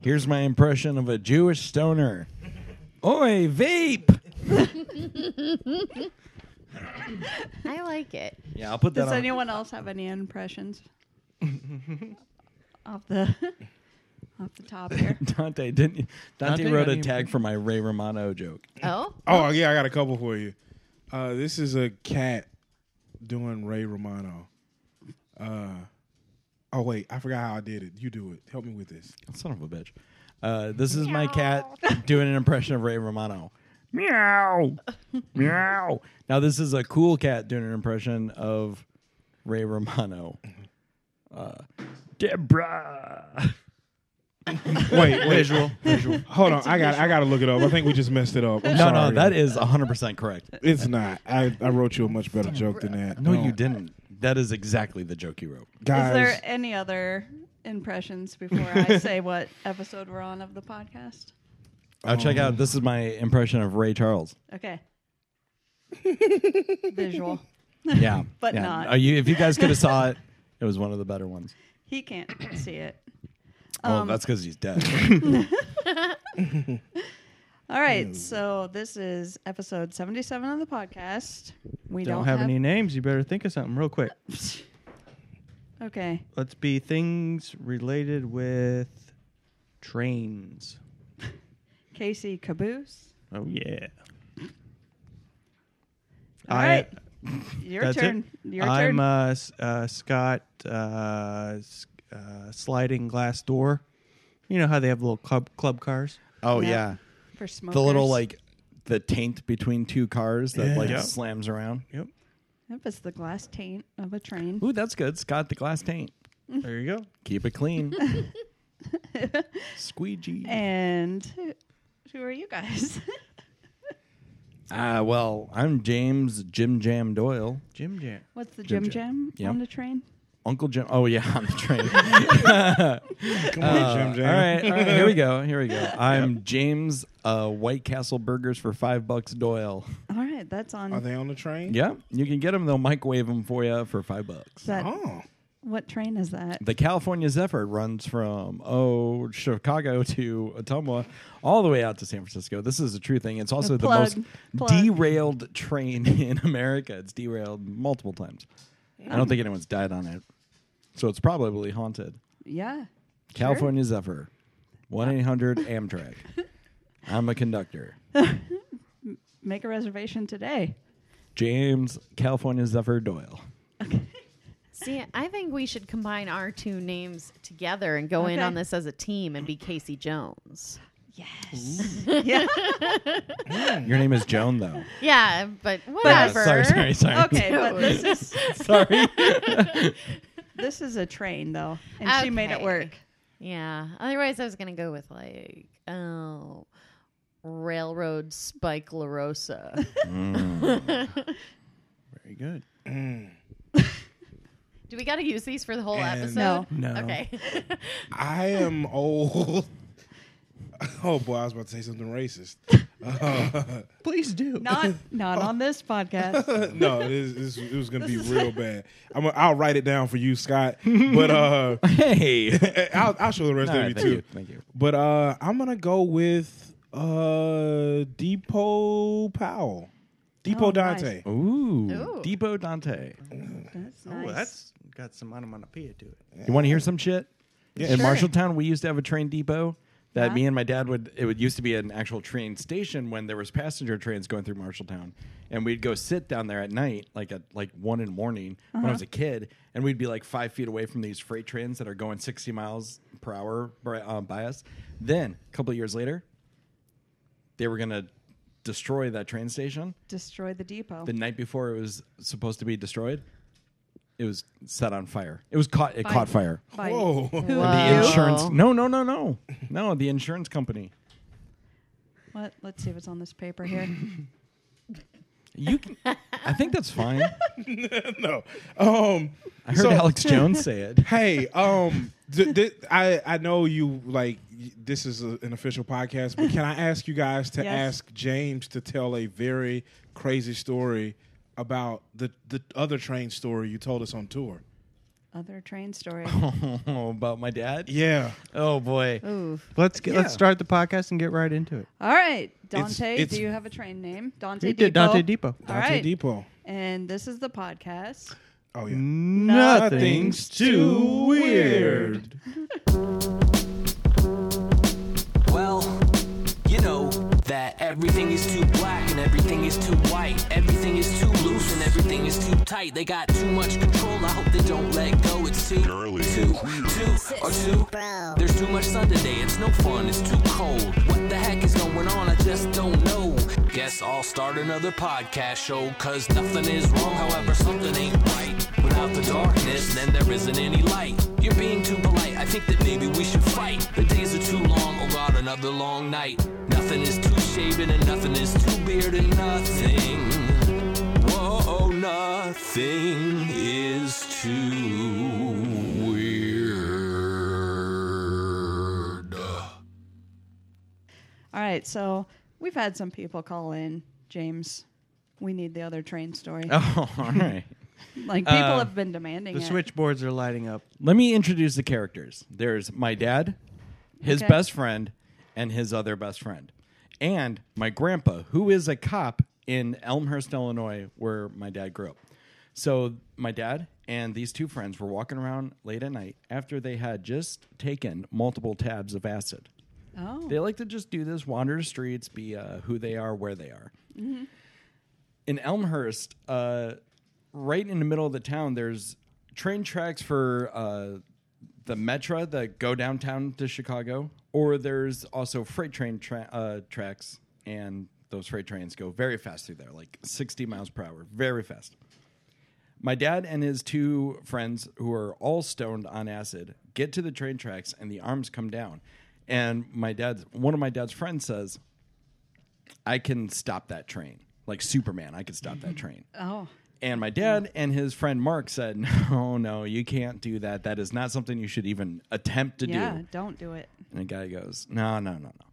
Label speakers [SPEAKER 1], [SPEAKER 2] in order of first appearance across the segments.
[SPEAKER 1] Here's my impression of a Jewish stoner. Oi, vape.
[SPEAKER 2] I like it.
[SPEAKER 1] Yeah, I'll put that
[SPEAKER 3] Does
[SPEAKER 1] on.
[SPEAKER 3] anyone else have any impressions off the off the top here?
[SPEAKER 1] Dante didn't. you- Dante,
[SPEAKER 4] Dante
[SPEAKER 1] wrote
[SPEAKER 4] got
[SPEAKER 1] a
[SPEAKER 4] any-
[SPEAKER 1] tag for my Ray Romano joke.
[SPEAKER 2] Oh,
[SPEAKER 5] Oh yeah, I got a couple for you. Uh, this is a cat doing Ray Romano. Uh, oh wait, I forgot how I did it. You do it. Help me with this.
[SPEAKER 1] Son of a bitch. Uh, this is my cat doing an impression of Ray Romano. Meow. Meow. Now this is a cool cat doing an impression of Ray Romano. Uh, Deborah.
[SPEAKER 5] Wait, wait.
[SPEAKER 1] Visual. Visual.
[SPEAKER 5] Hold on. I got. I got to look it up. I think we just messed it up. I'm
[SPEAKER 1] No,
[SPEAKER 5] sorry.
[SPEAKER 1] no, that is 100% correct.
[SPEAKER 5] It's not. I, I wrote you a much better joke than that.
[SPEAKER 1] No, you didn't. That is exactly the joke you wrote.
[SPEAKER 3] Is
[SPEAKER 5] guys.
[SPEAKER 3] there any other impressions before I say what episode we're on of the podcast?
[SPEAKER 1] I'll Uh, check out. This is my impression of Ray Charles.
[SPEAKER 3] Okay. Visual.
[SPEAKER 1] Yeah,
[SPEAKER 3] But
[SPEAKER 1] yeah.
[SPEAKER 3] not.
[SPEAKER 1] Uh, you, if you guys could have saw it, it was one of the better ones.
[SPEAKER 3] He can't see it.
[SPEAKER 4] Oh,
[SPEAKER 3] Um,
[SPEAKER 1] well, Oh, that's because he's dead.
[SPEAKER 3] All right, so this is episode 77 of the podcast. We
[SPEAKER 4] Don't have any names. You better think of something real quick.
[SPEAKER 3] Okay.
[SPEAKER 4] Let's be things related with trains.
[SPEAKER 3] Casey Caboose.
[SPEAKER 4] Oh yeah.
[SPEAKER 3] All
[SPEAKER 4] I-
[SPEAKER 3] right, Your
[SPEAKER 4] That's
[SPEAKER 3] turn.
[SPEAKER 4] it.
[SPEAKER 3] Your
[SPEAKER 4] I'm
[SPEAKER 3] turn.
[SPEAKER 4] Uh, S- uh, Scott uh, s- uh, sliding glass door. You know how they have little club club cars.
[SPEAKER 1] Oh
[SPEAKER 3] Yeah.
[SPEAKER 1] yeah,
[SPEAKER 3] for smokers.
[SPEAKER 1] the little like the taint between two cars that like
[SPEAKER 4] Yeah.
[SPEAKER 1] slams around.
[SPEAKER 4] Yep.
[SPEAKER 3] Yep, it's the glass taint of a train.
[SPEAKER 1] Ooh, that's good. Scott the glass taint.
[SPEAKER 4] There you go.
[SPEAKER 1] Keep it clean. Squeegee.
[SPEAKER 3] And who- who are you guys?
[SPEAKER 1] Ah, well, I'm James Jim Jam Doyle,
[SPEAKER 4] Jim Jam.
[SPEAKER 3] What's the
[SPEAKER 1] Jim
[SPEAKER 3] Jim
[SPEAKER 1] Jam.
[SPEAKER 3] Jam
[SPEAKER 1] Yeah.
[SPEAKER 3] on the train?
[SPEAKER 1] Uncle Jim. Oh yeah, on the train. Uh,
[SPEAKER 5] Come on, Jim
[SPEAKER 1] All
[SPEAKER 5] Jam.
[SPEAKER 1] right, all right, here we go. Here we go. I'm James uh, White Castle Burgers for five bucks Doyle.
[SPEAKER 3] All right, that's on.
[SPEAKER 5] Are they on the train?
[SPEAKER 1] Yeah, you can get them. They'll microwave them for you for five bucks.
[SPEAKER 3] that,
[SPEAKER 5] Oh,
[SPEAKER 3] What train is that?
[SPEAKER 1] The California Zephyr runs from oh Chicago to Ottumwa, all the way out to San Francisco. This is a true thing. It's also the
[SPEAKER 3] Plug.
[SPEAKER 1] most
[SPEAKER 3] Plug.
[SPEAKER 1] derailed train in America. It's derailed multiple times. I don't think anyone's died on it, so it's probably haunted.
[SPEAKER 3] Yeah.
[SPEAKER 1] California Zephyr, one eight hundred Amtrak. I'm a conductor.
[SPEAKER 3] Make a reservation today.
[SPEAKER 1] James California Zephyr Doyle.
[SPEAKER 2] see, I think we should combine our two names together and go in
[SPEAKER 3] Okay.
[SPEAKER 2] on this as a team and be Casey Jones.
[SPEAKER 3] Yes. yeah.
[SPEAKER 1] Your name is Joan, though.
[SPEAKER 2] Yeah, but
[SPEAKER 1] Yeah,
[SPEAKER 2] whatever.
[SPEAKER 1] sorry, sorry, sorry.
[SPEAKER 3] Okay, but this is
[SPEAKER 1] sorry.
[SPEAKER 3] this is a train though, and she made it
[SPEAKER 2] Okay.
[SPEAKER 3] work.
[SPEAKER 2] Yeah. Otherwise, I was gonna go with like, oh, railroad Spike La Rosa.
[SPEAKER 4] Very good.
[SPEAKER 2] Do we got to use these for the whole
[SPEAKER 5] And-
[SPEAKER 2] episode?
[SPEAKER 3] No.
[SPEAKER 4] No.
[SPEAKER 2] Okay.
[SPEAKER 5] I am old. oh boy, I was about to say something racist. Uh,
[SPEAKER 4] Please do.
[SPEAKER 3] Not not on this podcast.
[SPEAKER 5] no, this, this it was gonna be real bad. I'm gonna, I'll write it down for you, Scott. But uh,
[SPEAKER 1] Hey.
[SPEAKER 5] I'll, I'll show the rest
[SPEAKER 1] All
[SPEAKER 5] of
[SPEAKER 1] right,
[SPEAKER 5] you
[SPEAKER 1] thank
[SPEAKER 5] too.
[SPEAKER 1] you, thank you.
[SPEAKER 5] But uh, I'm gonna go with uh, Depot Powell, Depot
[SPEAKER 3] Oh, nice.
[SPEAKER 5] Dante.
[SPEAKER 1] Ooh,
[SPEAKER 2] Ooh.
[SPEAKER 1] Depot Dante.
[SPEAKER 3] That's
[SPEAKER 4] Oh,
[SPEAKER 3] nice.
[SPEAKER 4] that's got some onomatopoeia to it.
[SPEAKER 1] You want to hear some shit? In
[SPEAKER 3] Sure.
[SPEAKER 1] Marshalltown, we used to have a train depot that
[SPEAKER 3] Yeah.
[SPEAKER 1] me and my dad would. It would used to be an actual train station when there was passenger trains going through Marshalltown, and we'd go sit down there at night, like at like one in the morning when I was a kid, and we'd be like five feet away from these freight trains that are going sixty miles per hour by, uh, by us. Then a couple of years later, they were gonna destroy that train station.
[SPEAKER 3] destroy the depot.
[SPEAKER 1] the night before it was supposed to be destroyed, it was set on fire. It was caught. It caught fire.
[SPEAKER 3] By
[SPEAKER 5] Whoa.
[SPEAKER 3] who?
[SPEAKER 2] Wow.
[SPEAKER 1] The
[SPEAKER 2] Oh.
[SPEAKER 1] insurance. No, no, no, no, no. The insurance company.
[SPEAKER 3] What? Let's see what's on this paper here.
[SPEAKER 1] You. Can, I think that's fine.
[SPEAKER 5] no, um,
[SPEAKER 1] I heard
[SPEAKER 5] So-
[SPEAKER 1] Alex Jones say it.
[SPEAKER 5] hey, um, th- th- I I know you like y- this is a, an official podcast, but can I ask you guys to
[SPEAKER 3] Yes.
[SPEAKER 5] ask James to tell a very crazy story about the the other train story you told us on tour?
[SPEAKER 3] other train story.
[SPEAKER 1] Oh, about my dad.
[SPEAKER 5] Yeah.
[SPEAKER 1] Oh boy.
[SPEAKER 2] Oof.
[SPEAKER 4] Let's get,
[SPEAKER 1] Yeah.
[SPEAKER 4] let's start the podcast and get right into it.
[SPEAKER 3] All right,
[SPEAKER 5] It's-
[SPEAKER 3] Dante,
[SPEAKER 5] it's-
[SPEAKER 3] do you have a train name? Dante
[SPEAKER 4] He
[SPEAKER 3] Depot.
[SPEAKER 4] did Dante Depot.
[SPEAKER 3] All
[SPEAKER 5] Dante
[SPEAKER 3] right.
[SPEAKER 5] Depot.
[SPEAKER 3] And this is the podcast.
[SPEAKER 5] Oh yeah.
[SPEAKER 4] Nothing's
[SPEAKER 5] too
[SPEAKER 4] weird.
[SPEAKER 6] Well, you know that everything is too black and everything is too white. Everything is too loose and everything is too tight. They got too much control. I hope they don't let go. It's too too too or too. There's too much sun today. It's no fun. It's too cold. What the heck is going on? I just don't know. Guess I'll start another podcast show. Cause nothing is wrong. However, something ain't right. Without the darkness, then there isn't any light. You're being too polite. I think that maybe we should fight. The days are too long. Oh God, another long night. Nothing is too shaven and nothing is too bearded. Nothing. Whoa, oh, nothing is too weird.
[SPEAKER 3] All right, so we've had some people call in, James. We need the other train story.
[SPEAKER 1] Oh, uh, all right.
[SPEAKER 3] Like people have been demanding
[SPEAKER 4] The
[SPEAKER 3] it.
[SPEAKER 4] switchboards are lighting up.
[SPEAKER 1] Let me introduce the characters. There's my dad, his
[SPEAKER 3] Okay.
[SPEAKER 1] best friend, and his other best friend, and my grandpa, who is a cop in Elmhurst, Illinois, where my dad grew up. So my dad and these two friends were walking around late at night after they had just taken multiple tabs of acid.
[SPEAKER 3] Oh,
[SPEAKER 1] They like to just do this, wander the streets, be uh, who they are, where they are. In Elmhurst, uh, right in the middle of the town, there's train tracks for uh, the Metra that go downtown to Chicago, or there's also freight train tra- uh, tracks, and those freight trains go very fast through there, like 60 miles per hour, very fast. My dad and his two friends, who are all stoned on acid, get to the train tracks and the arms come down. And my dad's one of my dad's friends says, I can stop that train. Like Superman, I could stop that train.
[SPEAKER 3] oh,
[SPEAKER 1] And my dad and his friend Mark said, No, no, you can't do that. That is not something you should even attempt to
[SPEAKER 3] yeah.
[SPEAKER 1] do.
[SPEAKER 3] Don't do it.
[SPEAKER 1] And the guy goes, No, no, no, no.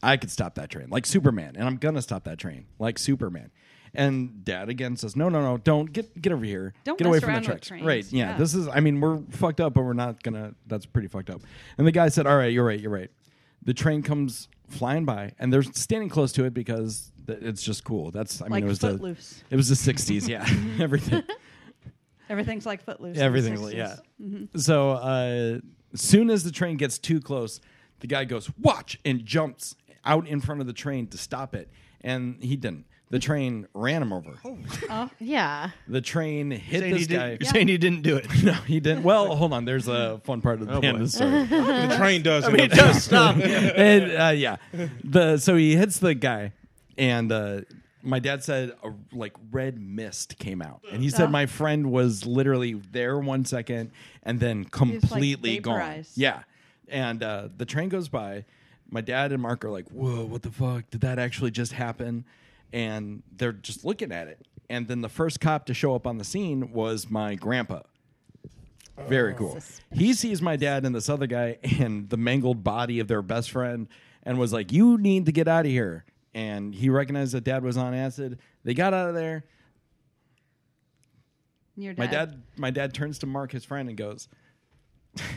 [SPEAKER 1] I could stop that train like Superman, and I'm gonna stop that train like Superman. And Dad again says, "No, no, no! Don't get get over here.
[SPEAKER 3] Don't
[SPEAKER 1] get away
[SPEAKER 3] mess
[SPEAKER 1] from
[SPEAKER 3] around
[SPEAKER 1] the
[SPEAKER 3] with
[SPEAKER 1] tracks.
[SPEAKER 3] trains.
[SPEAKER 1] Right? Yeah,
[SPEAKER 3] Yeah.
[SPEAKER 1] This is. I mean, we're fucked up, but we're not gonna. That's pretty fucked up." And the guy said, "All right, you're right. You're right." The train comes flying by, and they're standing close to it because th- it's just cool. That's. I mean,
[SPEAKER 3] Like
[SPEAKER 1] it was
[SPEAKER 3] Footloose.
[SPEAKER 1] the. It was the '60s. Yeah, everything.
[SPEAKER 3] Everything's like footloose. in the
[SPEAKER 1] Everything's like,
[SPEAKER 3] 60s.
[SPEAKER 1] yeah. So uh, soon as the train gets too close, the guy goes watch and jumps out in front of the train to stop it, and he didn't. The train ran him over.
[SPEAKER 2] Yeah.
[SPEAKER 1] The train hit
[SPEAKER 4] Saying
[SPEAKER 1] this
[SPEAKER 4] he
[SPEAKER 1] guy.
[SPEAKER 4] didn't- saying he didn't do it.
[SPEAKER 1] No, he didn't. Well, hold on. There's a fun part of the end of
[SPEAKER 4] Oh, boy.
[SPEAKER 1] the story.
[SPEAKER 5] The train does.
[SPEAKER 1] I mean,
[SPEAKER 5] end up
[SPEAKER 1] just stop. and, uh, yeah. The so he hits the guy, and uh, my dad said a like red mist came out, and he said
[SPEAKER 3] Ugh.
[SPEAKER 1] my friend was literally there one second and then
[SPEAKER 3] was, like,
[SPEAKER 1] completely gone.
[SPEAKER 3] vaporized.
[SPEAKER 1] Yeah, and uh, the train goes by. My dad and Mark are like, "Whoa, what the fuck? Did that actually just happen?" And they're just looking at it. And then the first cop to show up on the scene was my grandpa.
[SPEAKER 3] Oh.
[SPEAKER 1] Very cool. He sees my dad and this other guy and the mangled body of their best friend and was like, You need to get out of here. And he recognized that dad was on acid. They got out of there.
[SPEAKER 3] And Your dad.
[SPEAKER 1] My dad my dad turns to Mark, his friend, and goes,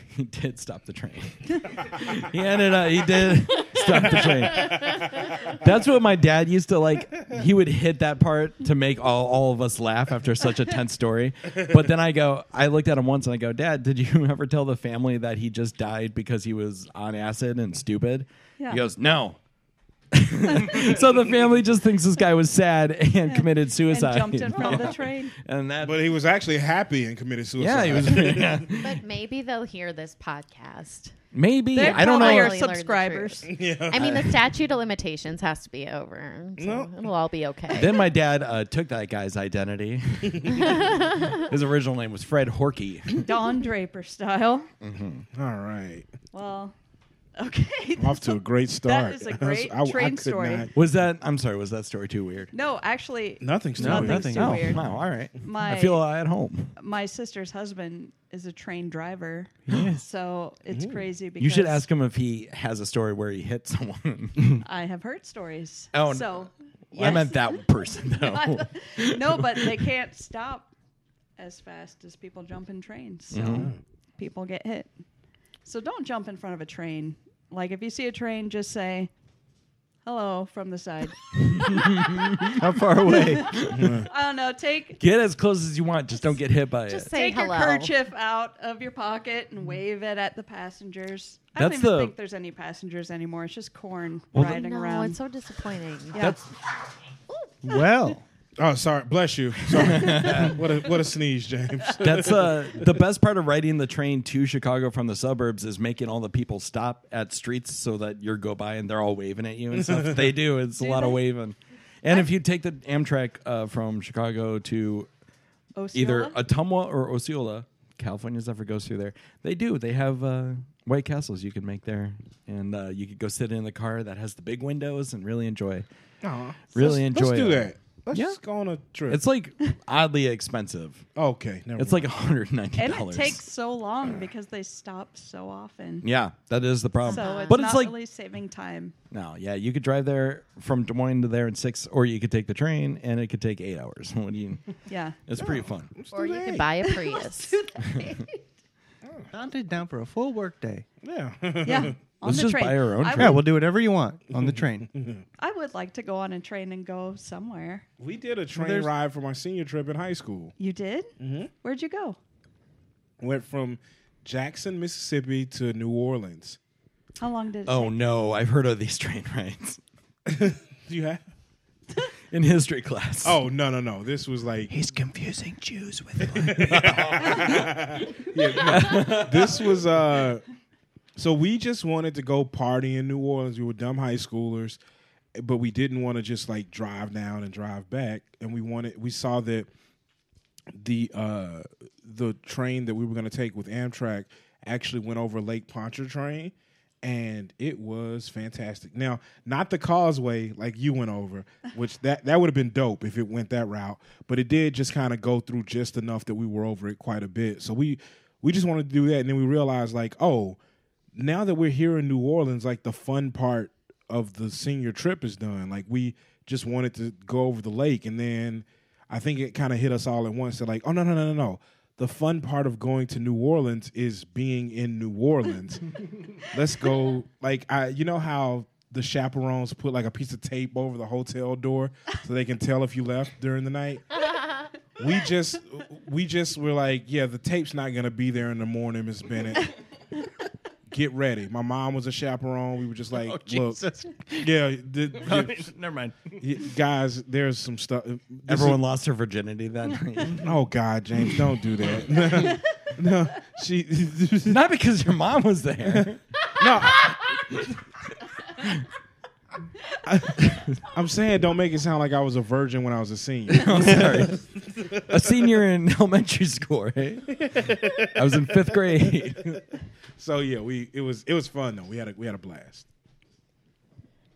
[SPEAKER 1] He did stop the train. he ended up he did stop the train. That's what my dad used to like. He would hit that part to make all, all of us laugh after such a tense story. But then I go, I looked at him once and I go, Dad, did you ever tell the family that he just died because he was on acid and stupid?
[SPEAKER 3] Yeah.
[SPEAKER 1] He goes, No. so the family just thinks this guy was sad and committed
[SPEAKER 3] and
[SPEAKER 1] suicide.
[SPEAKER 3] jumped in front of the train.
[SPEAKER 1] and that
[SPEAKER 5] But he was actually happy and committed
[SPEAKER 1] yeah,
[SPEAKER 5] suicide.
[SPEAKER 1] he was. yeah.
[SPEAKER 2] But maybe they'll hear this podcast.
[SPEAKER 1] Maybe
[SPEAKER 3] They're
[SPEAKER 1] I don't
[SPEAKER 3] probably
[SPEAKER 1] know.
[SPEAKER 3] our
[SPEAKER 2] Really learned the
[SPEAKER 3] subscribers.
[SPEAKER 2] I mean, the statute of limitations has to be over. So It'll all be okay.
[SPEAKER 1] Then my dad uh, took that guy's identity. His original name was Fred Horky.
[SPEAKER 3] Don Draper style.
[SPEAKER 5] All right.
[SPEAKER 3] Well, okay.
[SPEAKER 5] Off to a great start.
[SPEAKER 3] is a great train story.
[SPEAKER 1] Was that? I'm sorry. Was that story too weird?
[SPEAKER 3] No, actually,
[SPEAKER 5] Nothing's
[SPEAKER 4] No,
[SPEAKER 5] too
[SPEAKER 4] nothing.
[SPEAKER 5] nothing.
[SPEAKER 3] Too
[SPEAKER 1] oh,
[SPEAKER 3] weird.
[SPEAKER 1] wow. All right.
[SPEAKER 3] My-
[SPEAKER 1] I feel uh, at home.
[SPEAKER 3] my sister's husband is a train driver. So it's crazy because
[SPEAKER 1] You should ask him if he has a story where he hit someone.
[SPEAKER 3] I have heard stories.
[SPEAKER 1] Oh, no.
[SPEAKER 3] so
[SPEAKER 1] I meant that person though.
[SPEAKER 3] no, but they can't stop as fast as people jump in trains. So
[SPEAKER 1] Mm-hmm.
[SPEAKER 3] people get hit. So don't jump in front of a train. Like if you see a train, just say hello from the side.
[SPEAKER 1] How far away?
[SPEAKER 3] I don't know. Take
[SPEAKER 1] get as close as you want. Just don't get hit by
[SPEAKER 2] Just
[SPEAKER 1] it.
[SPEAKER 2] say
[SPEAKER 3] take
[SPEAKER 2] hello.
[SPEAKER 3] your kerchief out of your pocket and wave it at the passengers. I
[SPEAKER 1] That's
[SPEAKER 3] don't even
[SPEAKER 1] the-
[SPEAKER 3] think there's any passengers anymore. It's just corn
[SPEAKER 1] the-
[SPEAKER 3] riding
[SPEAKER 2] no,
[SPEAKER 3] around.
[SPEAKER 2] it's so disappointing.
[SPEAKER 3] yeah.
[SPEAKER 1] That's
[SPEAKER 4] Well,
[SPEAKER 5] Oh, sorry. Bless you. Sorry. what a what a sneeze, James.
[SPEAKER 1] that's uh the best part of riding the train to Chicago from the suburbs is making all the people stop at streets so that you go by and they're all waving at you and stuff. they do. It's a lot of waving. And if you take the Amtrak uh, from Chicago to either
[SPEAKER 3] Osceola?
[SPEAKER 1] Ottumwa or Osceola, California's never goes through there. They do. They have uh, White Castles you can make there, and uh, you could go sit in the car that has the big windows and really enjoy.
[SPEAKER 5] Aw.
[SPEAKER 1] Really
[SPEAKER 5] let's,
[SPEAKER 1] enjoy
[SPEAKER 5] Let's do
[SPEAKER 1] it.
[SPEAKER 5] that. Let's
[SPEAKER 1] Yeah.
[SPEAKER 5] just go on a trip.
[SPEAKER 1] It's like oddly expensive.
[SPEAKER 5] okay. Never
[SPEAKER 1] It's
[SPEAKER 5] mind.
[SPEAKER 1] like hundred ninety
[SPEAKER 3] and it
[SPEAKER 1] dollars.
[SPEAKER 3] takes so long because they stop so often.
[SPEAKER 1] Yeah, that is the problem.
[SPEAKER 3] So it's
[SPEAKER 1] but
[SPEAKER 3] not
[SPEAKER 1] it's like
[SPEAKER 3] really saving time.
[SPEAKER 1] no, yeah, you could drive there from Des Moines to there in six, or you could take the train, and it could take eight hours. what do you?
[SPEAKER 3] Yeah.
[SPEAKER 1] It's pretty fun.
[SPEAKER 5] Let's
[SPEAKER 2] Or
[SPEAKER 5] do
[SPEAKER 2] you
[SPEAKER 5] that.
[SPEAKER 2] could buy a Prius.
[SPEAKER 4] pounded down for a full work day.
[SPEAKER 5] Yeah.
[SPEAKER 3] Yeah. On
[SPEAKER 1] Let's
[SPEAKER 3] the
[SPEAKER 1] just
[SPEAKER 3] train.
[SPEAKER 1] buy our own
[SPEAKER 3] I
[SPEAKER 1] train.
[SPEAKER 4] Yeah,
[SPEAKER 3] would,
[SPEAKER 4] we'll do whatever you want on the train.
[SPEAKER 3] I would like to go on a train and go somewhere.
[SPEAKER 5] we did a train
[SPEAKER 4] There's-
[SPEAKER 5] ride for my senior trip in high school.
[SPEAKER 3] You did? Mm-hmm. Where'd you go?
[SPEAKER 5] Went from Jackson, Mississippi to New Orleans.
[SPEAKER 3] How long did it
[SPEAKER 1] Oh
[SPEAKER 3] take?
[SPEAKER 1] no, I've heard of these train rides
[SPEAKER 5] Do you have?
[SPEAKER 1] in history class.
[SPEAKER 5] Oh no no no! This was like
[SPEAKER 4] He's confusing Jews with
[SPEAKER 5] this was uh so we just wanted to go party in New Orleans. We were dumb high schoolers, but we didn't want to just like drive down and drive back. And we wanted we saw that the uh the train that we were gonna take with Amtrak actually went over Lake Pontchartrain and it was fantastic. Now, not the causeway like you went over, which that that would have been dope if it went that route, but it did just kind of go through just enough that we were over it quite a bit. So we we just wanted to do that and then we realized like, oh, now that we're here in New Orleans, like the fun part of the senior trip is done. Like we just wanted to go over the lake, and then I think it kind of hit us all at once. They're like, oh no no no no no. The fun part of going to New Orleans is being in New Orleans. Let's go. Like I, you know how the chaperones put like a piece of tape over the hotel door so they can tell if you left during the night we just we just were like, yeah, the tape's not gonna be there in the morning, Miss Bennett. Get ready. My mom was a chaperone. We were just
[SPEAKER 4] Oh,
[SPEAKER 5] like, look, yeah, the,
[SPEAKER 4] Never mind.
[SPEAKER 5] yeah, guys, there's some stuff. This
[SPEAKER 1] Everyone lost her virginity that night.
[SPEAKER 5] is- oh God, James, don't do that. no, she,
[SPEAKER 1] Not because your mom was there.
[SPEAKER 5] no. I, am saying, don't make it sound like I was a virgin when I was a senior.
[SPEAKER 1] I'm sorry. A senior in elementary school, right? I was in fifth grade.
[SPEAKER 5] so yeah, we it was it was fun though. We had a we had a blast.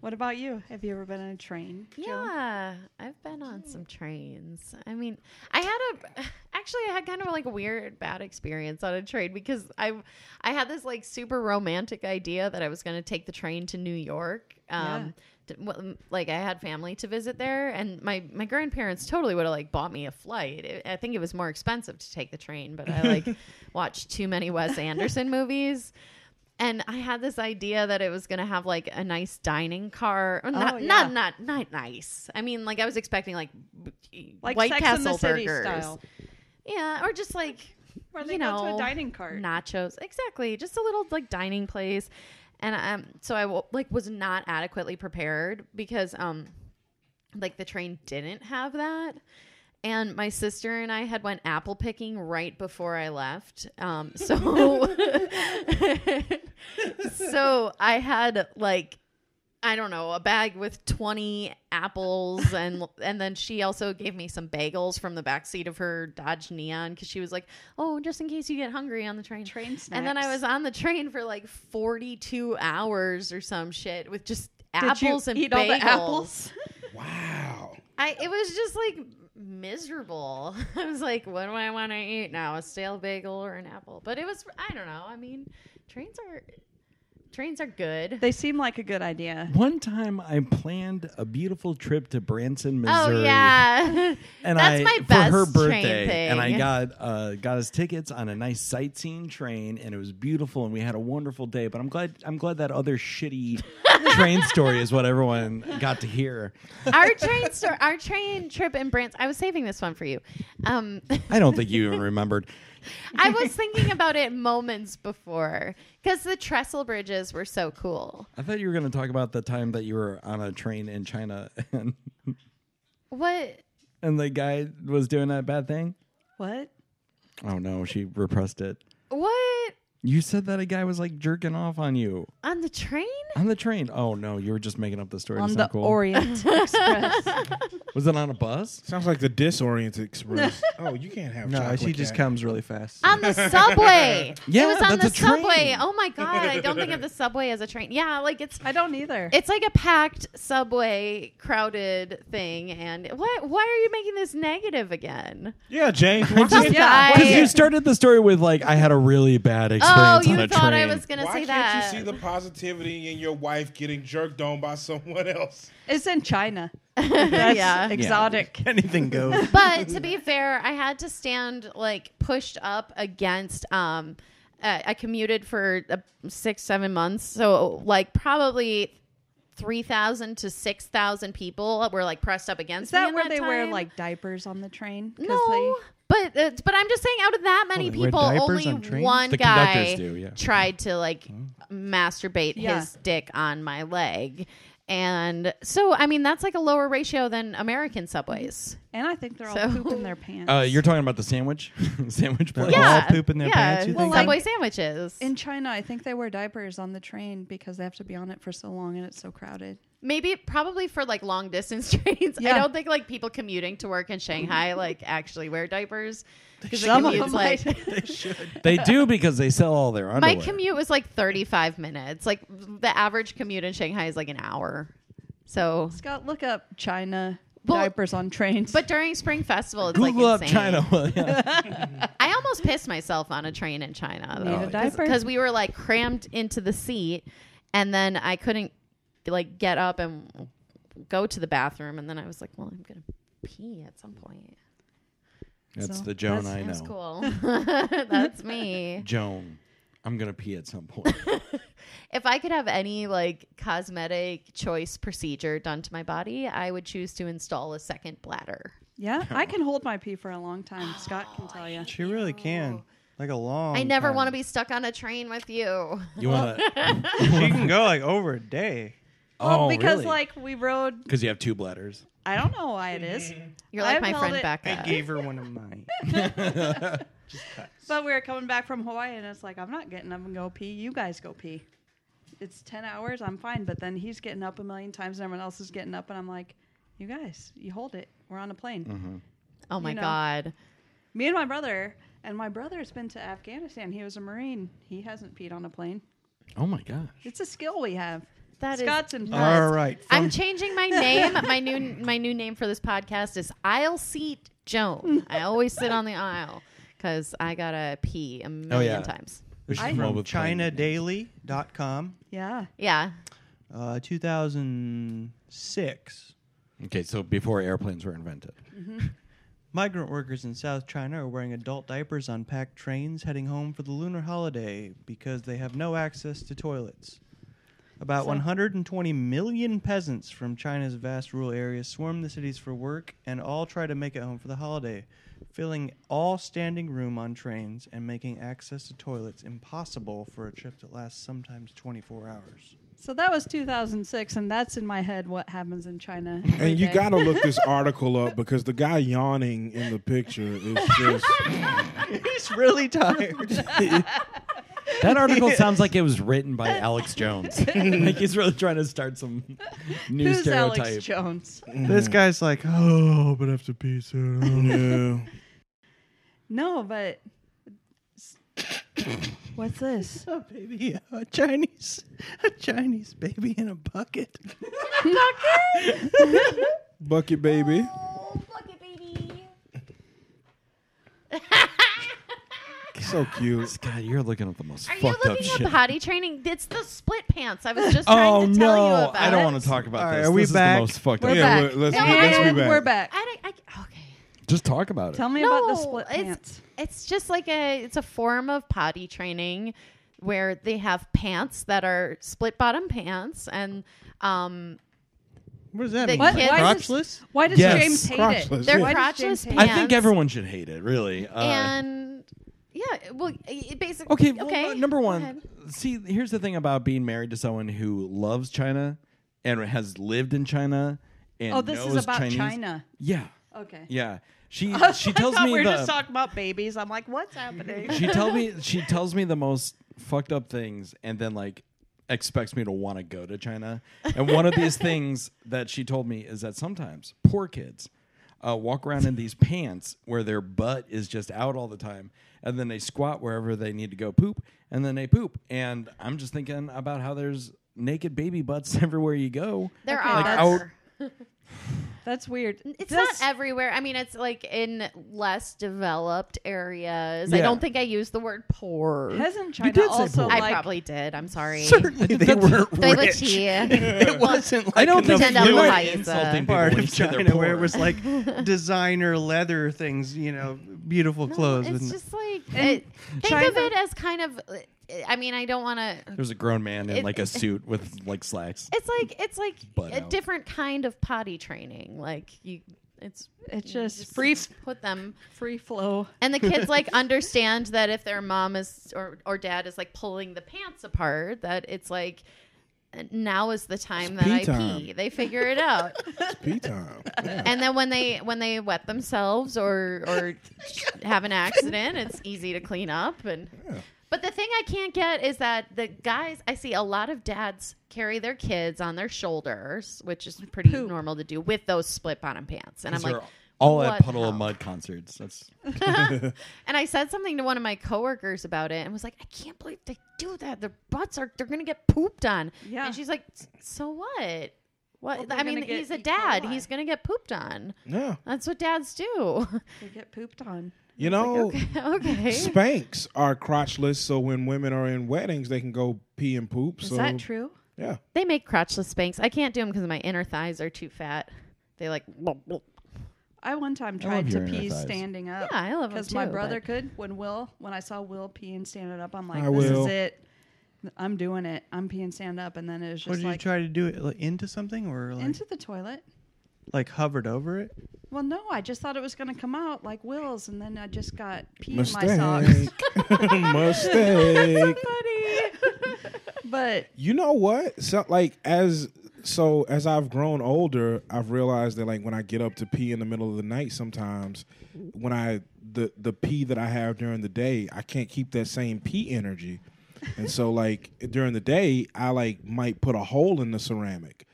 [SPEAKER 3] What about you? Have you ever been on a train? Jill?
[SPEAKER 2] Yeah, I've been on some trains. I mean, I had a actually I had kind of like a weird bad experience on a train because I I had this like super romantic idea that I was going to take the train to New York. Um to- w- like I had family to visit there and my my grandparents totally would have like bought me a flight. It- I think it was more expensive to take the train, but I like watched too many Wes Anderson movies. And I had this idea that it was going to have like a nice dining car. or Not,
[SPEAKER 3] Oh, yeah.
[SPEAKER 2] not not not nice. I mean, like I was expecting like, b- e,
[SPEAKER 3] Like
[SPEAKER 2] White
[SPEAKER 3] Sex
[SPEAKER 2] Castle
[SPEAKER 3] in the City
[SPEAKER 2] burgers,
[SPEAKER 3] style.
[SPEAKER 2] yeah, or just like
[SPEAKER 3] Where they
[SPEAKER 2] you
[SPEAKER 3] go
[SPEAKER 2] know,
[SPEAKER 3] to a dining cart.
[SPEAKER 2] nachos, exactly, just a little like dining place. And um, so I w- like was not adequately prepared because um, like the train didn't have that. And my sister and I had went apple picking right before I left. Um, so, so I had like I don't know, a bag with 20 apples and and then she also gave me some bagels from the back seat of her Dodge Neon cuz she was like, "Oh, just in case you get hungry on the train."
[SPEAKER 3] Train
[SPEAKER 2] And then I
[SPEAKER 3] snacks.
[SPEAKER 2] was on the train for like 42 hours or some shit with just
[SPEAKER 3] Did you
[SPEAKER 2] apples and
[SPEAKER 3] eat
[SPEAKER 2] bagels.
[SPEAKER 3] all the apples?
[SPEAKER 5] Wow.
[SPEAKER 2] I it was just like miserable. I was like, "What do I want to eat now? A stale bagel or an apple?" But it was I don't know. I mean, trains are Trains are good.
[SPEAKER 3] They seem like a good idea.
[SPEAKER 1] One time I planned a beautiful trip to Branson, Missouri.
[SPEAKER 2] Oh yeah,
[SPEAKER 1] And
[SPEAKER 2] that's
[SPEAKER 1] I,
[SPEAKER 2] my best
[SPEAKER 1] for her
[SPEAKER 2] train
[SPEAKER 1] birthday,
[SPEAKER 2] thing.
[SPEAKER 1] and I got uh, got us tickets on a nice sightseeing train, and it was beautiful, and we had a wonderful day. But I'm glad I'm glad that other shitty train story is what everyone got to hear.
[SPEAKER 2] our train store, our train trip in Branson. I was saving this one for you. Um,
[SPEAKER 1] I don't think you even remembered.
[SPEAKER 2] I was thinking about it moments before because the trestle bridges were so cool.
[SPEAKER 1] I thought you were going to talk about the time that you were on a train in China, and
[SPEAKER 2] What?
[SPEAKER 1] and the guy was doing that bad thing.
[SPEAKER 3] What?
[SPEAKER 1] Oh no, she repressed it.
[SPEAKER 2] What
[SPEAKER 1] You said that a guy was like jerking off on you
[SPEAKER 2] on the train?
[SPEAKER 1] on the train. Oh no, you were just making up the story.
[SPEAKER 3] On
[SPEAKER 1] It's
[SPEAKER 3] the
[SPEAKER 1] not cool.
[SPEAKER 3] Orient Express.
[SPEAKER 1] was it on a bus?
[SPEAKER 5] Sounds like the disoriented express. oh, you can't have
[SPEAKER 4] No,
[SPEAKER 5] chocolate
[SPEAKER 4] she just
[SPEAKER 5] cat.
[SPEAKER 4] comes really fast.
[SPEAKER 2] On the subway.
[SPEAKER 1] Yeah,
[SPEAKER 2] it was on
[SPEAKER 1] that's
[SPEAKER 2] the
[SPEAKER 1] a train.
[SPEAKER 2] subway. Oh my god, I don't think of the subway as a train. Yeah, like it's
[SPEAKER 3] I don't either.
[SPEAKER 2] it's like a packed subway, crowded thing. And what? Why are you making this negative again?
[SPEAKER 5] Yeah, James. Why can't,
[SPEAKER 3] Yeah.
[SPEAKER 2] I-
[SPEAKER 1] Because you started the story with like I had a really bad
[SPEAKER 2] Oh,
[SPEAKER 1] experience
[SPEAKER 2] you
[SPEAKER 1] on a
[SPEAKER 2] thought
[SPEAKER 1] train.
[SPEAKER 2] I was gonna
[SPEAKER 5] why
[SPEAKER 2] say
[SPEAKER 5] can't
[SPEAKER 2] that?
[SPEAKER 5] you see the positivity in your wife getting jerked on by someone else?
[SPEAKER 3] It's in China. That's
[SPEAKER 2] Yeah.
[SPEAKER 3] exotic.
[SPEAKER 4] Anything goes.
[SPEAKER 2] but to be fair, I had to stand like pushed up against. Um, uh, I commuted for uh, six, seven months, so like probably three thousand to six thousand people were like pressed up against.
[SPEAKER 3] Is that
[SPEAKER 2] me
[SPEAKER 3] where
[SPEAKER 2] in
[SPEAKER 3] they wear
[SPEAKER 2] time.
[SPEAKER 3] like diapers on the train? 'Cause
[SPEAKER 2] no? But uh, but I'm just saying, out of that many
[SPEAKER 4] they wear
[SPEAKER 2] people,
[SPEAKER 4] Oh, diapers
[SPEAKER 2] only
[SPEAKER 4] on trains? Oh.
[SPEAKER 2] one
[SPEAKER 1] The
[SPEAKER 2] guy
[SPEAKER 1] conductors do, yeah.
[SPEAKER 2] tried to like masturbate
[SPEAKER 3] Yeah.
[SPEAKER 2] his dick on my leg. And so, I mean, that's like a lower ratio than American subways.
[SPEAKER 3] They, and I think they're all
[SPEAKER 2] So-
[SPEAKER 3] pooping their pants.
[SPEAKER 1] Uh, you're talking about the sandwich, sandwich place.
[SPEAKER 4] Yeah. all poop in their
[SPEAKER 2] Uh, yeah.
[SPEAKER 4] pants, you
[SPEAKER 2] well,
[SPEAKER 4] think?
[SPEAKER 2] Subway sandwiches.
[SPEAKER 3] in China, I think they wear diapers on the train because they have to be on it for so long and it's so crowded.
[SPEAKER 2] Maybe probably for like long distance trains.
[SPEAKER 3] Yeah.
[SPEAKER 2] I don't think like people commuting to work in Shanghai like actually wear diapers because
[SPEAKER 3] Some of
[SPEAKER 2] commute's
[SPEAKER 3] them might-
[SPEAKER 2] like
[SPEAKER 1] They do because they sell all their
[SPEAKER 2] my
[SPEAKER 1] underwear.
[SPEAKER 2] commute was like 35 minutes. Like the average commute in Shanghai is like an hour. So,
[SPEAKER 3] Scott, look up China
[SPEAKER 2] Well,
[SPEAKER 3] diapers on trains.
[SPEAKER 2] but during Spring Festival, it's
[SPEAKER 1] Google
[SPEAKER 2] like
[SPEAKER 1] up
[SPEAKER 2] insane.
[SPEAKER 1] China. Well, yeah.
[SPEAKER 2] I almost pissed myself on a train in China
[SPEAKER 3] Need a diaper?
[SPEAKER 2] because we were like crammed into the seat, and then I couldn't like get up and go to the bathroom, and then I was like, well, I'm gonna pee at some point.
[SPEAKER 1] That's
[SPEAKER 3] So,
[SPEAKER 1] the Joan I know.
[SPEAKER 2] That's cool. that's me.
[SPEAKER 1] Joan, I'm gonna pee at some point.
[SPEAKER 2] If I could have any like cosmetic choice procedure done to my body, I would choose to install a second bladder.
[SPEAKER 3] yeah, I can hold my pee for a long time. Scott can tell you.
[SPEAKER 4] She really can. Like a
[SPEAKER 1] Oh
[SPEAKER 4] long.
[SPEAKER 2] I never
[SPEAKER 4] time.
[SPEAKER 2] want to be stuck on a train with you.
[SPEAKER 1] You wanna?
[SPEAKER 4] She can go like over a day.
[SPEAKER 3] Well,
[SPEAKER 1] oh,
[SPEAKER 3] because like we rode,
[SPEAKER 1] because you have two bladders.
[SPEAKER 3] I don't know why it is,
[SPEAKER 2] You're like
[SPEAKER 3] I've
[SPEAKER 2] my
[SPEAKER 3] held
[SPEAKER 2] friend
[SPEAKER 3] it-
[SPEAKER 2] Becca.
[SPEAKER 4] I gave her one of mine.
[SPEAKER 1] Oh
[SPEAKER 3] but we were coming back from Hawaii and it's like I'm not getting up and go pee. You guys go pee. It's ten hours. I'm fine. But then he's getting up a million times and everyone else is getting up and I'm like, you guys, you hold it. We're on a plane.
[SPEAKER 5] Mm-hmm.
[SPEAKER 2] oh my
[SPEAKER 3] you know.
[SPEAKER 2] god.
[SPEAKER 3] Me and my brother. And my brother's been to Afghanistan. He was a Marine. He hasn't peed on a plane.
[SPEAKER 1] Oh my gosh.
[SPEAKER 3] It's a skill we have.
[SPEAKER 2] That is
[SPEAKER 3] Scott's in
[SPEAKER 4] All right.
[SPEAKER 2] I'm changing my name. My new my new name for this podcast is Aisle Seat Joan. I always sit on the aisle because I gotta pee a million
[SPEAKER 1] Oh, yeah.
[SPEAKER 2] times.
[SPEAKER 4] This
[SPEAKER 3] I-
[SPEAKER 4] is
[SPEAKER 1] Well,
[SPEAKER 4] from
[SPEAKER 1] with plain-
[SPEAKER 4] ChinaDaily.com,
[SPEAKER 3] Yeah.
[SPEAKER 2] Yeah.
[SPEAKER 4] uh, 2006.
[SPEAKER 1] Okay, so before airplanes were invented,
[SPEAKER 4] Migrant workers in South China are wearing adult diapers on packed trains heading home for the lunar holiday because they have no access to toilets. About 120 million peasants from China's vast rural areas swarm the cities for work and all try to make it home for the holiday, filling all standing room on trains and making access to toilets impossible for a trip that lasts sometimes 24 hours.
[SPEAKER 3] So that was 2006, and that's in my head what happens in China. every
[SPEAKER 5] And you
[SPEAKER 3] day.
[SPEAKER 5] got to look this article up because the guy yawning in the picture is just.
[SPEAKER 4] He's really tired.
[SPEAKER 1] Mm-hmm. that article sounds like it was written by Alex Jones. like he's really trying to start some new
[SPEAKER 3] Who's
[SPEAKER 1] stereotype.
[SPEAKER 3] Alex Jones?
[SPEAKER 4] this guy's like, oh, but I have to pee soon.
[SPEAKER 5] Yeah.
[SPEAKER 3] No, but what's this?
[SPEAKER 4] a baby, a Chinese, a Chinese baby in a bucket.
[SPEAKER 5] Bucket baby.
[SPEAKER 2] Oh, fuck it, baby.
[SPEAKER 5] so cute.
[SPEAKER 1] God, you're looking at the most
[SPEAKER 2] Are you
[SPEAKER 1] fucked up
[SPEAKER 2] looking
[SPEAKER 1] shit.
[SPEAKER 2] up potty training? It's the split pants. I was just
[SPEAKER 1] oh
[SPEAKER 2] trying to tell you
[SPEAKER 1] no,
[SPEAKER 2] about.
[SPEAKER 1] I don't
[SPEAKER 2] it.
[SPEAKER 1] want to talk about
[SPEAKER 4] All right,
[SPEAKER 1] this.
[SPEAKER 4] are we
[SPEAKER 1] this
[SPEAKER 4] back?
[SPEAKER 1] is the most fucked
[SPEAKER 2] We're
[SPEAKER 1] up.
[SPEAKER 5] yeah,
[SPEAKER 2] back.
[SPEAKER 5] we're- let's,
[SPEAKER 2] No,
[SPEAKER 5] be, let's
[SPEAKER 2] I-
[SPEAKER 5] be back.
[SPEAKER 3] We're back.
[SPEAKER 2] I don't. I, okay.
[SPEAKER 1] Just talk about it.
[SPEAKER 3] Tell me
[SPEAKER 2] no,
[SPEAKER 3] about the split
[SPEAKER 2] it's,
[SPEAKER 3] pants.
[SPEAKER 2] It's just like a it's a form of potty training where they have pants that are split bottom pants and um
[SPEAKER 4] What does that
[SPEAKER 2] They
[SPEAKER 4] mean?
[SPEAKER 2] What?
[SPEAKER 4] Like
[SPEAKER 2] Why
[SPEAKER 3] does-
[SPEAKER 4] crotchless?
[SPEAKER 3] Why does
[SPEAKER 1] Yes.
[SPEAKER 3] James hate
[SPEAKER 5] Crotchless,
[SPEAKER 3] it?
[SPEAKER 2] they're
[SPEAKER 5] yeah.
[SPEAKER 3] Why does
[SPEAKER 2] crotchless
[SPEAKER 3] James hate it?
[SPEAKER 2] pants.
[SPEAKER 3] I
[SPEAKER 1] I think everyone should hate it, really. Uh,
[SPEAKER 2] and yeah, well, it basically
[SPEAKER 1] okay, well,
[SPEAKER 2] okay.
[SPEAKER 1] uh, number
[SPEAKER 2] go
[SPEAKER 1] one,
[SPEAKER 2] ahead.
[SPEAKER 1] see, here's the thing about being married to someone who loves China and has lived in China and
[SPEAKER 3] Oh, this is
[SPEAKER 1] knows
[SPEAKER 3] about
[SPEAKER 1] Chinese.
[SPEAKER 3] China.
[SPEAKER 1] Yeah,
[SPEAKER 3] Okay.
[SPEAKER 1] yeah. She
[SPEAKER 3] I
[SPEAKER 1] she tells
[SPEAKER 3] thought
[SPEAKER 1] me
[SPEAKER 3] we were
[SPEAKER 1] the,
[SPEAKER 3] just talking about babies. I'm like, what's happening?
[SPEAKER 1] she tells me she tells me the most fucked up things and then like expects me to want to go to China. And one of these things that she told me is that sometimes poor kids uh, walk around in these pants where their butt is just out all the time, and then they squat wherever they need to go poop, and then they poop. And I'm just thinking about how there's naked baby butts everywhere you go.
[SPEAKER 2] there
[SPEAKER 3] Okay,
[SPEAKER 2] are.
[SPEAKER 3] that's-
[SPEAKER 1] out-
[SPEAKER 3] That's weird.
[SPEAKER 2] It's
[SPEAKER 3] This-
[SPEAKER 2] not everywhere. I mean, it's like in less developed areas. I
[SPEAKER 1] Yeah.
[SPEAKER 2] don't think I used the word poor.
[SPEAKER 3] Hasn't
[SPEAKER 1] You did
[SPEAKER 3] China
[SPEAKER 1] say
[SPEAKER 3] also
[SPEAKER 1] poor.
[SPEAKER 2] I
[SPEAKER 3] like
[SPEAKER 2] probably did. I'm sorry.
[SPEAKER 4] Certainly they weren't
[SPEAKER 2] They were
[SPEAKER 4] rich.
[SPEAKER 2] cheap.
[SPEAKER 4] It wasn't like
[SPEAKER 1] I don't
[SPEAKER 4] in the
[SPEAKER 1] think
[SPEAKER 2] Pretend I'm
[SPEAKER 1] you're
[SPEAKER 2] Ohio, so-
[SPEAKER 1] insulting people
[SPEAKER 4] part
[SPEAKER 1] when you
[SPEAKER 4] of
[SPEAKER 1] say they're
[SPEAKER 4] China where it
[SPEAKER 1] poor.
[SPEAKER 4] was like designer leather things, you know, beautiful clothes.
[SPEAKER 2] No, it's
[SPEAKER 4] and
[SPEAKER 2] just like
[SPEAKER 3] And
[SPEAKER 2] it, think of
[SPEAKER 3] China-
[SPEAKER 2] it as kind of. I mean, I don't want to.
[SPEAKER 1] There's a grown man in
[SPEAKER 2] It-
[SPEAKER 1] like a suit with like slacks.
[SPEAKER 2] It's like it's like
[SPEAKER 1] Butt
[SPEAKER 2] a
[SPEAKER 1] out.
[SPEAKER 2] different kind of potty training. Like you, it's
[SPEAKER 3] It's
[SPEAKER 2] you
[SPEAKER 3] just free-
[SPEAKER 2] Put them
[SPEAKER 3] free flow.
[SPEAKER 2] and the kids like understand that if their mom is or or dad is like pulling the pants apart, that it's like now is the time
[SPEAKER 5] It's
[SPEAKER 2] that I
[SPEAKER 5] pee time.
[SPEAKER 2] pee. They figure it out,
[SPEAKER 5] It's pee time. Yeah.
[SPEAKER 2] and then when they when they wet themselves or or have an accident, it's easy to clean up and. But the thing I can't get is that the guys I see a lot of dads carry their kids on their shoulders, which is pretty
[SPEAKER 3] poop.
[SPEAKER 2] normal to do with those split bottom pants. And I'm
[SPEAKER 1] These
[SPEAKER 2] like,
[SPEAKER 1] are all
[SPEAKER 2] what
[SPEAKER 1] at Puddle
[SPEAKER 2] the
[SPEAKER 1] of
[SPEAKER 2] hell?
[SPEAKER 1] Mud concerts. That's
[SPEAKER 2] And I said something to one of my coworkers about it and was like, I can't believe they do that. Their butts are, they're going to get pooped on.
[SPEAKER 3] Yeah.
[SPEAKER 2] And she's like, "S- so what? What?
[SPEAKER 3] Well, they're
[SPEAKER 2] I mean,
[SPEAKER 3] gonna get
[SPEAKER 2] he's a
[SPEAKER 3] E.
[SPEAKER 2] dad.
[SPEAKER 3] coli.
[SPEAKER 2] He's going to get pooped on.
[SPEAKER 5] Yeah.
[SPEAKER 2] That's what dads do.
[SPEAKER 3] They get pooped on.
[SPEAKER 5] You know,
[SPEAKER 2] okay.
[SPEAKER 5] Spanks are crotchless, so when women are in weddings, they can go pee and poop.
[SPEAKER 3] Is
[SPEAKER 5] so
[SPEAKER 3] that true?
[SPEAKER 5] Yeah.
[SPEAKER 2] They make crotchless spanks. I can't do them because my inner thighs are too fat. They like, blub, blub.
[SPEAKER 3] I one time tried to
[SPEAKER 1] your inner
[SPEAKER 3] pee
[SPEAKER 1] thighs.
[SPEAKER 3] standing up.
[SPEAKER 2] Yeah, I love 'em
[SPEAKER 3] because my
[SPEAKER 2] too,
[SPEAKER 3] brother
[SPEAKER 2] but-
[SPEAKER 3] could. When Will, when I saw Will peeing standing up, I'm like,
[SPEAKER 5] I
[SPEAKER 3] this
[SPEAKER 5] will.
[SPEAKER 3] is it. I'm doing it. I'm peeing stand up, and then it was
[SPEAKER 4] what
[SPEAKER 3] just
[SPEAKER 4] did you
[SPEAKER 3] like
[SPEAKER 4] try to do it like, into something or like,
[SPEAKER 3] into the toilet.
[SPEAKER 4] like hovered over it?
[SPEAKER 3] Well, no, I just thought it was going to come out like Will's, and then I just got pee in my socks.
[SPEAKER 5] Mistake. Mistake.
[SPEAKER 3] But
[SPEAKER 5] You know what? So like as so as I've grown older, I've realized that like when I get up to pee in the middle of the night, sometimes when I the the pee that I have during the day, I can't keep that same pee energy, and so like during the day, I like might put a hole in the ceramic,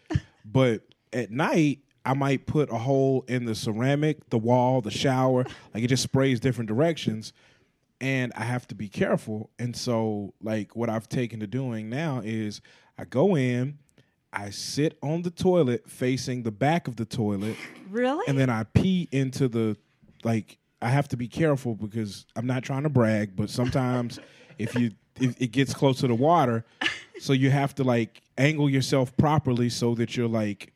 [SPEAKER 5] but at night. I might put a hole in the ceramic, the wall, the shower. Like it just sprays different directions and I have to be careful. And so, like, what I've taken to doing now is I go in, I sit on the toilet facing the back of the toilet,
[SPEAKER 3] really,
[SPEAKER 5] and then I pee into the, like, I have to be careful because I'm not trying to brag, but sometimes if you, if it gets close to the water, so you have to, like, angle yourself properly so that you're, like,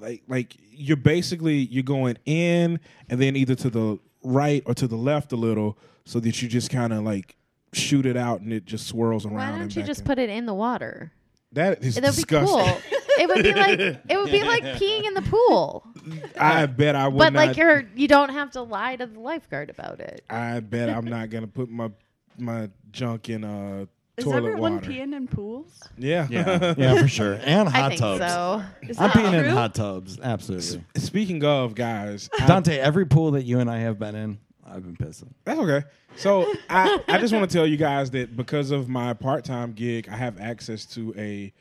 [SPEAKER 5] like like you're basically you're going in and then either to the right or to the left a little so that you just kind of like shoot it out and it just swirls around.
[SPEAKER 2] Why
[SPEAKER 5] and
[SPEAKER 2] don't you
[SPEAKER 5] back
[SPEAKER 2] just
[SPEAKER 5] in.
[SPEAKER 2] put it in the water?
[SPEAKER 5] that is
[SPEAKER 2] That would be
[SPEAKER 5] disgusting.
[SPEAKER 2] cool. It would be like it would be like peeing in the pool,
[SPEAKER 5] I bet I would
[SPEAKER 2] but
[SPEAKER 5] not.
[SPEAKER 2] like you're you don't have to lie to the lifeguard about it.
[SPEAKER 5] I bet I'm not gonna put my my junk in uh
[SPEAKER 3] is
[SPEAKER 5] toilet
[SPEAKER 3] everyone
[SPEAKER 5] water.
[SPEAKER 3] peeing in pools?
[SPEAKER 5] Yeah,
[SPEAKER 1] yeah, yeah, for sure. And
[SPEAKER 2] I
[SPEAKER 1] hot
[SPEAKER 2] think
[SPEAKER 1] tubs.
[SPEAKER 2] so.
[SPEAKER 3] Is
[SPEAKER 1] I'm
[SPEAKER 3] that
[SPEAKER 1] peeing in
[SPEAKER 3] true?
[SPEAKER 1] hot tubs. Absolutely.
[SPEAKER 5] Speaking of guys, I-
[SPEAKER 1] Dante, every pool that you and I have been in, I've been pissing.
[SPEAKER 5] That's okay. So I, I just want to tell you guys that because of my part time gig, I have access to a,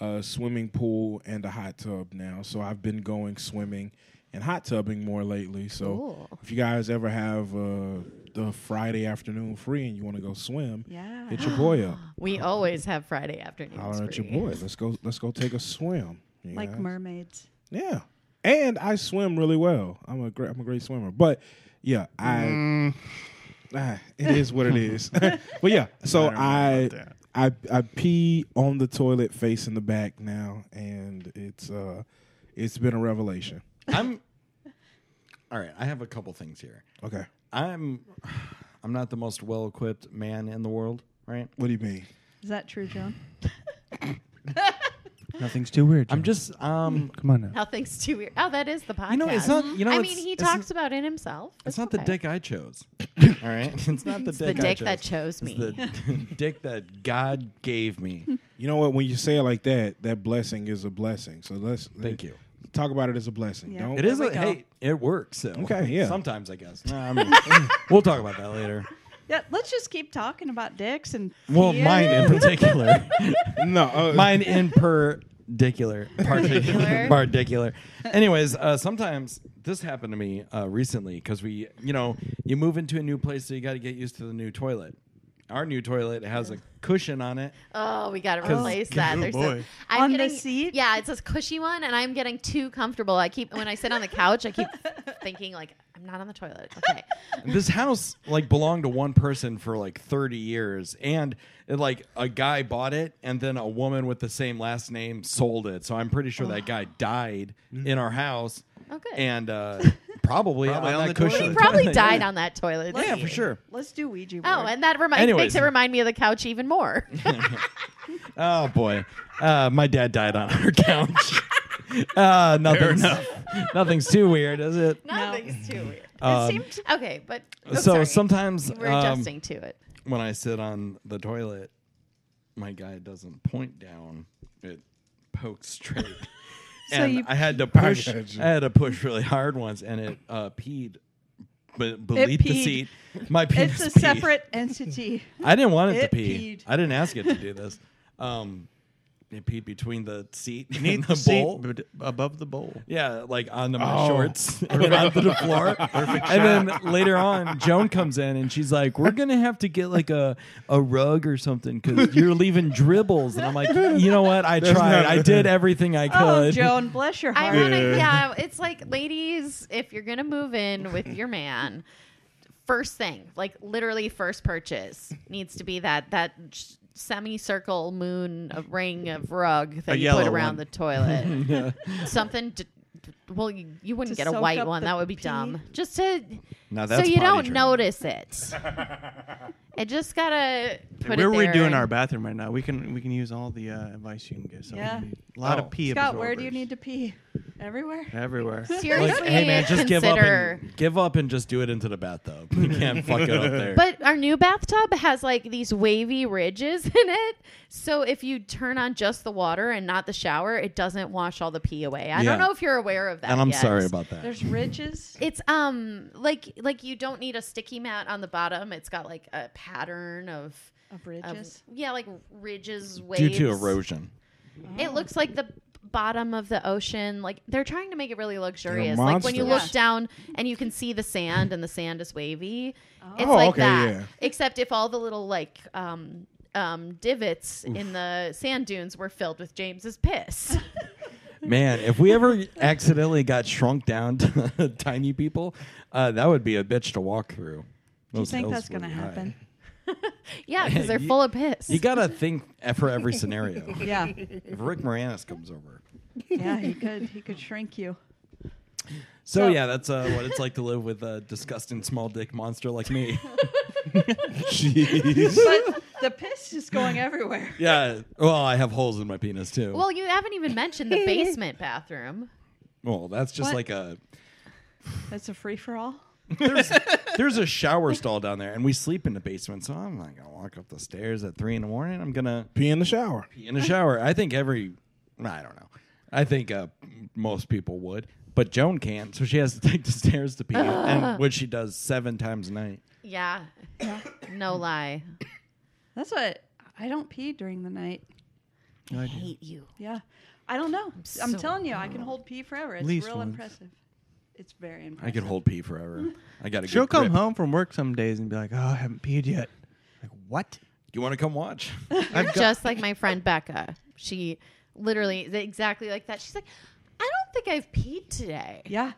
[SPEAKER 5] uh swimming pool and a hot tub now. So I've been going swimming and hot tubbing more lately. So
[SPEAKER 2] Cool.
[SPEAKER 5] if you guys ever have uh, the Friday afternoon free and you want to go swim,
[SPEAKER 3] Yeah. Ah,
[SPEAKER 5] hit your boy up.
[SPEAKER 2] We always have Friday afternoons.
[SPEAKER 5] Holler at your
[SPEAKER 2] free.
[SPEAKER 5] boy. Let's go. Let's go take a swim. you
[SPEAKER 3] Like
[SPEAKER 5] guys.
[SPEAKER 3] mermaids.
[SPEAKER 5] Yeah, and I swim really well. I'm a great. I'm a great swimmer. But yeah, I ah, it is what it is. but yeah, so I I I pee on the toilet face in the back now, and it's uh it's been a revelation.
[SPEAKER 1] I'm all right. I have a couple things here.
[SPEAKER 5] Okay,
[SPEAKER 1] I'm I'm not the most well equipped man in the world, right?
[SPEAKER 5] what do you mean?
[SPEAKER 3] Is that true, John?
[SPEAKER 4] Nothing's too weird.
[SPEAKER 1] I'm
[SPEAKER 4] John.
[SPEAKER 1] just um.
[SPEAKER 4] Come on now.
[SPEAKER 2] Nothing's too weird. Oh, that is the podcast.
[SPEAKER 1] You know, it's not. You know,
[SPEAKER 2] I
[SPEAKER 1] it's-
[SPEAKER 2] mean, he
[SPEAKER 1] it's-
[SPEAKER 2] talks about it himself.
[SPEAKER 1] It's not the
[SPEAKER 2] okay.
[SPEAKER 1] dick I chose. All right, it's not the
[SPEAKER 2] It's the
[SPEAKER 1] dick.
[SPEAKER 2] dick
[SPEAKER 1] I
[SPEAKER 2] that
[SPEAKER 1] It's
[SPEAKER 2] chose me.
[SPEAKER 1] the dick that God gave me.
[SPEAKER 5] You know what? When you say it like that, that blessing is a blessing. So let's
[SPEAKER 1] Thank you.
[SPEAKER 5] Talk about it as a blessing.
[SPEAKER 3] Yeah.
[SPEAKER 5] Don't
[SPEAKER 1] It is.
[SPEAKER 3] There
[SPEAKER 1] A,
[SPEAKER 3] we go.
[SPEAKER 1] hey, it works. So.
[SPEAKER 5] Okay, yeah.
[SPEAKER 1] Sometimes I guess. No, I mean, we'll talk about that later.
[SPEAKER 3] Yeah, let's just keep talking about dicks and
[SPEAKER 1] Well,
[SPEAKER 3] pee.
[SPEAKER 1] mine in particular.
[SPEAKER 5] no uh,
[SPEAKER 1] mine in perpendicular.
[SPEAKER 2] Particular.
[SPEAKER 1] Particular. particular. Anyways, uh, sometimes this happened to me uh, recently because we, you know, you move into a new place, so you got to get used to the new toilet. Our new toilet has a cushion on it.
[SPEAKER 2] Oh, we got to replace that.
[SPEAKER 4] oh
[SPEAKER 2] There's a-
[SPEAKER 4] boy.
[SPEAKER 2] I'm
[SPEAKER 3] On the
[SPEAKER 2] getting,
[SPEAKER 3] seat?
[SPEAKER 2] Yeah, it's a cushy one, and I'm getting too comfortable. I keep when I sit on the couch, I keep thinking like I'm not on the toilet. Okay,
[SPEAKER 1] this house like belonged to one person for like 30 years and it, like a guy bought it and then a woman with the same last name sold it so i'm pretty sure that guy died in our house
[SPEAKER 2] Oh, good.
[SPEAKER 1] and uh probably,
[SPEAKER 4] Mm-hmm. Probably
[SPEAKER 1] on,
[SPEAKER 4] on
[SPEAKER 1] that
[SPEAKER 4] the toilet.
[SPEAKER 1] cushion
[SPEAKER 2] he probably
[SPEAKER 1] Yeah.
[SPEAKER 2] died on that toilet.
[SPEAKER 1] yeah
[SPEAKER 2] seat.
[SPEAKER 1] for sure
[SPEAKER 3] Let's do Ouija board.
[SPEAKER 2] Oh, and that remi- makes
[SPEAKER 1] Anyways.
[SPEAKER 2] it remind me of the couch even more.
[SPEAKER 1] oh boy uh my dad died on our couch uh nothing's, nothing's too weird is it
[SPEAKER 2] Nothing's too weird.
[SPEAKER 1] Um,
[SPEAKER 2] it seemed okay, but
[SPEAKER 1] so
[SPEAKER 2] sorry.
[SPEAKER 1] sometimes
[SPEAKER 2] we're
[SPEAKER 1] um,
[SPEAKER 2] adjusting to it.
[SPEAKER 1] when I sit on the toilet, my guy doesn't point down; it pokes straight. and
[SPEAKER 3] you-
[SPEAKER 1] I had to push. I,
[SPEAKER 5] got you.
[SPEAKER 1] had to push really hard once, and it uh, peed. But beneath the
[SPEAKER 3] peed.
[SPEAKER 1] seat, my penis
[SPEAKER 3] it's a
[SPEAKER 1] peed.
[SPEAKER 3] separate entity.
[SPEAKER 1] I didn't want it,
[SPEAKER 3] it
[SPEAKER 1] to pee.
[SPEAKER 3] peed.
[SPEAKER 1] I didn't ask it to do this. Um, it peed between the seat
[SPEAKER 4] Need
[SPEAKER 1] and
[SPEAKER 4] the
[SPEAKER 1] the bowl.
[SPEAKER 4] seat but above the bowl.
[SPEAKER 1] Yeah, like onto my
[SPEAKER 5] Oh.
[SPEAKER 1] shorts and onto the floor. and then later on, Joan comes in and she's like, "We're gonna have to get like a a rug or something because you're leaving dribbles." And I'm like, "You know what? I tried.
[SPEAKER 5] not-
[SPEAKER 1] I did everything I could."
[SPEAKER 3] Oh, Joan, bless your
[SPEAKER 2] I
[SPEAKER 3] heart.
[SPEAKER 2] want to,
[SPEAKER 5] Yeah.
[SPEAKER 2] yeah. It's like, ladies, if you're gonna move in with your man, first thing, like literally first purchase, needs to be that that sh- semicircle moon, a ring of rug that
[SPEAKER 4] A
[SPEAKER 2] you put
[SPEAKER 4] yellow
[SPEAKER 2] around
[SPEAKER 4] one.
[SPEAKER 2] the toilet. Something. D- d- well, you, you wouldn't
[SPEAKER 3] To
[SPEAKER 2] get a
[SPEAKER 3] soak
[SPEAKER 2] white
[SPEAKER 3] up
[SPEAKER 2] one.
[SPEAKER 3] the
[SPEAKER 2] That would be
[SPEAKER 3] pee?
[SPEAKER 2] dumb. Just to
[SPEAKER 1] Now
[SPEAKER 2] so
[SPEAKER 1] that's
[SPEAKER 2] you
[SPEAKER 1] potty
[SPEAKER 2] don't
[SPEAKER 1] training.
[SPEAKER 2] notice it. it just gotta. Put
[SPEAKER 4] We're
[SPEAKER 2] it there
[SPEAKER 4] redoing
[SPEAKER 2] and-
[SPEAKER 4] our bathroom right now. We can we can use all the uh, advice you can get. So
[SPEAKER 3] Yeah.
[SPEAKER 4] a lot
[SPEAKER 1] Oh.
[SPEAKER 4] of pee.
[SPEAKER 3] Scott, where do you
[SPEAKER 4] absorbers.
[SPEAKER 3] need to pee? Everywhere?
[SPEAKER 4] Everywhere.
[SPEAKER 2] Seriously,
[SPEAKER 1] Like, hey man, just give up
[SPEAKER 2] consider.
[SPEAKER 1] and give up and just do it into the bathtub. You can't fuck it up there.
[SPEAKER 2] But our new bathtub has like these wavy ridges in it. So if you turn on just the water and not the shower, it doesn't wash all the pee away.
[SPEAKER 1] Yeah.
[SPEAKER 2] I don't know if you're aware of that.
[SPEAKER 1] and I'm
[SPEAKER 2] yet.
[SPEAKER 1] sorry about that.
[SPEAKER 3] There's ridges.
[SPEAKER 2] It's um like like you don't need a sticky mat on the bottom. It's got like a pattern of,
[SPEAKER 3] Of
[SPEAKER 2] of
[SPEAKER 3] ridges.
[SPEAKER 2] yeah, like ridges, waves.
[SPEAKER 1] Due to erosion.
[SPEAKER 2] It looks like the bottom of the ocean. Like they're trying to make it really luxurious.
[SPEAKER 5] They're
[SPEAKER 2] Like when you
[SPEAKER 5] monsters.
[SPEAKER 2] look down and you can see the sand and the sand is wavy. It's
[SPEAKER 5] Oh,
[SPEAKER 2] like
[SPEAKER 5] okay,
[SPEAKER 2] that.
[SPEAKER 5] yeah.
[SPEAKER 2] Except if all the little like um um divots in the sand dunes were filled with James's piss.
[SPEAKER 1] Man, if we ever accidentally got shrunk down to tiny people, uh, that would be a bitch to walk through.
[SPEAKER 3] Do you think that's going to happen?
[SPEAKER 2] yeah, because they're
[SPEAKER 1] You-
[SPEAKER 2] full of piss.
[SPEAKER 1] You gotta think e- for every scenario.
[SPEAKER 3] Yeah.
[SPEAKER 1] If Rick Moranis comes over,
[SPEAKER 3] Yeah, he could. He could shrink you.
[SPEAKER 1] so,
[SPEAKER 3] So-
[SPEAKER 1] yeah, that's uh, what it's like to live with a disgusting small dick monster like me.
[SPEAKER 5] Jeez.
[SPEAKER 3] But the piss is going everywhere.
[SPEAKER 1] yeah, well, I have holes in my penis too. Well,
[SPEAKER 2] well, you haven't even mentioned the basement bathroom.
[SPEAKER 1] that's just
[SPEAKER 3] What?
[SPEAKER 1] like a
[SPEAKER 3] That's a free for all.
[SPEAKER 1] there's a shower stall down there, and we sleep in the basement, so I'm not gonna walk up the stairs at three in the morning. I'm gonna
[SPEAKER 5] Pee in the shower.
[SPEAKER 1] pee in the shower. I think every, I don't know, I think uh, most people would, but Joan can't, so she has to take the stairs to pee, and which she does seven times a night.
[SPEAKER 2] Yeah. no lie.
[SPEAKER 3] That's what I don't pee during the night.
[SPEAKER 4] No
[SPEAKER 2] I
[SPEAKER 4] idea.
[SPEAKER 2] hate you.
[SPEAKER 3] Yeah. I don't know. I'm,
[SPEAKER 2] so-
[SPEAKER 3] telling you, I can hold pee forever. It's
[SPEAKER 4] Least
[SPEAKER 3] real
[SPEAKER 4] once.
[SPEAKER 3] impressive. It's very impressive.
[SPEAKER 1] I could hold pee forever. I got a
[SPEAKER 4] She'll
[SPEAKER 1] good
[SPEAKER 4] come
[SPEAKER 1] grip.
[SPEAKER 4] home from work some days and be like, "Oh, I haven't peed yet." Like what?
[SPEAKER 1] You want to come watch?
[SPEAKER 4] I've got-
[SPEAKER 2] just like my friend Becca. She literally exactly like that. She's like, I don't think I've peed today.
[SPEAKER 3] Yeah.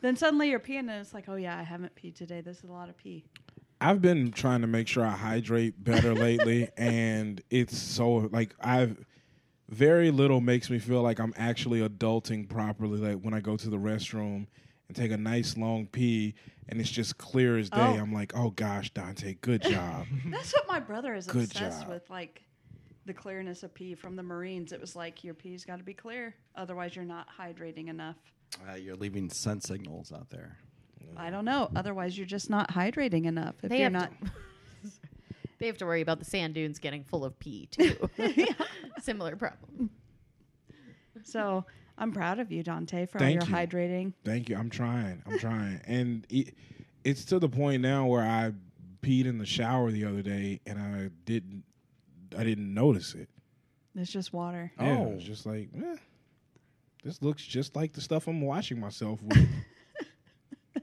[SPEAKER 3] Then suddenly you're peeing, and it's like, oh yeah, I haven't peed today. This is a lot of pee.
[SPEAKER 5] I've been trying to make sure I hydrate better lately, and it's so like I've very little makes me feel like I'm actually adulting properly. Like when I go to the restroom and take a nice long pee, and it's just clear as day.
[SPEAKER 3] Oh.
[SPEAKER 5] I'm like, oh gosh, Dante, good job.
[SPEAKER 3] That's what my brother is
[SPEAKER 5] Good
[SPEAKER 3] obsessed
[SPEAKER 5] job.
[SPEAKER 3] with, like the clearness of pee from the Marines. It was like your pee's got to be clear, otherwise you're not hydrating enough.
[SPEAKER 1] Uh, you're leaving sun signals out there.
[SPEAKER 3] I don't know. Otherwise, you're just not hydrating enough. If
[SPEAKER 2] They
[SPEAKER 3] you're
[SPEAKER 2] have
[SPEAKER 3] not,
[SPEAKER 2] to. They have to worry about the sand dunes getting full of pee too. Similar problem.
[SPEAKER 3] so I'm proud of you, Dante, for
[SPEAKER 5] Thank
[SPEAKER 3] all
[SPEAKER 5] you.
[SPEAKER 3] your hydrating.
[SPEAKER 5] Thank you. I'm trying. I'm trying. And it, it's to the point now where I peed in the shower the other day and I didn't I didn't notice it.
[SPEAKER 3] It's just water.
[SPEAKER 5] Yeah,
[SPEAKER 1] Oh.
[SPEAKER 5] it's just like, eh, this looks just like the stuff I'm washing myself with.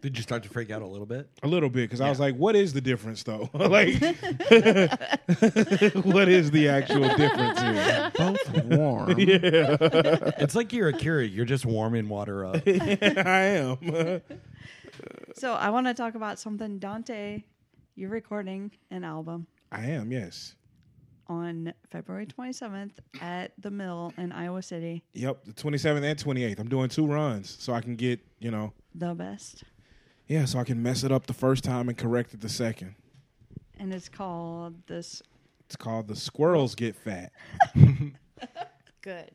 [SPEAKER 1] Did you start to freak out a little bit?
[SPEAKER 5] a little bit because I was like, what is the difference though? like, what is the actual difference here?
[SPEAKER 4] Both warm.
[SPEAKER 1] it's like you're a Keurig. You're just warming water up.
[SPEAKER 5] I am. Uh,
[SPEAKER 3] So I want to talk about something, Dante. You're recording an album
[SPEAKER 5] I am. Yes.
[SPEAKER 3] on February 27th at the Mill in Iowa City.
[SPEAKER 5] Yep. The 27th and 28th. I'm doing two runs so I can get you know.
[SPEAKER 3] The best.
[SPEAKER 5] Yeah, so I can mess it up the first time and correct it the second.
[SPEAKER 3] And it's called this.
[SPEAKER 5] It's called the squirrels get fat.
[SPEAKER 2] Good, good.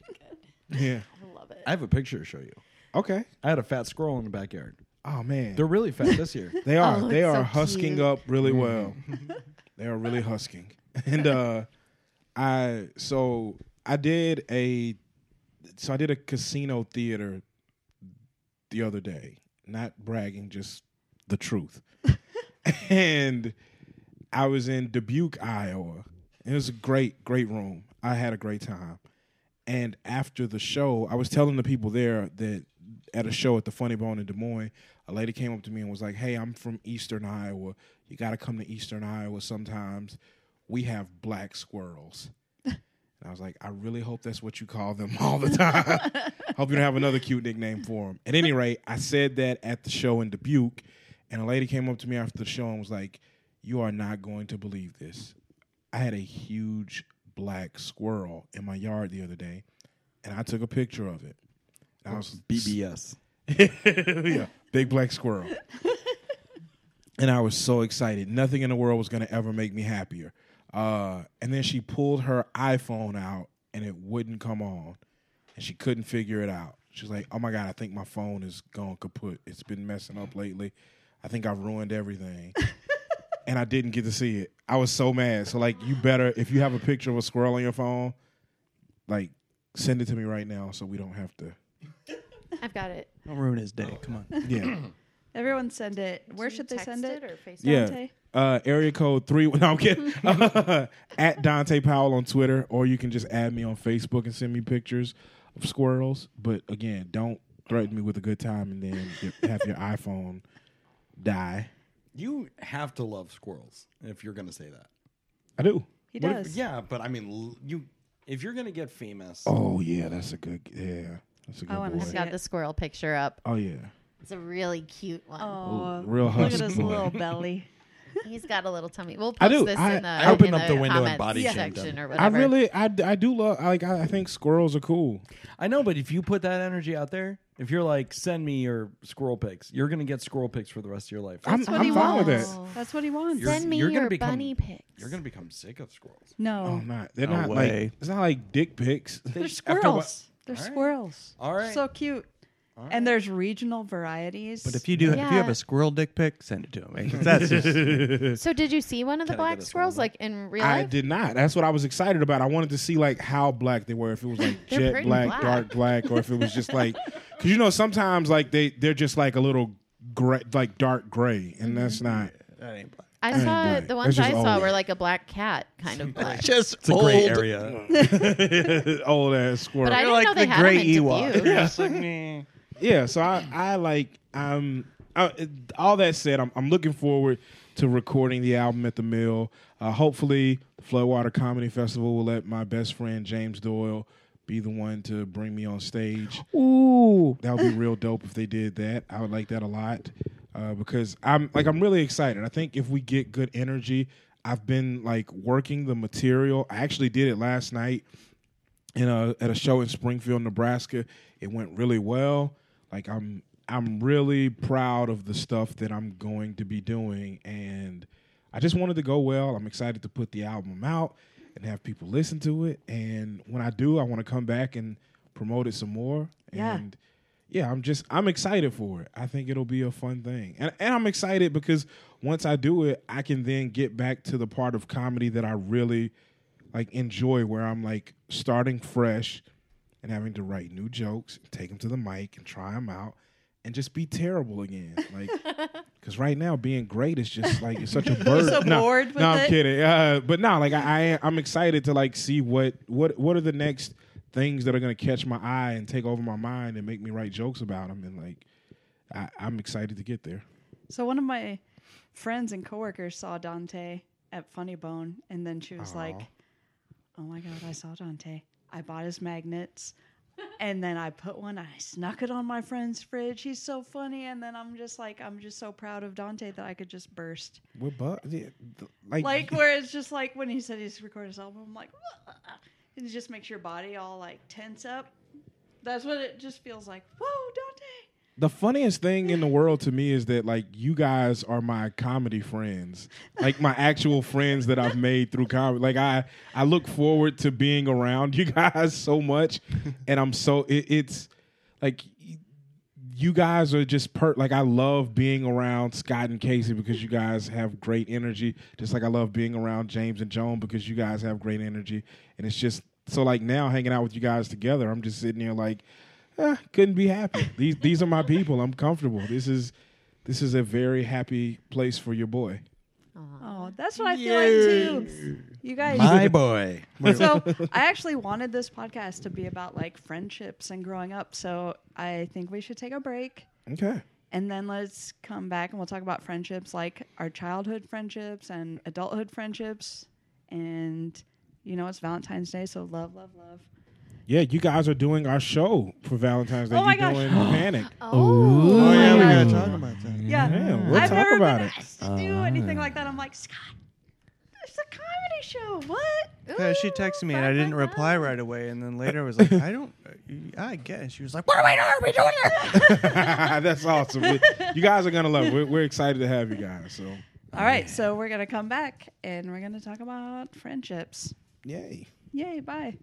[SPEAKER 5] Yeah.
[SPEAKER 2] I love it.
[SPEAKER 1] I have a picture to show you.
[SPEAKER 5] Okay.
[SPEAKER 1] I had a fat squirrel in the backyard.
[SPEAKER 5] Oh man,
[SPEAKER 1] They're really fat this year.
[SPEAKER 5] they are
[SPEAKER 2] Oh,
[SPEAKER 5] they
[SPEAKER 2] it's
[SPEAKER 5] are
[SPEAKER 2] so
[SPEAKER 5] husking
[SPEAKER 2] cute.
[SPEAKER 5] up really well. they are really husking, and uh, I so I did a so I did a casino theater the other day. Not bragging, just the truth. and I was in Dubuque, Iowa. It was a great, great room. I had a great time. And after the show, I was telling the people there that at a show at the Funny Bone in Des Moines, a lady came up to me and was like, Hey, I'm from Eastern Iowa. You got to come to Eastern Iowa sometimes. We have black squirrels. And I was like, I really hope that's what you call them all the time. hope you don't have another cute nickname for them. At any rate, I said that at the show in Dubuque, and a lady came up to me after the show and was like, You are not going to believe this. I had a huge black squirrel in my yard the other day, and I took a picture of it. And I was
[SPEAKER 1] BBS.
[SPEAKER 5] yeah, big black squirrel. and I was so excited. Nothing in the world was going to ever make me happier. Uh, and then she pulled her iPhone out and it wouldn't come on. And she couldn't figure it out. She's like, oh my God, I think my phone is gone kaput. It's been messing up lately. I think I've ruined everything. and I didn't get to see it. I was so mad. So, like, you better, if you have a picture of a squirrel on your phone, like, send it to me right now so we don't have to.
[SPEAKER 2] I've got it.
[SPEAKER 4] Don't ruin his
[SPEAKER 1] Oh.
[SPEAKER 4] day. Come on.
[SPEAKER 5] Yeah.
[SPEAKER 3] Everyone send it. Where
[SPEAKER 2] Do you
[SPEAKER 3] should they
[SPEAKER 2] text
[SPEAKER 3] send it?
[SPEAKER 2] or Facebook?
[SPEAKER 5] Yeah.
[SPEAKER 3] Dante?
[SPEAKER 5] Uh, area code three. No, I'm kidding. At Dante Powell on Twitter, or you can just add me on Facebook and send me pictures of squirrels. But again, don't threaten me with a good time and then get, have your iPhone die.
[SPEAKER 1] You have to love squirrels if you're going to say that.
[SPEAKER 5] I do.
[SPEAKER 3] He
[SPEAKER 5] What if-
[SPEAKER 3] does.
[SPEAKER 1] Yeah, but I mean, l- you if you're going to get famous,
[SPEAKER 5] Oh yeah, that's a good. Yeah, that's a good
[SPEAKER 3] I wanna
[SPEAKER 5] boy.
[SPEAKER 2] I've
[SPEAKER 3] see-
[SPEAKER 2] got the squirrel picture up.
[SPEAKER 5] oh yeah.
[SPEAKER 2] It's a really cute one.
[SPEAKER 3] Oh,
[SPEAKER 5] Ooh, real
[SPEAKER 3] Look at
[SPEAKER 5] husky
[SPEAKER 3] his
[SPEAKER 5] boy.
[SPEAKER 3] little belly.
[SPEAKER 2] He's got a little tummy. We'll post
[SPEAKER 5] I do.
[SPEAKER 2] this
[SPEAKER 5] I-
[SPEAKER 2] in the
[SPEAKER 1] I opened
[SPEAKER 2] in
[SPEAKER 1] up the window and
[SPEAKER 2] comments
[SPEAKER 1] body shamed him.
[SPEAKER 2] section or
[SPEAKER 5] I
[SPEAKER 2] whatever.
[SPEAKER 5] really, I, I do love. Like I, I think squirrels are cool.
[SPEAKER 1] I know, but if you put that energy out there, if you're like, send me your squirrel pics, you're going to get squirrel pics for the rest of your life.
[SPEAKER 5] I'm,
[SPEAKER 1] That's-
[SPEAKER 2] what
[SPEAKER 5] I'm
[SPEAKER 2] he
[SPEAKER 5] fine with
[SPEAKER 2] wants.
[SPEAKER 5] that.
[SPEAKER 3] That's what he wants.
[SPEAKER 1] You're-
[SPEAKER 2] Send me
[SPEAKER 1] you're gonna
[SPEAKER 2] your
[SPEAKER 1] become-
[SPEAKER 2] bunny pics.
[SPEAKER 1] you're going to become sick of squirrels.
[SPEAKER 5] Oh,
[SPEAKER 3] no,
[SPEAKER 5] not. They're
[SPEAKER 4] No
[SPEAKER 5] not
[SPEAKER 4] way.
[SPEAKER 5] like. It's not like dick pics.
[SPEAKER 3] they're
[SPEAKER 1] After what-
[SPEAKER 3] squirrels. They're
[SPEAKER 1] All right.
[SPEAKER 3] squirrels.
[SPEAKER 1] All right.
[SPEAKER 3] So cute. And there's regional varieties.
[SPEAKER 4] But if you do, if you have
[SPEAKER 2] Yeah.
[SPEAKER 4] a squirrel dick pic, send it to him. 'cause That's just
[SPEAKER 2] So did you see one of the
[SPEAKER 1] Can I get
[SPEAKER 2] black
[SPEAKER 1] this
[SPEAKER 2] squirrels
[SPEAKER 1] one?
[SPEAKER 2] like in real
[SPEAKER 5] I
[SPEAKER 2] life?
[SPEAKER 5] did not. That's what I was excited about. I wanted to see like how black they were. If it was like
[SPEAKER 2] They're
[SPEAKER 5] jet
[SPEAKER 2] pretty
[SPEAKER 5] black,
[SPEAKER 2] black.
[SPEAKER 5] dark black, or if it was just like because you know sometimes like they they're just like a little gray, like dark gray,
[SPEAKER 2] Mm-hmm.
[SPEAKER 5] and that's not.
[SPEAKER 4] that ain't black.
[SPEAKER 2] I saw
[SPEAKER 5] black.
[SPEAKER 2] the ones
[SPEAKER 5] That's
[SPEAKER 2] I
[SPEAKER 5] just
[SPEAKER 2] saw
[SPEAKER 5] old.
[SPEAKER 2] were like a black cat kind of black.
[SPEAKER 4] Just
[SPEAKER 1] It's a gray area.
[SPEAKER 5] old ass squirrel.
[SPEAKER 2] But I
[SPEAKER 4] They're
[SPEAKER 2] didn't
[SPEAKER 4] like
[SPEAKER 2] know they
[SPEAKER 4] the
[SPEAKER 2] had
[SPEAKER 4] gray
[SPEAKER 2] them in
[SPEAKER 4] Ewok.
[SPEAKER 2] Dubuque.
[SPEAKER 4] Just like me.
[SPEAKER 5] yeah, so I I like um I, it- all that said, I'm I'm looking forward to recording the album at the mill. Uh, hopefully, the Floodwater Comedy Festival will let my best friend James Doyle be the one to bring me on stage.
[SPEAKER 4] Ooh.
[SPEAKER 5] That would be real dope if they did that. I would like that a lot. uh, because I'm like I'm really excited. I think if we get good energy, I've been like working the material. I actually did it last night in a at a show in Springfield, Nebraska. It went really well. Like I'm I'm really proud of the stuff that I'm going to be doing and I just wanted to go well. I'm excited to put the album out and have people listen to it and when I do, I want to come back and promote it some more
[SPEAKER 3] Yeah.
[SPEAKER 5] and yeah, I'm just I'm excited for it. I think it'll be a fun thing. And and I'm excited because once I do it, I can then get back to the part of comedy that I really like enjoy where I'm like starting fresh and having to write new jokes, take them to the mic and try them out and just be terrible again. Like cuz right now being great is just like it's such a burden.
[SPEAKER 3] so
[SPEAKER 5] no,
[SPEAKER 3] bored with
[SPEAKER 5] no, I'm
[SPEAKER 3] it.
[SPEAKER 5] kidding. Uh, but no, like I, I I'm excited to like see what what what are the next things that are going to catch my eye and take over my mind and make me write jokes about them and like I, I'm excited to get there.
[SPEAKER 3] So one of my friends and coworkers saw Dante at Funny Bone, and then she was like, "Oh my god, I saw Dante! I bought his magnets." And then I put one, I snuck it on my friend's fridge. He's so funny. And then I'm just like, I'm just so proud of Dante that I could just burst.
[SPEAKER 5] What but like
[SPEAKER 3] Like, where it's just like when he said he's recorded his album, I'm like, and it just makes your body all like tense up. That's what it just feels like. Whoa, Dante.
[SPEAKER 5] The funniest thing in the world to me is that like you guys are my comedy friends, like my actual friends that I've made through comedy. Like I, I look forward to being around you guys so much, and I'm so it, it's like y- you guys are just per like I love being around Scott and Casey because you guys have great energy. Just like I love being around James and Joan because you guys have great energy, and it's just so like now hanging out with you guys together, I'm just sitting here like. Eh, couldn't be happy. These these are my people. I'm comfortable. This is this is a very happy place for your boy.
[SPEAKER 3] Oh, that's what I feel like too. You guys,
[SPEAKER 1] boy.
[SPEAKER 3] so I actually wanted this podcast to be about like friendships and growing up. So I think we should take a break
[SPEAKER 5] Okay.
[SPEAKER 3] and then let's come back and we'll talk about friendships like our childhood friendships and adulthood friendships. And you know, it's Valentine's Day, so love, love, love.
[SPEAKER 5] Yeah, you guys are doing our show for Valentine's Day.
[SPEAKER 3] Oh my
[SPEAKER 5] You're
[SPEAKER 3] gosh.
[SPEAKER 5] doing Panic.
[SPEAKER 2] Oh,
[SPEAKER 5] Mm.
[SPEAKER 4] Oh, yeah, we
[SPEAKER 3] God.
[SPEAKER 4] gotta talk about that.
[SPEAKER 3] Yeah.
[SPEAKER 5] Yeah, we'll
[SPEAKER 3] I've
[SPEAKER 5] talk
[SPEAKER 3] never
[SPEAKER 5] about
[SPEAKER 3] been
[SPEAKER 5] it.
[SPEAKER 3] asked to do anything like that. I'm like, Scott, it's a comedy show. What?
[SPEAKER 4] Yeah, she texted me and I didn't reply right away, and then later I was like, I don't, I guess she was like, "What are we doing? Are we doing this?"
[SPEAKER 5] That's awesome. We- You guys are gonna love. It. We're, we're excited to have you guys. So
[SPEAKER 3] All right, so we're gonna come back and we're gonna talk about friendships.
[SPEAKER 5] yay.
[SPEAKER 3] Yay, bye.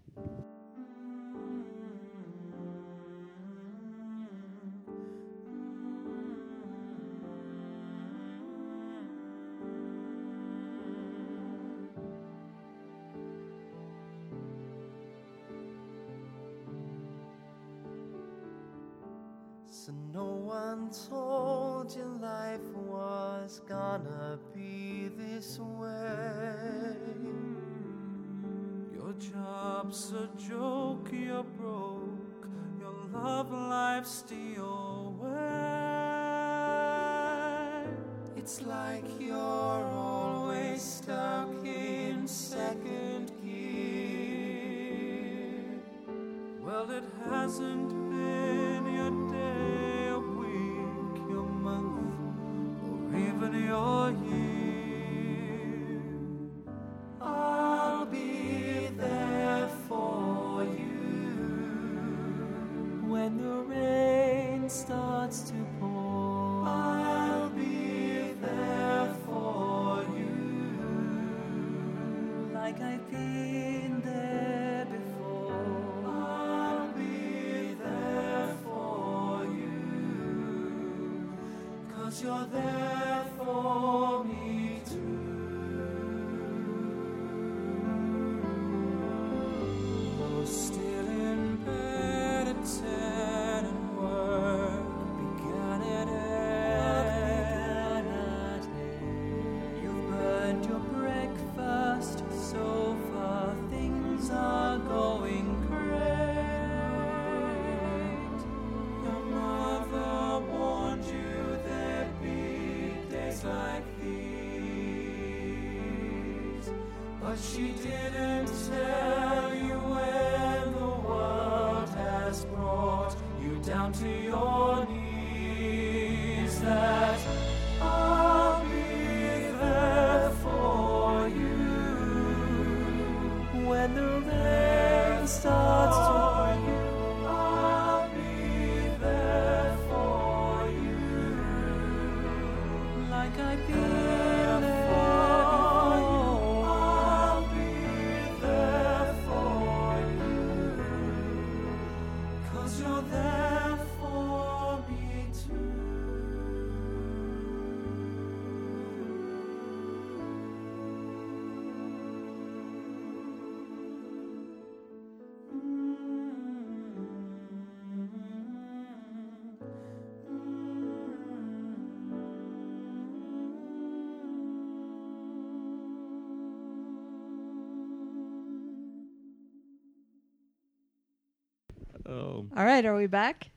[SPEAKER 7] So no one told you life was gonna be this way.
[SPEAKER 6] Your job's a joke, you're broke. Your love life's the old way.
[SPEAKER 7] It's like you're always stuck in second gear.
[SPEAKER 6] Well, it hasn't been your day, your week, your month, or even your year.
[SPEAKER 7] I'll be there for you when the rain starts to pour. I'll be there for you like I've been there before. I'll be there for you cause you're there for me too. You're still in bed at ten and work began at eight. You've burned your breakfast so far, things are going great. Your mother warned you there'd be days like these. But she didn't tell you when the world has brought you down to your knees that you're there for me too. Mm-hmm.
[SPEAKER 1] Oh,
[SPEAKER 3] All right, are we back?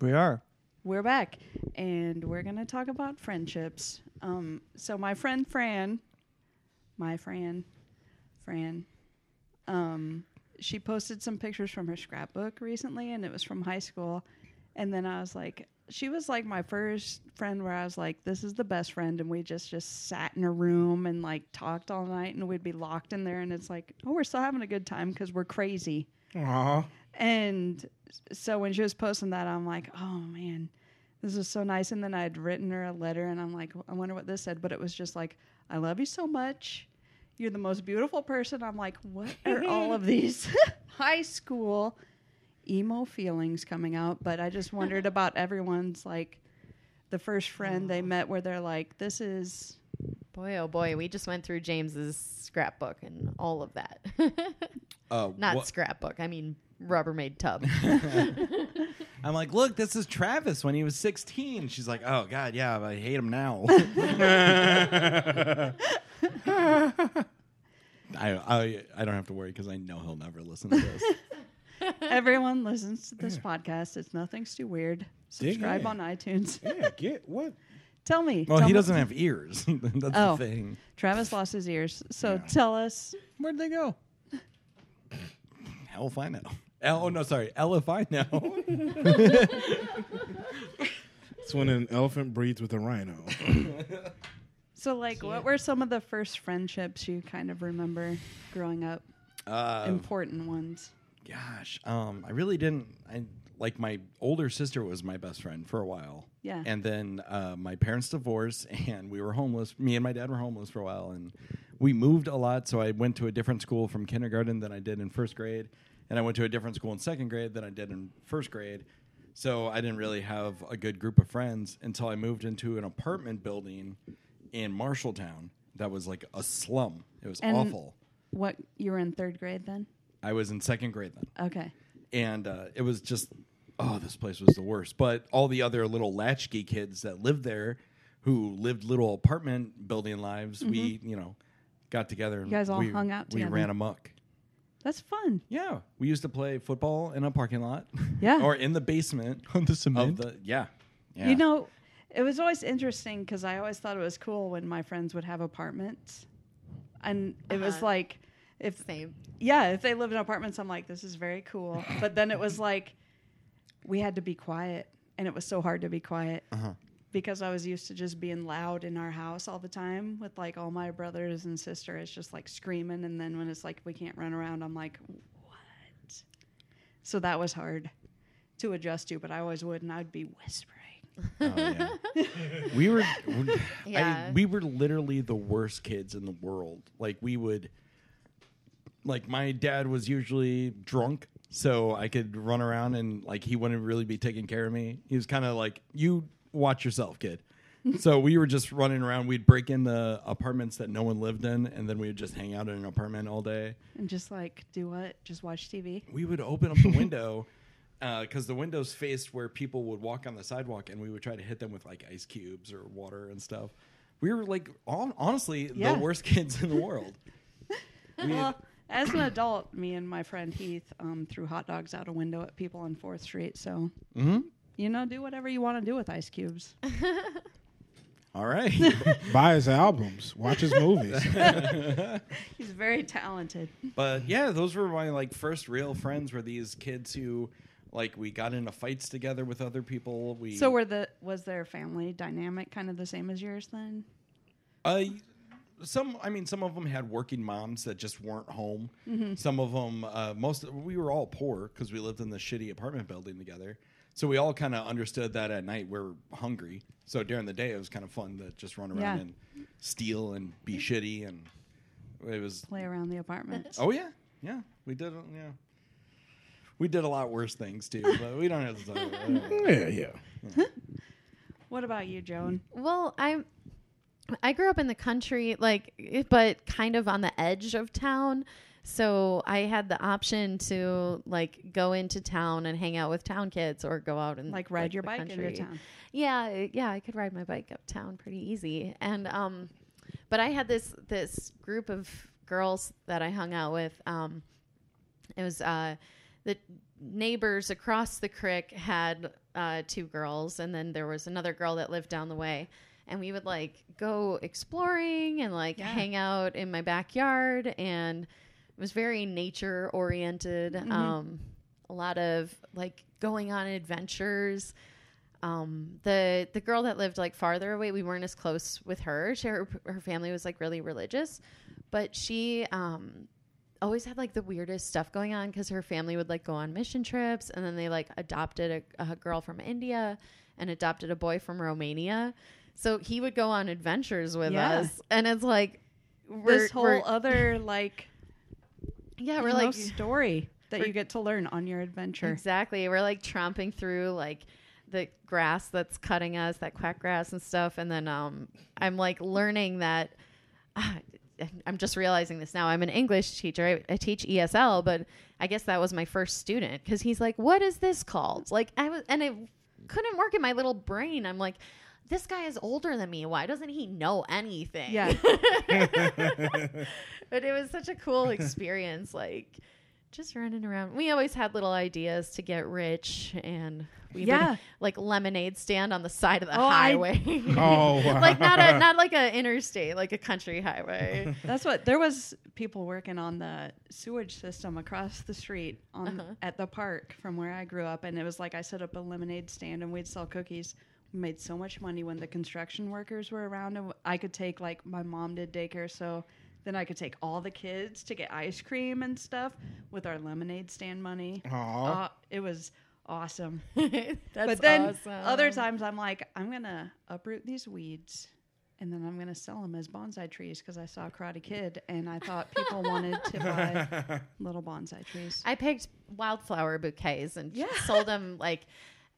[SPEAKER 4] We are.
[SPEAKER 3] We're back, and we're gonna talk about friendships. Um, so my friend Fran, my Fran, Fran, um, she posted some pictures from her scrapbook recently, and it was from high school. And then I was like, she was like my first friend where I was like, this is the best friend, and we just just sat in a room and like talked all night, and we'd be locked in there, and it's like, oh, we're still having a good time because we're crazy.
[SPEAKER 5] Aw.
[SPEAKER 3] And so when she was posting that, I'm like, oh man, this is so nice. And then I'd written her a letter and I'm like, I wonder what this said. But it was just like, I love you so much. You're the most beautiful person. I'm like, what are all of these high school emo feelings coming out? But I just wondered about everyone's like, the first friend they met where they're like, this is
[SPEAKER 2] Boy, oh boy, we just went through James's scrapbook and all of that.
[SPEAKER 1] uh,
[SPEAKER 2] Not
[SPEAKER 1] wha-
[SPEAKER 2] scrapbook, I mean Rubbermaid tub.
[SPEAKER 1] I'm like, look, this is Travis when he was 16. She's like, oh god, yeah, I hate him now. I, I I don't have to worry because I know he'll never listen to this.
[SPEAKER 3] everyone listens to this podcast. It's nothing's too weird.
[SPEAKER 5] Dig
[SPEAKER 3] Subscribe
[SPEAKER 5] in.
[SPEAKER 3] on iTunes.
[SPEAKER 5] Yeah, get what?
[SPEAKER 3] Tell me.
[SPEAKER 1] Well,
[SPEAKER 3] Tell
[SPEAKER 1] he
[SPEAKER 3] me-
[SPEAKER 1] doesn't have ears. That's
[SPEAKER 3] Oh.
[SPEAKER 1] the thing.
[SPEAKER 3] Travis lost his ears. So tell us.
[SPEAKER 4] Where'd they go?
[SPEAKER 1] Hell if I know. L, oh no, sorry. L if I know.
[SPEAKER 5] It's when an elephant breeds with a rhino.
[SPEAKER 3] So, like, what were some of the first friendships you kind of remember growing up?
[SPEAKER 1] uh,
[SPEAKER 3] Important ones.
[SPEAKER 1] gosh, um, I really didn't. I like my older sister was my best friend for a while.
[SPEAKER 3] Yeah.
[SPEAKER 1] And then uh, my parents divorced, and we were homeless. Me and my dad were homeless for a while, and we moved a lot. So I went to a different school from kindergarten than I did in first grade, and I went to a different school in second grade than I did in first grade. So I didn't really have a good group of friends until I moved into an apartment building in Marshalltown that was like a slum. It was
[SPEAKER 3] And-
[SPEAKER 1] awful.
[SPEAKER 3] What you were in third grade then?
[SPEAKER 1] I was in second grade then
[SPEAKER 3] Okay.
[SPEAKER 1] and uh, it was just oh this place was the worst but all the other little latchkey kids that lived there who lived little apartment building lives we you know got together and
[SPEAKER 3] Mm-hmm. guys all
[SPEAKER 1] we,
[SPEAKER 3] hung out
[SPEAKER 1] we
[SPEAKER 3] together.
[SPEAKER 1] ran amok
[SPEAKER 3] That's fun.
[SPEAKER 1] yeah we used to play football in a parking lot
[SPEAKER 3] Yeah.
[SPEAKER 1] or in the basement
[SPEAKER 4] On the
[SPEAKER 1] of
[SPEAKER 4] cement.
[SPEAKER 1] the yeah, yeah.
[SPEAKER 3] You know, it was always interesting because I always thought it was cool when my friends would have apartments. And it was
[SPEAKER 2] Uh-huh.
[SPEAKER 3] like, if
[SPEAKER 2] Same.
[SPEAKER 3] yeah, if they live in apartments, I'm like, this is very cool. But then it was like, we had to be quiet, and it was so hard to be quiet because I was used to just being loud in our house all the time with like all my brothers and sister. It's just like screaming, and then when it's like we can't run around, I'm like, what? So that was hard to adjust to, but I always would, and I'd be whispering.
[SPEAKER 1] Oh, yeah. we were, we- I-
[SPEAKER 2] Yeah.
[SPEAKER 1] we were literally the worst kids in the world. Like we would, like my dad was usually drunk, so I could run around and like he wouldn't really be taking care of me. He was kind of like, "You watch yourself, kid." so we were just running around. We'd break into apartments that no one lived in, and then we'd just hang out in an apartment all day
[SPEAKER 3] And just like do what? Just watch TV.
[SPEAKER 1] we would open up the window because the windows faced where people would walk on the sidewalk, and we would try to hit them with like ice cubes or water and stuff. We were like, hon- honestly,
[SPEAKER 3] Yeah.
[SPEAKER 1] the worst kids in the world.
[SPEAKER 3] Well, as an adult, me and my friend Heath um, threw hot dogs out a window at people on Fourth Street. So, you know, do whatever you want to do with ice cubes.
[SPEAKER 1] All right,
[SPEAKER 5] Buy his albums, watch his movies.
[SPEAKER 3] He's very talented.
[SPEAKER 1] but yeah, those were my like first real friends. Were these kids who like we got into fights together with other people? We
[SPEAKER 3] So, were the was their family dynamic kind of the same as yours then?
[SPEAKER 1] Uh, some, I mean, some of them had working moms that just weren't home. Some of them, uh, most, we were all poor because we lived in the shitty apartment building together. So we all kind of understood that at night we're hungry. So during the day, it was kind of fun to just run around
[SPEAKER 3] Yeah.
[SPEAKER 1] and steal and be shitty. And it was,
[SPEAKER 3] Play around the apartment.
[SPEAKER 1] oh, yeah, yeah, we did, yeah. We did a lot worse things too, but we don't have to talk about that.
[SPEAKER 5] Yeah, yeah.
[SPEAKER 3] What about you, Joan?
[SPEAKER 2] Well, I'm. I grew up in the country, like, it- but kind of on the edge of town. So I had the option to like go into town and hang out with town kids, or go out and
[SPEAKER 3] Like, ride your
[SPEAKER 2] the
[SPEAKER 3] bike into
[SPEAKER 2] country.
[SPEAKER 3] town.
[SPEAKER 2] Yeah, I- yeah, I could ride my bike uptown pretty easy. And um, but I had this this group of girls that I hung out with. Um, it was uh, the neighbors across the creek had uh, two girls, and then there was another girl that lived down the way. And we would like go exploring and like
[SPEAKER 3] Yeah.
[SPEAKER 2] hang out in my backyard, and it was very nature oriented. Um, a lot of like going on adventures. Um, the the girl that lived like farther away, we weren't as close with her. She, her her family was like really religious, but she um always had like the weirdest stuff going on because her family would like go on mission trips and then they like adopted a, a girl from India and adopted a boy from Romania. So he would go on adventures with
[SPEAKER 3] Yeah.
[SPEAKER 2] us, and it's like we're,
[SPEAKER 3] This whole
[SPEAKER 2] we're-
[SPEAKER 3] other like
[SPEAKER 2] yeah,
[SPEAKER 3] you
[SPEAKER 2] we're
[SPEAKER 3] know,
[SPEAKER 2] like
[SPEAKER 3] story that
[SPEAKER 2] we're-
[SPEAKER 3] you get to learn on your adventure.
[SPEAKER 2] Exactly. We're like tromping through like the grass that's cutting us, that quack grass and stuff. And then um, I'm like learning that. ah, I'm just realizing this now. I'm an English teacher. I, I teach ESL, but I guess that was my first student because he's like, "What is this called?" Like I was, and it couldn't work in my little brain. I'm like, "This guy is older than me. Why doesn't he know anything?"
[SPEAKER 3] Yeah.
[SPEAKER 2] but it was such a cool experience like just running around we always had little ideas to get rich and we
[SPEAKER 3] Yeah.
[SPEAKER 2] would, like lemonade stand on the side of the
[SPEAKER 3] Oh, I-
[SPEAKER 2] highway
[SPEAKER 5] Oh, wow.
[SPEAKER 2] like not a not like a interstate like a country highway
[SPEAKER 3] That's what there was people working on the sewage system across the street on at the park from where I grew up and it was like I set up a lemonade stand and we'd sell cookies. We made so much money when the construction workers were around and I could take like my mom did daycare so then I could take all the kids to get ice cream and stuff with our lemonade stand money.
[SPEAKER 5] Aw.
[SPEAKER 3] Uh, it was awesome.
[SPEAKER 2] that's
[SPEAKER 3] but then
[SPEAKER 2] awesome.
[SPEAKER 3] other times I'm like, I'm gonna uproot these weeds, and then I'm gonna sell them as bonsai trees because I saw Karate Kid and I thought people wanted to buy little bonsai trees.
[SPEAKER 2] I picked wildflower bouquets and
[SPEAKER 3] Yeah.
[SPEAKER 2] sold them like.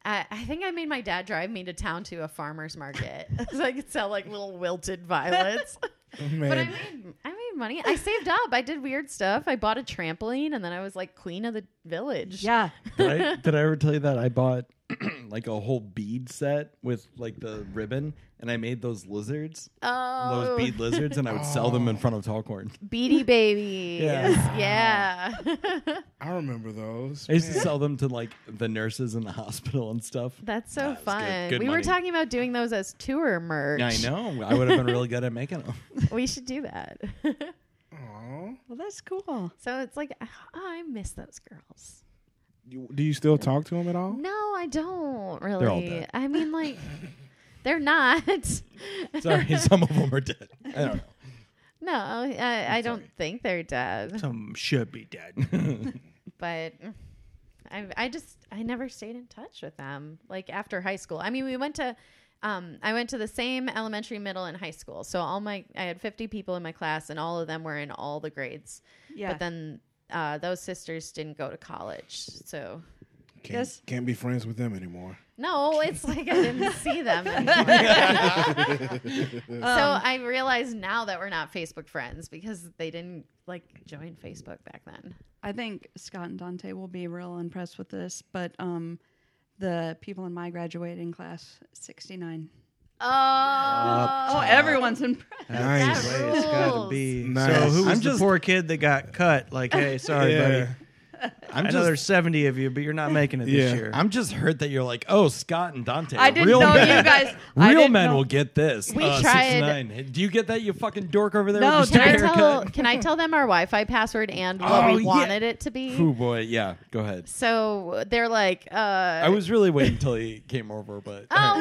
[SPEAKER 2] I I think I made my dad drive me to town to a farmer's market so I could sell like little wilted violets. But I
[SPEAKER 5] Man.
[SPEAKER 2] made, I made money. I saved up. I did weird stuff. I bought a trampoline and then I was like queen of the village.
[SPEAKER 3] yeah,
[SPEAKER 1] did, I, did I ever tell you that I bought like a whole bead set with like the ribbon and I made those lizards,
[SPEAKER 2] Oh,
[SPEAKER 1] those bead lizards, and I would sell them in front of Tallcorn.
[SPEAKER 2] beady babies. Yeah.
[SPEAKER 5] I remember those.
[SPEAKER 1] I used to
[SPEAKER 5] Man.
[SPEAKER 1] sell them to like the nurses in the hospital and stuff.
[SPEAKER 2] That's so
[SPEAKER 1] good-
[SPEAKER 2] fun.
[SPEAKER 1] good
[SPEAKER 2] we were
[SPEAKER 1] money.
[SPEAKER 2] talking about doing those as tour merch.
[SPEAKER 1] I know. I would have been really good at making them.
[SPEAKER 2] We should do that.
[SPEAKER 5] Aw.
[SPEAKER 3] well that's cool.
[SPEAKER 2] so it's like, ah, I miss those girls.
[SPEAKER 5] You- Do you still talk to him at all?
[SPEAKER 2] No, I don't really.
[SPEAKER 1] all dead.
[SPEAKER 2] I mean, like, they're not.
[SPEAKER 1] Sorry, some of them are dead. I don't know.
[SPEAKER 2] no, I, I don't think they're dead.
[SPEAKER 4] Some should be dead.
[SPEAKER 2] But I, I just, I never stayed in touch with them. Like after high school, I mean, we went to, um, I went to the same elementary, middle, and high school. So all my, I had fifty people in my class, and all of them were in all the grades.
[SPEAKER 3] Yeah,
[SPEAKER 2] But then uh, those sisters didn't go to college, so.
[SPEAKER 5] Can't,
[SPEAKER 3] Yes.
[SPEAKER 5] can't be friends with them anymore.
[SPEAKER 2] No, it's like I didn't see them. anymore. so I realize now that we're not Facebook friends because they didn't like join Facebook back then.
[SPEAKER 3] I think Scott and Dante will be real impressed with this, but um. The people in my graduating class, 69.
[SPEAKER 2] Oh,
[SPEAKER 3] Oh, everyone's impressed.
[SPEAKER 5] Nice.
[SPEAKER 2] That
[SPEAKER 4] Way it's gotta
[SPEAKER 2] rules.
[SPEAKER 4] be.
[SPEAKER 5] Nice.
[SPEAKER 4] So who was
[SPEAKER 1] I'm
[SPEAKER 4] the
[SPEAKER 1] just-
[SPEAKER 4] poor kid that got cut? Like, hey, sorry,
[SPEAKER 5] Yeah.
[SPEAKER 4] buddy.
[SPEAKER 1] I'm
[SPEAKER 4] I know
[SPEAKER 1] just
[SPEAKER 4] there's 70 of you, but you're not making it this
[SPEAKER 5] Yeah.
[SPEAKER 4] year.
[SPEAKER 1] I'm just hurt that you're like, oh, Scott and Dante.
[SPEAKER 3] I didn't
[SPEAKER 1] real
[SPEAKER 3] know
[SPEAKER 1] men.
[SPEAKER 3] you guys. I
[SPEAKER 1] Real
[SPEAKER 3] didn't
[SPEAKER 1] men
[SPEAKER 3] know-
[SPEAKER 1] will get this.
[SPEAKER 2] We
[SPEAKER 1] uh, six
[SPEAKER 2] tried-
[SPEAKER 1] nine. Do you get that, you fucking dork over there?
[SPEAKER 3] No,
[SPEAKER 1] with the
[SPEAKER 2] Can I
[SPEAKER 1] stupid
[SPEAKER 2] tell?
[SPEAKER 1] haircut?
[SPEAKER 2] Can I tell them our Wi-Fi password and what
[SPEAKER 1] Oh,
[SPEAKER 2] we
[SPEAKER 1] yeah.
[SPEAKER 2] wanted it to be?
[SPEAKER 1] Oh boy, yeah. Go ahead.
[SPEAKER 2] So they're like, uh,
[SPEAKER 1] I was really waiting until he came over, but
[SPEAKER 2] oh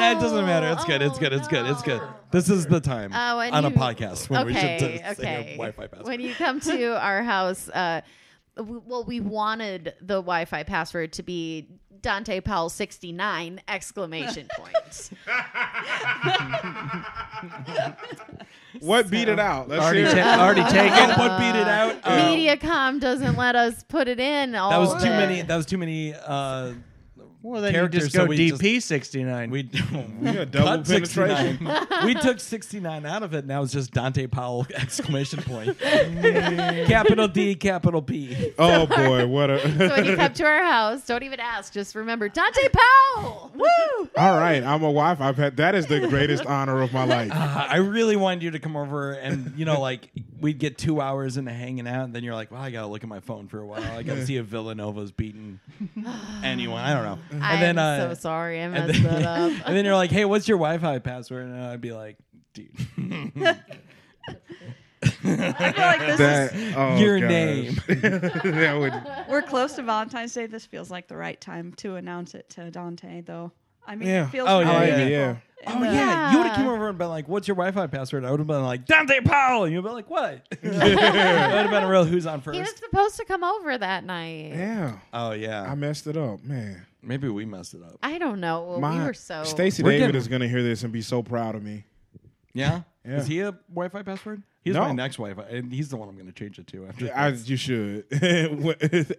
[SPEAKER 1] Nah, it doesn't matter. It's good. It's
[SPEAKER 2] Oh,
[SPEAKER 1] good. It's good. It's good.
[SPEAKER 2] no.
[SPEAKER 1] This is the time
[SPEAKER 2] Oh, and
[SPEAKER 1] on a
[SPEAKER 2] you-
[SPEAKER 1] podcast when we should
[SPEAKER 2] okay,
[SPEAKER 1] say a
[SPEAKER 2] okay.
[SPEAKER 1] Wi-Fi password.
[SPEAKER 2] When you come to our house, uh, w- well, we wanted the Wi-Fi password to be Dante Powell 69 exclamation point.
[SPEAKER 5] What beat it out? Let's
[SPEAKER 4] Already,
[SPEAKER 5] hear it.
[SPEAKER 4] ta- already taken.
[SPEAKER 1] what beat it out? Uh,
[SPEAKER 2] MediaCom doesn't let us put it in. All
[SPEAKER 1] that was too
[SPEAKER 2] the-
[SPEAKER 1] many. That was too many. Uh,
[SPEAKER 4] Well, then you
[SPEAKER 1] Characters,
[SPEAKER 4] just
[SPEAKER 1] so
[SPEAKER 4] go
[SPEAKER 1] we just-
[SPEAKER 4] DP sixty nine.
[SPEAKER 1] we
[SPEAKER 5] Yeah, double
[SPEAKER 1] cut
[SPEAKER 5] penetration.
[SPEAKER 1] 69. we took 69 out of it. Now it's just Dante Powell exclamation point. capital D, capital P.
[SPEAKER 5] Oh boy, what
[SPEAKER 2] So when you
[SPEAKER 5] a!
[SPEAKER 2] come to our house, don't even ask. Just remember Dante Powell. Woo!
[SPEAKER 5] All right, I'm a wife. I've had that is the greatest honor of my life.
[SPEAKER 1] Uh, I really wanted you to come over and, you know, like we'd get two hours into hanging out. And then you're like, well, I got to look at my phone for a while. I got to see if Villanova's beating anyone. I don't know. And
[SPEAKER 2] I'm
[SPEAKER 1] then, uh,
[SPEAKER 2] so sorry. I
[SPEAKER 1] and
[SPEAKER 2] messed
[SPEAKER 1] then,
[SPEAKER 2] that up.
[SPEAKER 1] and then you're like, hey, what's your Wi Fi password? And I'd be like, dude,
[SPEAKER 3] I feel like this
[SPEAKER 5] That
[SPEAKER 3] is
[SPEAKER 5] oh,
[SPEAKER 1] your
[SPEAKER 5] gosh.
[SPEAKER 1] name.
[SPEAKER 5] that would
[SPEAKER 3] we're close to Valentine's Day. This feels like the right time to announce it to Dante, though. I mean,
[SPEAKER 5] Yeah.
[SPEAKER 3] it feels
[SPEAKER 1] Oh,
[SPEAKER 5] I
[SPEAKER 1] yeah,
[SPEAKER 5] like
[SPEAKER 3] really
[SPEAKER 5] it,
[SPEAKER 1] yeah.
[SPEAKER 5] yeah.
[SPEAKER 1] Oh yeah.
[SPEAKER 3] Yeah.
[SPEAKER 1] you would have came over and been like, "What's your Wi-Fi password?" I would have been like, "Dante Powell," and you'd be like, "What?" that would have been a real who's on
[SPEAKER 2] he was
[SPEAKER 1] first.
[SPEAKER 2] supposed to come over that night.
[SPEAKER 5] Yeah,
[SPEAKER 1] Oh yeah,
[SPEAKER 5] I messed it up, man.
[SPEAKER 1] maybe we messed it up.
[SPEAKER 2] I don't know. Well, we were so.
[SPEAKER 5] Stacy
[SPEAKER 1] We're
[SPEAKER 5] David
[SPEAKER 1] getting-
[SPEAKER 5] is gonna hear this and be so proud of me.
[SPEAKER 1] Yeah,
[SPEAKER 5] Yeah.
[SPEAKER 1] is he a Wi-Fi password? He's
[SPEAKER 5] No.
[SPEAKER 1] my next Wi-Fi, and he's the one I'm going to change it to after.
[SPEAKER 5] I,
[SPEAKER 1] this.
[SPEAKER 5] you should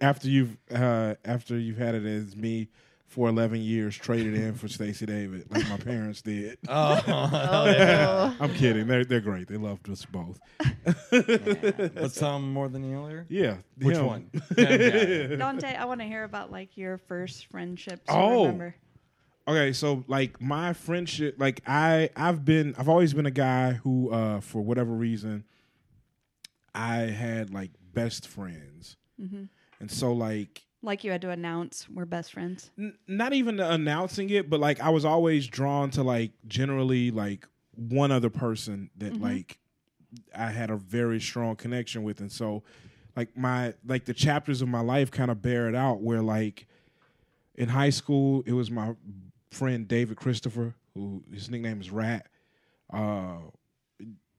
[SPEAKER 5] after you've uh, after you've had it as me for eleven years, traded in for Stacy David like my parents did.
[SPEAKER 1] Uh.
[SPEAKER 2] Oh.
[SPEAKER 5] I'm kidding. They're they're great. They loved us both.
[SPEAKER 1] but some more than the other.
[SPEAKER 5] Yeah.
[SPEAKER 1] Which
[SPEAKER 5] him.
[SPEAKER 1] one? Yeah, yeah.
[SPEAKER 3] Dante, I want to hear about like your first friendships. you
[SPEAKER 5] Oh.
[SPEAKER 3] remember.
[SPEAKER 5] okay so like my friendship like i i've been i've always been a guy who uh for whatever reason i had like best friends and so like
[SPEAKER 3] like you had to announce we're best friends.
[SPEAKER 5] n- not even the announcing it but like i was always drawn to like generally like one other person that like i had a very strong connection with and so like my like the chapters of my life kind of bear it out where like in high school, it was my friend David Christopher, who his nickname is Rat. Uh,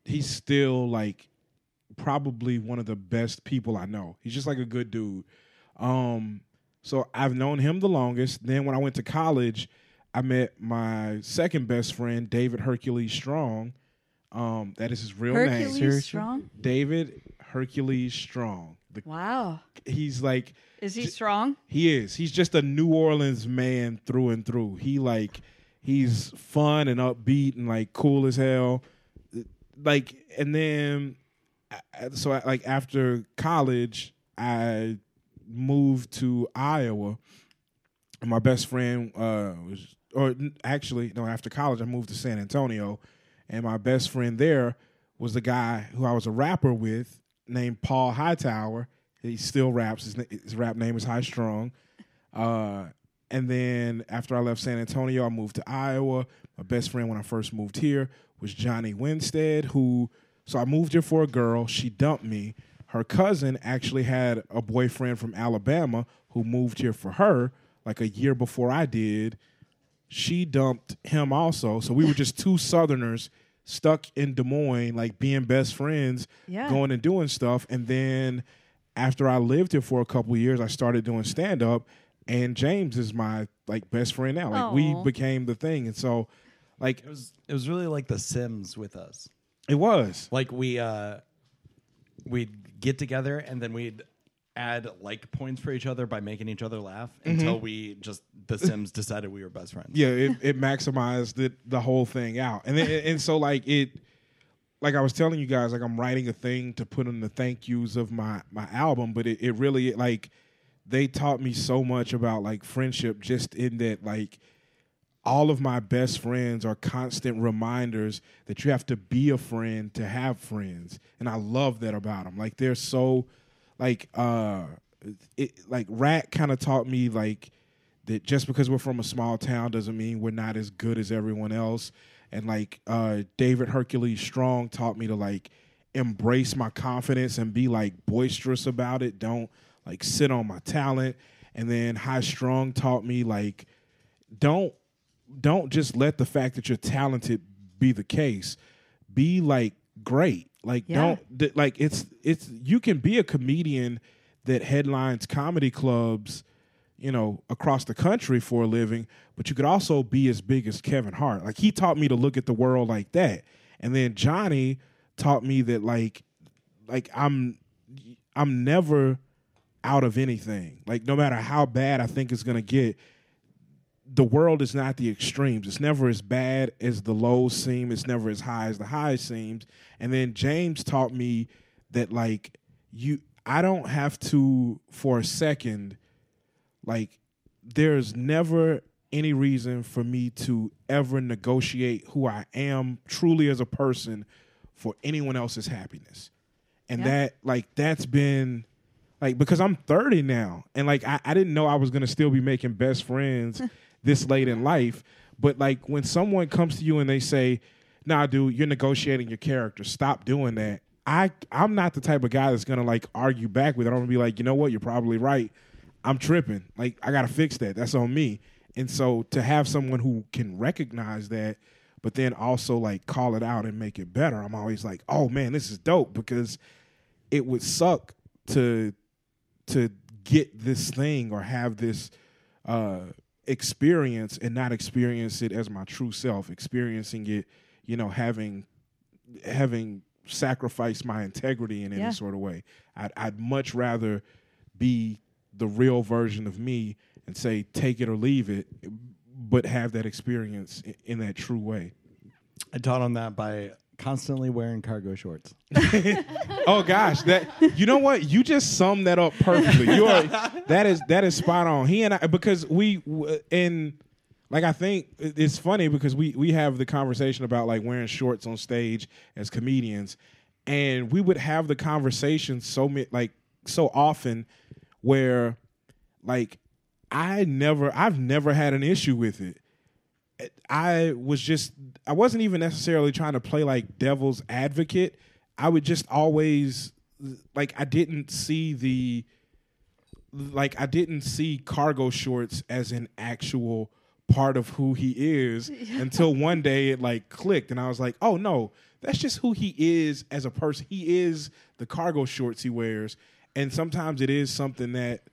[SPEAKER 5] he's still like probably one of the best people I know. He's just like a good dude. Um, so I've known him the longest. Then when I went to college, I met my second best friend, David Hercules Strong. Um, that is his
[SPEAKER 1] Oh,
[SPEAKER 5] real
[SPEAKER 3] Hercules
[SPEAKER 5] name.
[SPEAKER 3] strong.
[SPEAKER 5] David Hercules Strong. The,
[SPEAKER 3] Wow,
[SPEAKER 5] he's like
[SPEAKER 3] is he strong?
[SPEAKER 5] he is. He's just a New Orleans man through and through. He like he's fun and upbeat and like cool as hell. Like and then I- I- so I, like after college I moved to Iowa. And My best friend uh was or n- actually no after college I moved to San Antonio and my best friend there was the guy who I was a rapper with named Paul Hightower. He still raps. His, na- his rap name is High Strong. Uh, and then after I left San Antonio, I moved to Iowa. My best friend when I first moved here was Johnny Winstead, who, so I moved here for a girl. She dumped me. Her cousin actually had a boyfriend from Alabama who moved here for her like a year before I did she dumped him also. So we were just two Southerners stuck in Des Moines, like being best friends,
[SPEAKER 3] Yeah.
[SPEAKER 5] going and doing stuff. And then after I lived here for a couple of years, I started doing stand up, and James is my like best friend now. Like we
[SPEAKER 3] Aw.
[SPEAKER 5] became the thing, and so like
[SPEAKER 1] It was it was really like The Sims with us.
[SPEAKER 5] it was.
[SPEAKER 1] Like we uh, we'd get together and then we'd add like points for each other by making each other laugh until we just The Sims decided we were best friends.
[SPEAKER 5] yeah, it, it maximized the, the whole thing out. And then, and so like it like I was telling you guys, like I'm writing a thing to put in the thank yous of my my album, but it, it really like they taught me so much about like friendship just in that like all of my best friends are constant reminders that you have to be a friend to have friends and i love that about them like they're so like uh it, like rat kind of taught me like that just because we're from a small town doesn't mean we're not as good as everyone else and like uh david hercules strong taught me to like embrace my confidence and be like boisterous about it don't like sit on my talent and then high strong taught me like don't don't just let the fact that you're talented be the case. Be like great. Like
[SPEAKER 3] Yeah.
[SPEAKER 5] don't th- like it's it's you can be a comedian that headlines comedy clubs you know, across the country for a living, but you could also be as big as Kevin Hart. Like he taught me to look at the world like that. And then Johnny taught me that like like I'm I'm never out of anything. Like no matter how bad I think it's gonna get, the world is not the extremes. It's never as bad as the lows seem. It's never as high as the highs seems. And then James taught me that like you, I don't have to for a second. Like there's never any reason for me to ever negotiate who I am truly as a person for anyone else's happiness. And that like that's been like because I'm 30 now, and like I, I didn't know I was gonna still be making best friends this late in life. But like when someone comes to you and they say, "Nah, dude, you're negotiating your character. Stop doing that." I I'm not the type of guy that's gonna like argue back with it. I'm gonna be like, you know what, you're probably right. I'm tripping. Like I gotta fix that. That's on me. And so to have someone who can recognize that, but then also like call it out and make it better, I'm always like, oh man, this is dope because it would suck to to get this thing or have this uh, experience and not experience it as my true self, experiencing it, you know, having having sacrificed my integrity in any
[SPEAKER 3] Yeah.
[SPEAKER 5] sort of way. I'd, I'd much rather be the real version of me and say take it or leave it, but have that experience i- in that true way.
[SPEAKER 1] I taught him that by constantly wearing cargo shorts.
[SPEAKER 5] Oh gosh, that you know what? You just summed that up perfectly. You are that is that is spot on. He and I because we w- in like I think it- it's funny because we we have the conversation about like wearing shorts on stage as comedians, and we would have the conversation so mi- like so often where like I never I've never had an issue with it. I was just I wasn't even necessarily trying to play like devil's advocate. I would just always like I didn't see the like I didn't see cargo shorts as an actual part of who he is until one day it like clicked and I was like, "Oh no, that's just who he is as a person. He is the cargo shorts he wears." And sometimes it is something that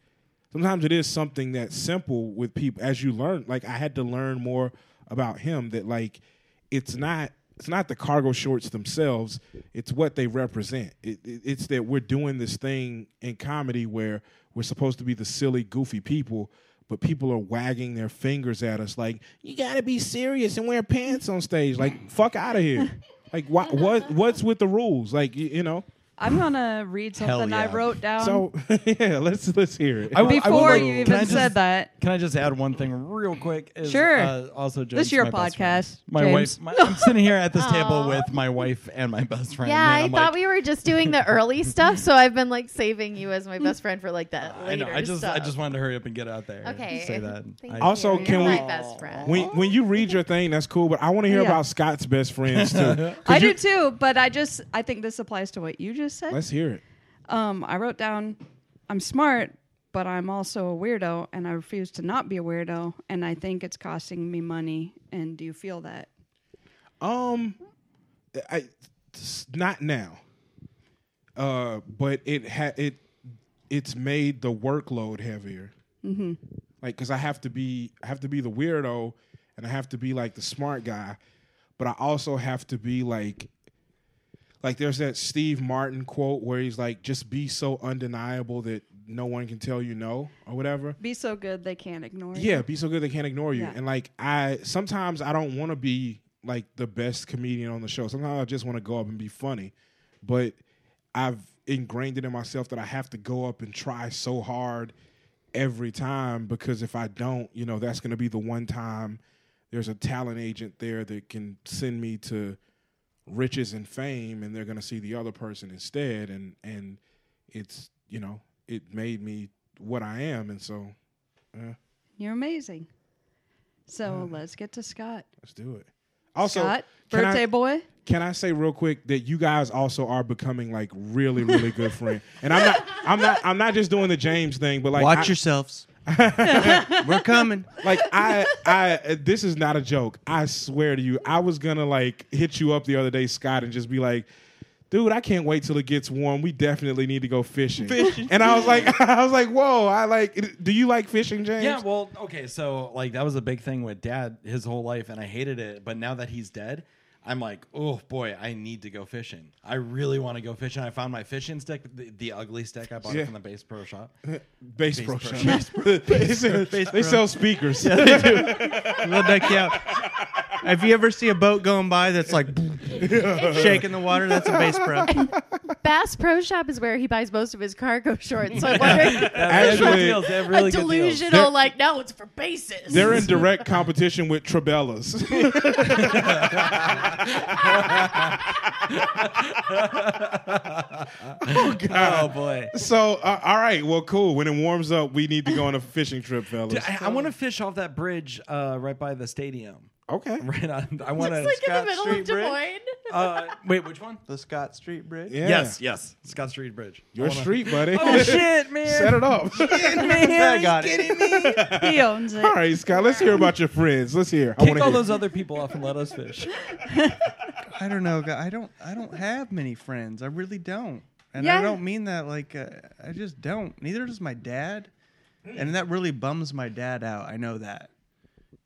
[SPEAKER 5] sometimes it is something that's simple with people as you learn like i had to learn more about him that like it's not it's not the cargo shorts themselves it's what they represent it, it- it's that we're doing this thing in comedy where we're supposed to be the silly goofy people but people are wagging their fingers at us like you gotta be serious and wear pants on stage like fuck out of here like why, what what's with the rules like you, you know
[SPEAKER 3] I'm gonna read something I
[SPEAKER 1] yeah.
[SPEAKER 3] wrote down
[SPEAKER 5] so yeah let's let's hear it
[SPEAKER 1] w- I would
[SPEAKER 3] before
[SPEAKER 1] like-
[SPEAKER 3] you
[SPEAKER 1] can I
[SPEAKER 3] even
[SPEAKER 1] just-
[SPEAKER 3] said that.
[SPEAKER 1] Can I just add one thing real quick? Is,
[SPEAKER 3] Sure.
[SPEAKER 1] Uh, also, James,
[SPEAKER 3] This is your
[SPEAKER 1] my best friend.
[SPEAKER 3] podcast,
[SPEAKER 1] My
[SPEAKER 3] James.
[SPEAKER 1] wife. My, I'm sitting here at this table with my wife and my best friend.
[SPEAKER 2] Yeah,
[SPEAKER 1] and
[SPEAKER 2] I
[SPEAKER 1] I'm
[SPEAKER 2] thought
[SPEAKER 1] like,
[SPEAKER 2] we were just doing the early stuff, so I've been like saving you as my best friend for like that
[SPEAKER 1] I
[SPEAKER 2] later
[SPEAKER 1] know. I just
[SPEAKER 2] stuff.
[SPEAKER 1] I just wanted to hurry up and get out there. and
[SPEAKER 2] okay.
[SPEAKER 1] Say that.
[SPEAKER 2] Thank
[SPEAKER 1] I-
[SPEAKER 2] you.
[SPEAKER 5] Also,
[SPEAKER 2] You're
[SPEAKER 5] can
[SPEAKER 2] my
[SPEAKER 5] we-
[SPEAKER 2] best friend.
[SPEAKER 5] When when you read your thing, that's cool. But I want to hear
[SPEAKER 3] Yeah.
[SPEAKER 5] about Scott's best friends too. 'Cause
[SPEAKER 3] I
[SPEAKER 5] you-
[SPEAKER 3] do too, but I just I think this applies to what you just said.
[SPEAKER 5] Let's hear it.
[SPEAKER 3] um, I wrote down, I'm smart, but I'm also a weirdo, and I refuse to not be a weirdo, and I think it's costing me money. And do you feel that?
[SPEAKER 5] Um, I s- not now. Uh, but it ha- it it's made the workload heavier. Mm-hmm. Like, cause I have to be I have to be the weirdo, and I have to be like the smart guy, but I also have to be like. Like there's that Steve Martin quote where he's like, "Just be so undeniable that no one can tell you no" or whatever.
[SPEAKER 3] Be so good they can't ignore you.
[SPEAKER 5] Yeah, be so good they can't ignore you.
[SPEAKER 3] Yeah.
[SPEAKER 5] And like I sometimes I don't want to be like the best comedian on the show. Sometimes I just want to go up and be funny. But I've ingrained it in myself that I have to go up and try so hard every time because if I don't, you know, that's going to be the one time there's a talent agent there that can send me to riches and fame and they're going to see the other person instead and and it's, you know, it made me what I am and so
[SPEAKER 3] You're amazing. So let's get to Scott.
[SPEAKER 5] Let's do it. Uh, Also,
[SPEAKER 3] Scott,
[SPEAKER 5] can
[SPEAKER 3] birthday
[SPEAKER 5] I,
[SPEAKER 3] boy.
[SPEAKER 5] Can I say real quick that you guys also are becoming like really, really good friends? And I'm not, I'm not, I'm not just doing the James thing, but like,
[SPEAKER 4] Watch
[SPEAKER 5] I,
[SPEAKER 4] yourselves. We're coming.
[SPEAKER 5] like I, I, uh, this is not a joke. I swear to you, I was gonna like hit you up the other day, Scott, and just be like, dude, I can't wait till it gets warm. We definitely need to go fishing. And I was like, I was like, whoa, I like. Do you like fishing, James?
[SPEAKER 1] Yeah, well, okay, so like that was a big thing with dad his whole life, and I hated it. But now that he's dead, I'm like, oh boy, I need to go fishing. I really want to go fishing. I found my fishing stick, the, the ugly stick I bought
[SPEAKER 5] Yeah.
[SPEAKER 1] it from the base pro shop.
[SPEAKER 5] Bass
[SPEAKER 1] Bass
[SPEAKER 5] Pro
[SPEAKER 1] Pro
[SPEAKER 5] Shop.
[SPEAKER 1] Shop.
[SPEAKER 5] They sell-
[SPEAKER 4] Bass
[SPEAKER 5] They
[SPEAKER 4] Pro.
[SPEAKER 5] sell speakers.
[SPEAKER 4] They'll deck you out. If you ever see a boat going by that's like shaking the water, that's a bass pro.
[SPEAKER 2] Bass Pro Shop is where he buys most of his cargo shorts. So I wonder
[SPEAKER 5] Actually,
[SPEAKER 8] They have
[SPEAKER 2] a
[SPEAKER 8] really good deals.
[SPEAKER 2] delusional
[SPEAKER 5] They're-
[SPEAKER 2] like, no, it's for bases.
[SPEAKER 5] they're in direct competition with Trabellas.
[SPEAKER 8] Oh boy.
[SPEAKER 5] so, uh, all right, well, cool. When it warms up, we need to go on a fishing trip, fellas.
[SPEAKER 1] Dude, I, want to fish off that bridge uh, right by the stadium.
[SPEAKER 5] okay.
[SPEAKER 1] Right on. I want to.
[SPEAKER 2] it's like in the middle
[SPEAKER 4] Street
[SPEAKER 2] of Des
[SPEAKER 4] Bridge.
[SPEAKER 2] Moines.
[SPEAKER 1] Uh, wait, which one?
[SPEAKER 4] The Scott Street Bridge.
[SPEAKER 5] Yeah.
[SPEAKER 1] Yes, yes, Scott Street Bridge. I
[SPEAKER 5] Your
[SPEAKER 1] wanna-
[SPEAKER 5] street, buddy.
[SPEAKER 8] Oh shit, man.
[SPEAKER 5] Set it up.
[SPEAKER 4] I got it.
[SPEAKER 3] He owns it.
[SPEAKER 5] all right, Scott, let's hear about your friends. Let's hear. I
[SPEAKER 8] Kick
[SPEAKER 5] wanna
[SPEAKER 8] all
[SPEAKER 5] hear.
[SPEAKER 8] those other people off and let us fish.
[SPEAKER 4] I don't know. gu- I don't. I don't have many friends. I really don't, and I
[SPEAKER 3] Yeah.
[SPEAKER 4] don't mean that like uh, I just don't. Neither does my dad, and that really bums my dad out. I know that.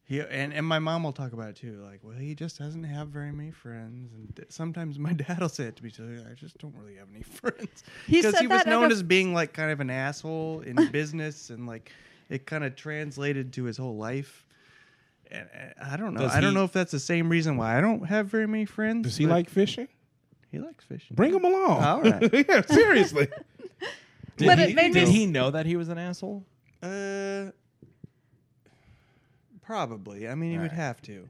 [SPEAKER 4] He and, and my mom will talk about it too. Like, well, he just doesn't have very many friends, and d- sometimes my dad will say it to me too. I just don't really have any friends
[SPEAKER 3] He
[SPEAKER 4] because
[SPEAKER 3] said
[SPEAKER 4] he was
[SPEAKER 3] that at
[SPEAKER 4] known
[SPEAKER 3] a-
[SPEAKER 4] as being like kind of an asshole in business, and like it kind of translated to his whole life. And and I don't know.
[SPEAKER 8] Does
[SPEAKER 4] I don't
[SPEAKER 8] he-
[SPEAKER 4] know if that's the same reason why I don't have very many friends.
[SPEAKER 5] Does he
[SPEAKER 4] but-
[SPEAKER 5] like fishing?
[SPEAKER 4] he likes fishing.
[SPEAKER 5] Bring him along.
[SPEAKER 4] All right.
[SPEAKER 5] yeah, seriously.
[SPEAKER 1] Did,
[SPEAKER 3] But
[SPEAKER 1] he,
[SPEAKER 3] it made me
[SPEAKER 1] did
[SPEAKER 3] s-
[SPEAKER 1] he know that he was an asshole?
[SPEAKER 4] Uh, probably. I mean, he would have to.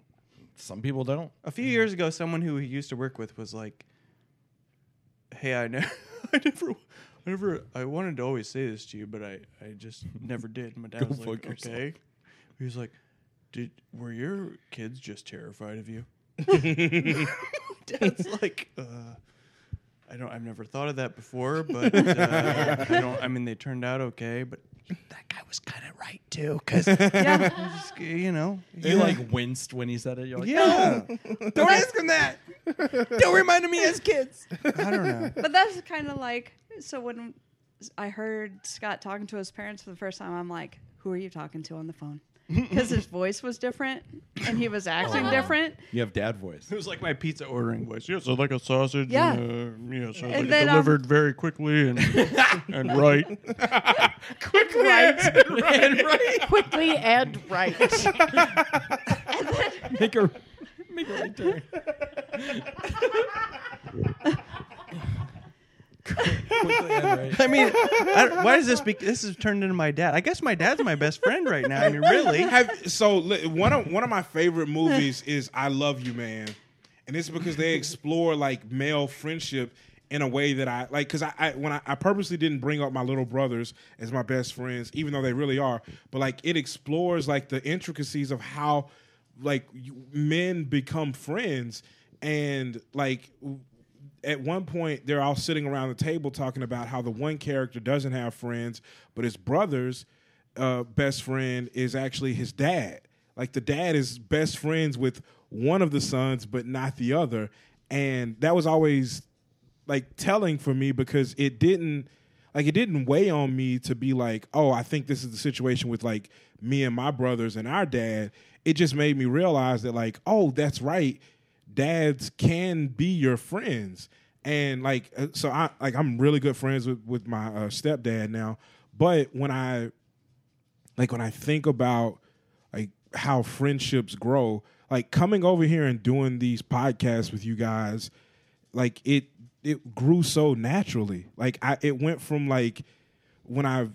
[SPEAKER 1] Some people don't.
[SPEAKER 4] A few years ago, someone who he used to work with was like, "Hey, I never, I never, I never, I wanted to always say this to you, but I, I just never did." And my dad was like,
[SPEAKER 1] fuck yourself.
[SPEAKER 4] "Okay." He was like, "Did were your kids just terrified of you?" Dad's like, uh, "I don't. I've never thought of that before, but uh, I don't. I mean, they turned out okay, but." That guy was kind of right too, because you know,
[SPEAKER 1] You like winced when he said it. You're like, "Oh,
[SPEAKER 4] yeah. Don't ask him that. Don't remind me as kids. I don't know.
[SPEAKER 3] But that's kind of like so when I heard Scott talking to his parents for the first time, I'm like, who are you talking to on the phone? Because his voice was different and he was acting different.
[SPEAKER 1] you have dad voice.
[SPEAKER 4] It was like my pizza ordering voice. Yes, I'd like a sausage.
[SPEAKER 3] Yeah.
[SPEAKER 4] And, uh, yes, I'd
[SPEAKER 3] And
[SPEAKER 4] like
[SPEAKER 3] then,
[SPEAKER 4] it
[SPEAKER 3] um,
[SPEAKER 4] delivered very quickly and, and right.
[SPEAKER 3] Right.
[SPEAKER 2] Quickly and right.
[SPEAKER 1] make her make her right turn. Quickly and right.
[SPEAKER 4] I mean, I don't- why does this be? This has turned into my dad. I guess my dad's my best friend right now. I mean, really.
[SPEAKER 5] Have so li- one of one of my favorite movies is I Love You Man, and it's because they explore like male friendship in a way that I like. Because I, I when I, I purposely didn't bring up my little brothers as my best friends, even though they really are. But like it explores like the intricacies of how like you, men become friends and like at one point they're all sitting around the table talking about how the one character doesn't have friends, but his brother's uh, best friend is actually his dad. Like the dad is best friends with one of the sons, but not the other, and that was always like telling for me because it didn't like it didn't weigh on me to be like, oh, I think this is the situation with like me and my brothers and our dad. It just made me realize that like, oh, that's right. Dads can be your friends. And like uh, so I like I'm really good friends with with my uh, stepdad now, but when I like when I think about like how friendships grow, like coming over here and doing these podcasts with you guys, like it it grew so naturally. Like I it went from like when I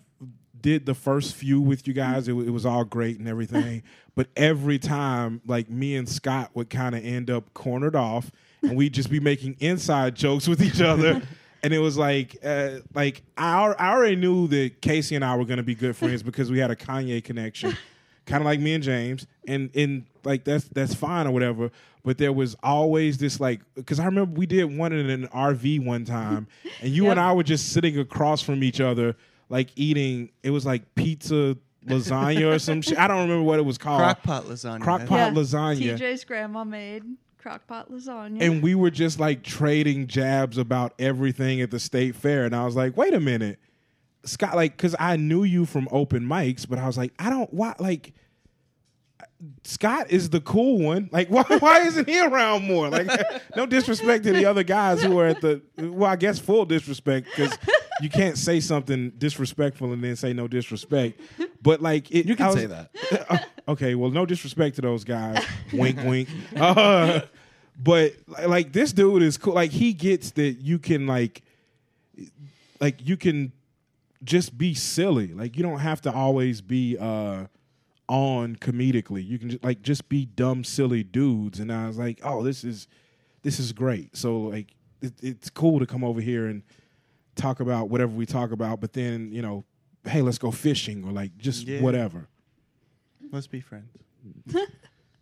[SPEAKER 5] did the first few with you guys, it, wa- it was all great and everything. but every time, like me and Scott would kind of end up cornered off, and we'd just be making inside jokes with each other. And it was like, uh, like I, al- I already knew that Casey and I were going to be good friends because we had a Kanye connection, kind of like me and James. And and like that's that's fine or whatever. But there was always this like, because I remember we did one in an RV one time, and you and I were just sitting across from each other, like eating. It was like pizza, lasagna, or some shit. I don't remember what it was called.
[SPEAKER 4] Crockpot lasagna.
[SPEAKER 5] Crockpot
[SPEAKER 3] Yeah.
[SPEAKER 5] lasagna.
[SPEAKER 3] TJ's grandma made crockpot lasagna.
[SPEAKER 5] and we were just like trading jabs about everything at the state fair and i was like wait a minute scott like because i knew you from open mics but i was like i don't why like Scott is the cool one. Like, why, why isn't he around more? Like, no disrespect to the other guys who are at the, well, I guess full disrespect because you can't say something disrespectful and then say no disrespect. But like, it,
[SPEAKER 1] You can
[SPEAKER 5] I was-
[SPEAKER 1] say that.
[SPEAKER 5] uh, okay, well, no disrespect to those guys. wink, wink. Uh, but li- like this dude is cool. Like he gets that you can like, like you can just be silly. Like you don't have to always be uh on comedically. You can just, like just be dumb, silly dudes. And I was like, oh, this is this is great. So like it, it's cool to come over here and talk about whatever we talk about. But then you know, hey, let's go fishing or like just
[SPEAKER 4] Yeah.
[SPEAKER 5] whatever.
[SPEAKER 4] Let's be friends.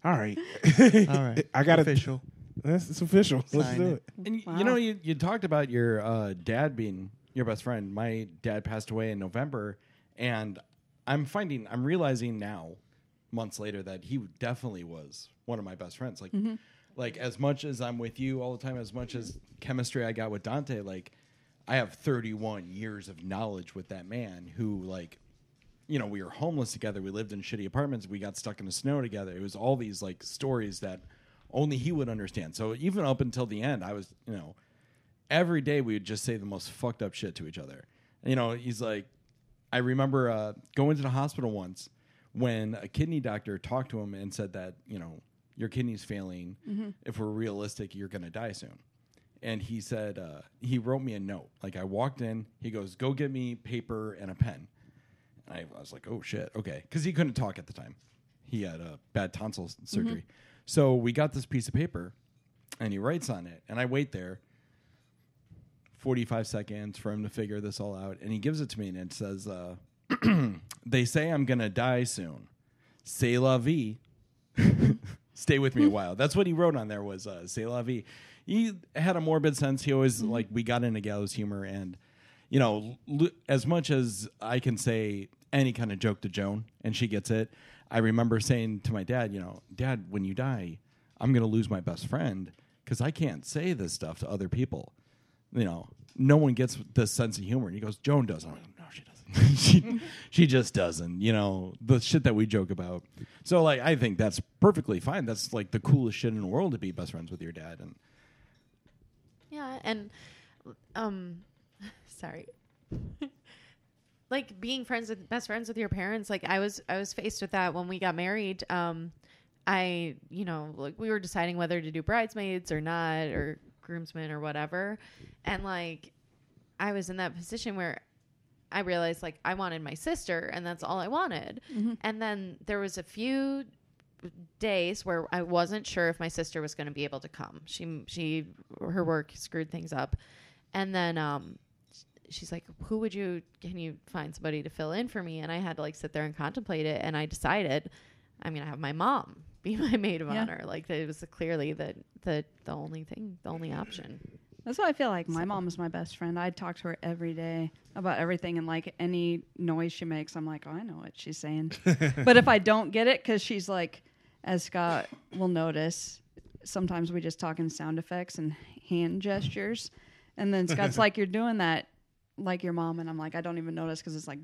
[SPEAKER 5] All right.
[SPEAKER 4] All right.
[SPEAKER 5] I got it.
[SPEAKER 4] official.
[SPEAKER 5] That's it's official. Let's
[SPEAKER 4] Sign
[SPEAKER 5] do
[SPEAKER 4] it.
[SPEAKER 5] it.
[SPEAKER 1] And y
[SPEAKER 3] Wow.
[SPEAKER 1] you know, you, you talked about your uh, dad being your best friend. My dad passed away in November, and I'm finding, I'm realizing now, months later, that he definitely was one of my best friends. Like, like as much as I'm with you all the time, as much as chemistry I got with Dante, like I have 31 years of knowledge with that man who, like, you know, we were homeless together. We lived in shitty apartments. We got stuck in the snow together. It was all these like stories that only he would understand. So even up until the end, I was, you know, every day we would just say the most fucked up shit to each other. And, you know, he's like, I remember uh, going to the hospital once when a kidney doctor talked to him and said that, you know, your kidney's failing. If we're realistic, you're going to die soon. And he said, uh, he wrote me a note. Like I walked in, he goes, go get me paper and a pen. I, I was like, oh shit, okay, because he couldn't talk at the time. He had a bad tonsil s- surgery. So we got this piece of paper, and he writes on it, and I wait there. 45 seconds for him to figure this all out. And he gives it to me and it says, uh, They say I'm going to die soon. C'est la vie. Stay with me a while. That's what he wrote on there was uh, C'est la vie. He had a morbid sense. He always, like, we got into gallows humor. And, you know, l- as much as I can say any kind of joke to Joan and she gets it, I remember saying to my dad, you know, Dad, when you die, I'm going to lose my best friend because I can't say this stuff to other people you know, no one gets this sense of humor. And he goes, Joan doesn't. I'm like, no, she doesn't. she, she just doesn't. You know, the shit that we joke about. So, like, I think that's perfectly fine. That's like the coolest shit in the world to be best friends with your dad. And
[SPEAKER 2] Yeah, and um, sorry. like being friends with best friends with your parents. Like I was, I was faced with that when we got married. Um, I, you know, like we were deciding whether to do bridesmaids or not, or groomsmen or whatever, and like I was in that position where I realized like I wanted my sister, and that's all I wanted. And then there was a few days where I wasn't sure if my sister was going to be able to come. She she her work screwed things up, and then um, she's like, "Who would you? Can you find somebody to fill in for me?" And I had to like sit there and contemplate it, and I decided I'm going to have my mom be my maid of
[SPEAKER 3] Yeah.
[SPEAKER 2] honor. Like that it was clearly the the the only thing, the only option.
[SPEAKER 3] That's what I feel like. My mom is my best friend. I talk to her every day about everything, and like any noise she makes, I'm like, oh, I know what she's saying. but if I don't get it, because she's like, as Scott will notice, sometimes we just talk in sound effects and hand gestures, and then Scott's like, you're doing that like your mom, and I'm like, I don't even notice because it's like,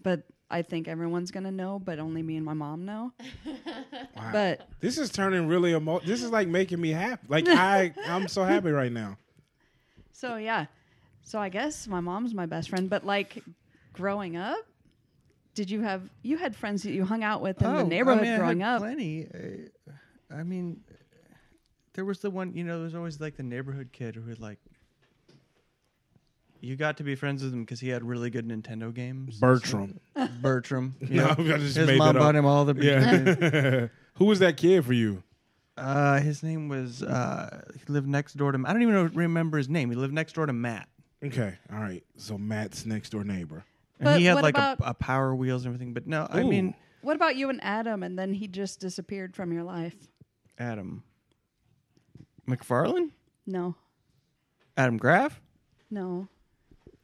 [SPEAKER 3] but I think everyone's gonna know, but only me and my mom know.
[SPEAKER 5] Wow.
[SPEAKER 3] But
[SPEAKER 5] This is turning really emo. This is like making me happy. Like I, I'm so happy right now.
[SPEAKER 3] So yeah. So I guess my mom's my best friend, but like growing up, did you have you had friends that you hung out with in
[SPEAKER 4] Oh,
[SPEAKER 3] the neighborhood
[SPEAKER 4] I mean, I
[SPEAKER 3] growing
[SPEAKER 4] had
[SPEAKER 3] up?
[SPEAKER 4] Plenty. Uh, I mean, there was the one. You know, there was always like the neighborhood kid who would like. You got to be friends with him because he had really good Nintendo games.
[SPEAKER 5] Bertram.
[SPEAKER 4] Bertram. you
[SPEAKER 5] No,
[SPEAKER 4] know.
[SPEAKER 5] I just
[SPEAKER 4] his
[SPEAKER 5] made
[SPEAKER 4] mom
[SPEAKER 5] that up.
[SPEAKER 4] bought him all the.
[SPEAKER 5] Yeah. Who was that kid for you?
[SPEAKER 4] Uh, his name was. Uh, he lived next door to. I don't even know, remember his name. He lived next door to Matt.
[SPEAKER 5] Okay. All right. So Matt's next door neighbor.
[SPEAKER 4] And
[SPEAKER 3] But
[SPEAKER 4] he had
[SPEAKER 3] what
[SPEAKER 4] like
[SPEAKER 3] about-
[SPEAKER 4] a, a power wheels and everything. But no, I
[SPEAKER 5] Ooh.
[SPEAKER 4] mean
[SPEAKER 3] What about you and Adam and then he just disappeared from your life?
[SPEAKER 4] Adam. McFarlane?
[SPEAKER 3] No.
[SPEAKER 4] Adam Graff?
[SPEAKER 3] No.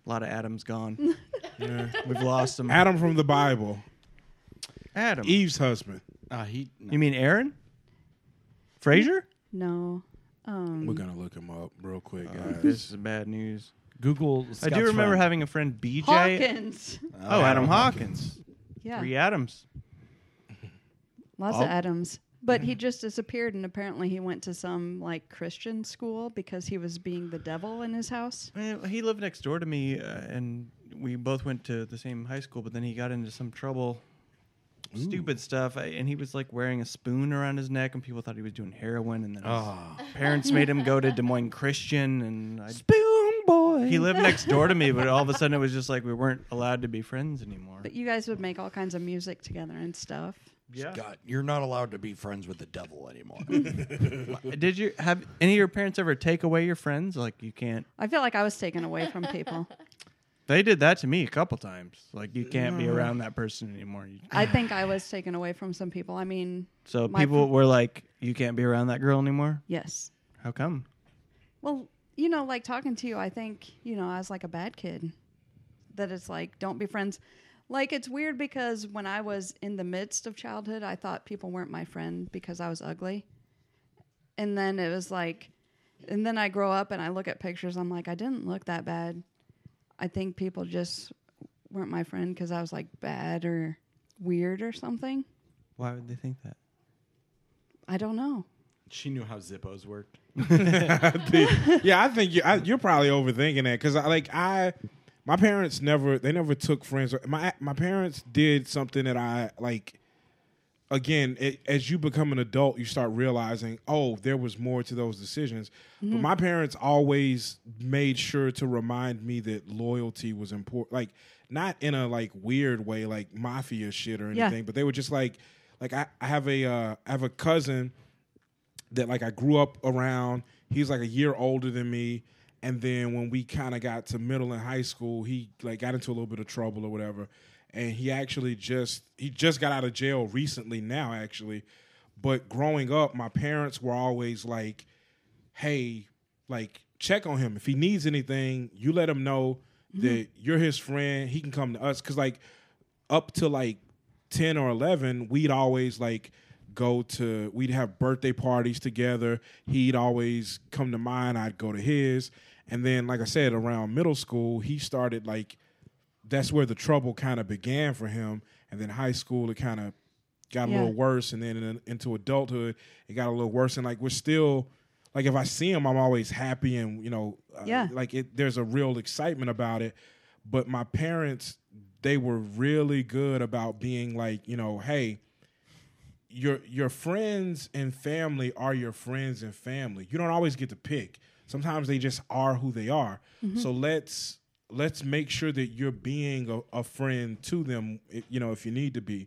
[SPEAKER 4] A lot of Adams gone. We've lost him.
[SPEAKER 5] Adam from the Bible.
[SPEAKER 4] Adam. E.
[SPEAKER 5] Eve's husband.
[SPEAKER 1] uh, he, no.
[SPEAKER 4] You mean Aaron? Frazier?
[SPEAKER 3] No. Um,
[SPEAKER 5] We're gonna look him up real quick, guys.
[SPEAKER 4] Uh, this is bad news.
[SPEAKER 1] Google.
[SPEAKER 4] I
[SPEAKER 1] Scott's
[SPEAKER 4] do remember
[SPEAKER 1] friend.
[SPEAKER 4] having a friend BJ.
[SPEAKER 3] Hawkins.
[SPEAKER 4] Oh, Adam Hawkins.
[SPEAKER 3] Yeah.
[SPEAKER 4] Three Adams.
[SPEAKER 3] Lots
[SPEAKER 4] Oh.
[SPEAKER 3] of Adams. But he just disappeared, and apparently he went to some like Christian school because he was being the devil in his house.
[SPEAKER 4] Eh, He lived next door to me, uh, and we both went to the same high school. But then he got into some trouble, stupid stuff, I- and he was like wearing a spoon around his neck, and people thought he was doing heroin. And then his parents made him go to Des Moines Christian, and I,
[SPEAKER 8] Boom, boy.
[SPEAKER 4] he lived next door to me. But all of a sudden, it was just like we weren't allowed to be friends anymore.
[SPEAKER 3] But you guys would make all kinds of music together and stuff.
[SPEAKER 4] Yeah.
[SPEAKER 1] God, you're not allowed to be friends with the devil anymore.
[SPEAKER 4] Did you have any of your parents ever take away your friends? Like you can't.
[SPEAKER 3] I feel like I was taken away from people.
[SPEAKER 4] They did that to me a couple times. Like you can't be around that person anymore. You-
[SPEAKER 3] I think I was taken away from some people. I mean,
[SPEAKER 4] So
[SPEAKER 3] My
[SPEAKER 4] people
[SPEAKER 3] fr-
[SPEAKER 4] were like, "You can't be around that girl anymore."
[SPEAKER 3] yes.
[SPEAKER 4] How come?
[SPEAKER 3] Well, you know, like talking to you, I think, you know, I was like a bad kid. That it's like, don't be friends. Like, it's weird because when I was in the midst of childhood, I thought people weren't my friend because I was ugly. And then it was like, and then I grow up and I look at pictures, I'm like, I didn't look that bad. I think people just weren't my friend because I was like bad or weird or something.
[SPEAKER 4] Why would they think that?
[SPEAKER 3] I don't know.
[SPEAKER 1] she knew how Zippos worked.
[SPEAKER 5] yeah, I think you, I, you're probably overthinking that because I like I, my parents never they never took friends. My my parents did something that I like. Again, it, as you become an adult, you start realizing, oh, there was more to those decisions. But my parents always made sure to remind me that loyalty was important. Like not in a like weird way, like mafia shit or
[SPEAKER 3] Yeah.
[SPEAKER 5] anything, but they were just like, like I, I have a uh, I have a cousin that like I grew up around. He's like a year older than me. And then when we kind of got to middle and high school, he like got into a little bit of trouble or whatever. And he actually just he just got out of jail recently now actually. But growing up, my parents were always like, "Hey, like check on him. If he needs anything, you let him know that you're his friend. He can come to us." Cuz like up to like 10 or 11 we'd always like go to we'd have birthday parties together he'd always come to mine i'd go to his and then like i said around middle school he started like that's where the trouble kind of began for him and then high school it kind of got a
[SPEAKER 3] Yeah.
[SPEAKER 5] little worse and then in, into adulthood it got a little worse and like we're still like if i see him i'm always happy and you know uh,
[SPEAKER 3] Yeah.
[SPEAKER 5] like it there's a real excitement about it but my parents they were really good about being like you know hey your your friends and family are your friends and family. You don't always get to pick. Sometimes they just are who they are. So let's let's make sure that you're being a, a friend to them. i- You know, if you need to be,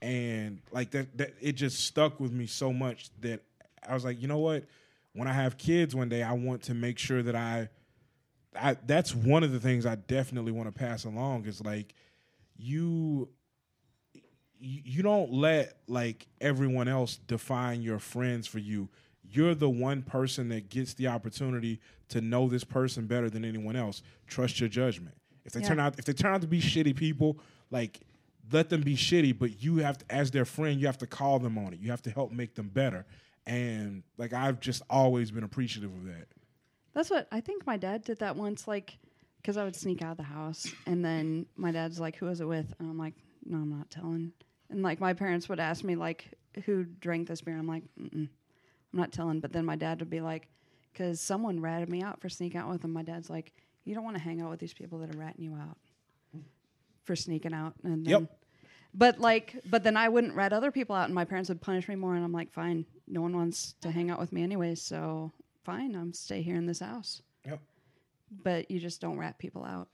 [SPEAKER 5] and like that, that it just stuck with me so much that I was like, you know what? When I have kids one day, I want to make sure that I, I that's one of the things I definitely want to pass along is like you you you don't let like everyone else define your friends for you. You're the one person that gets the opportunity to know this person better than anyone else. Trust your judgment. If they
[SPEAKER 3] Yeah.
[SPEAKER 5] turn out if they turn out to be shitty people, like let them be shitty, but you have to as their friend, you have to call them on it. You have to help make them better. And like I've just always been appreciative of that.
[SPEAKER 3] That's what I think my dad did that once, like, because I would sneak out of the house, and then my dad's like, "Who was it with?" And I'm like, "No, I'm not telling." And like my parents would ask me like, "Who drank this beer?" And I'm like, Mm-mm, "I'm not telling." But then my dad would be like, "Because someone ratted me out for sneaking out with them." My dad's like, "You don't want to hang out with these people that are ratting you out for sneaking out." And then,
[SPEAKER 5] Yep.
[SPEAKER 3] But like, but then I wouldn't rat other people out, and my parents would punish me more. And I'm like, fine, no one wants to hang out with me anyway, so fine, I'm stay here in this house.
[SPEAKER 5] Yep.
[SPEAKER 3] But you just don't rat people out.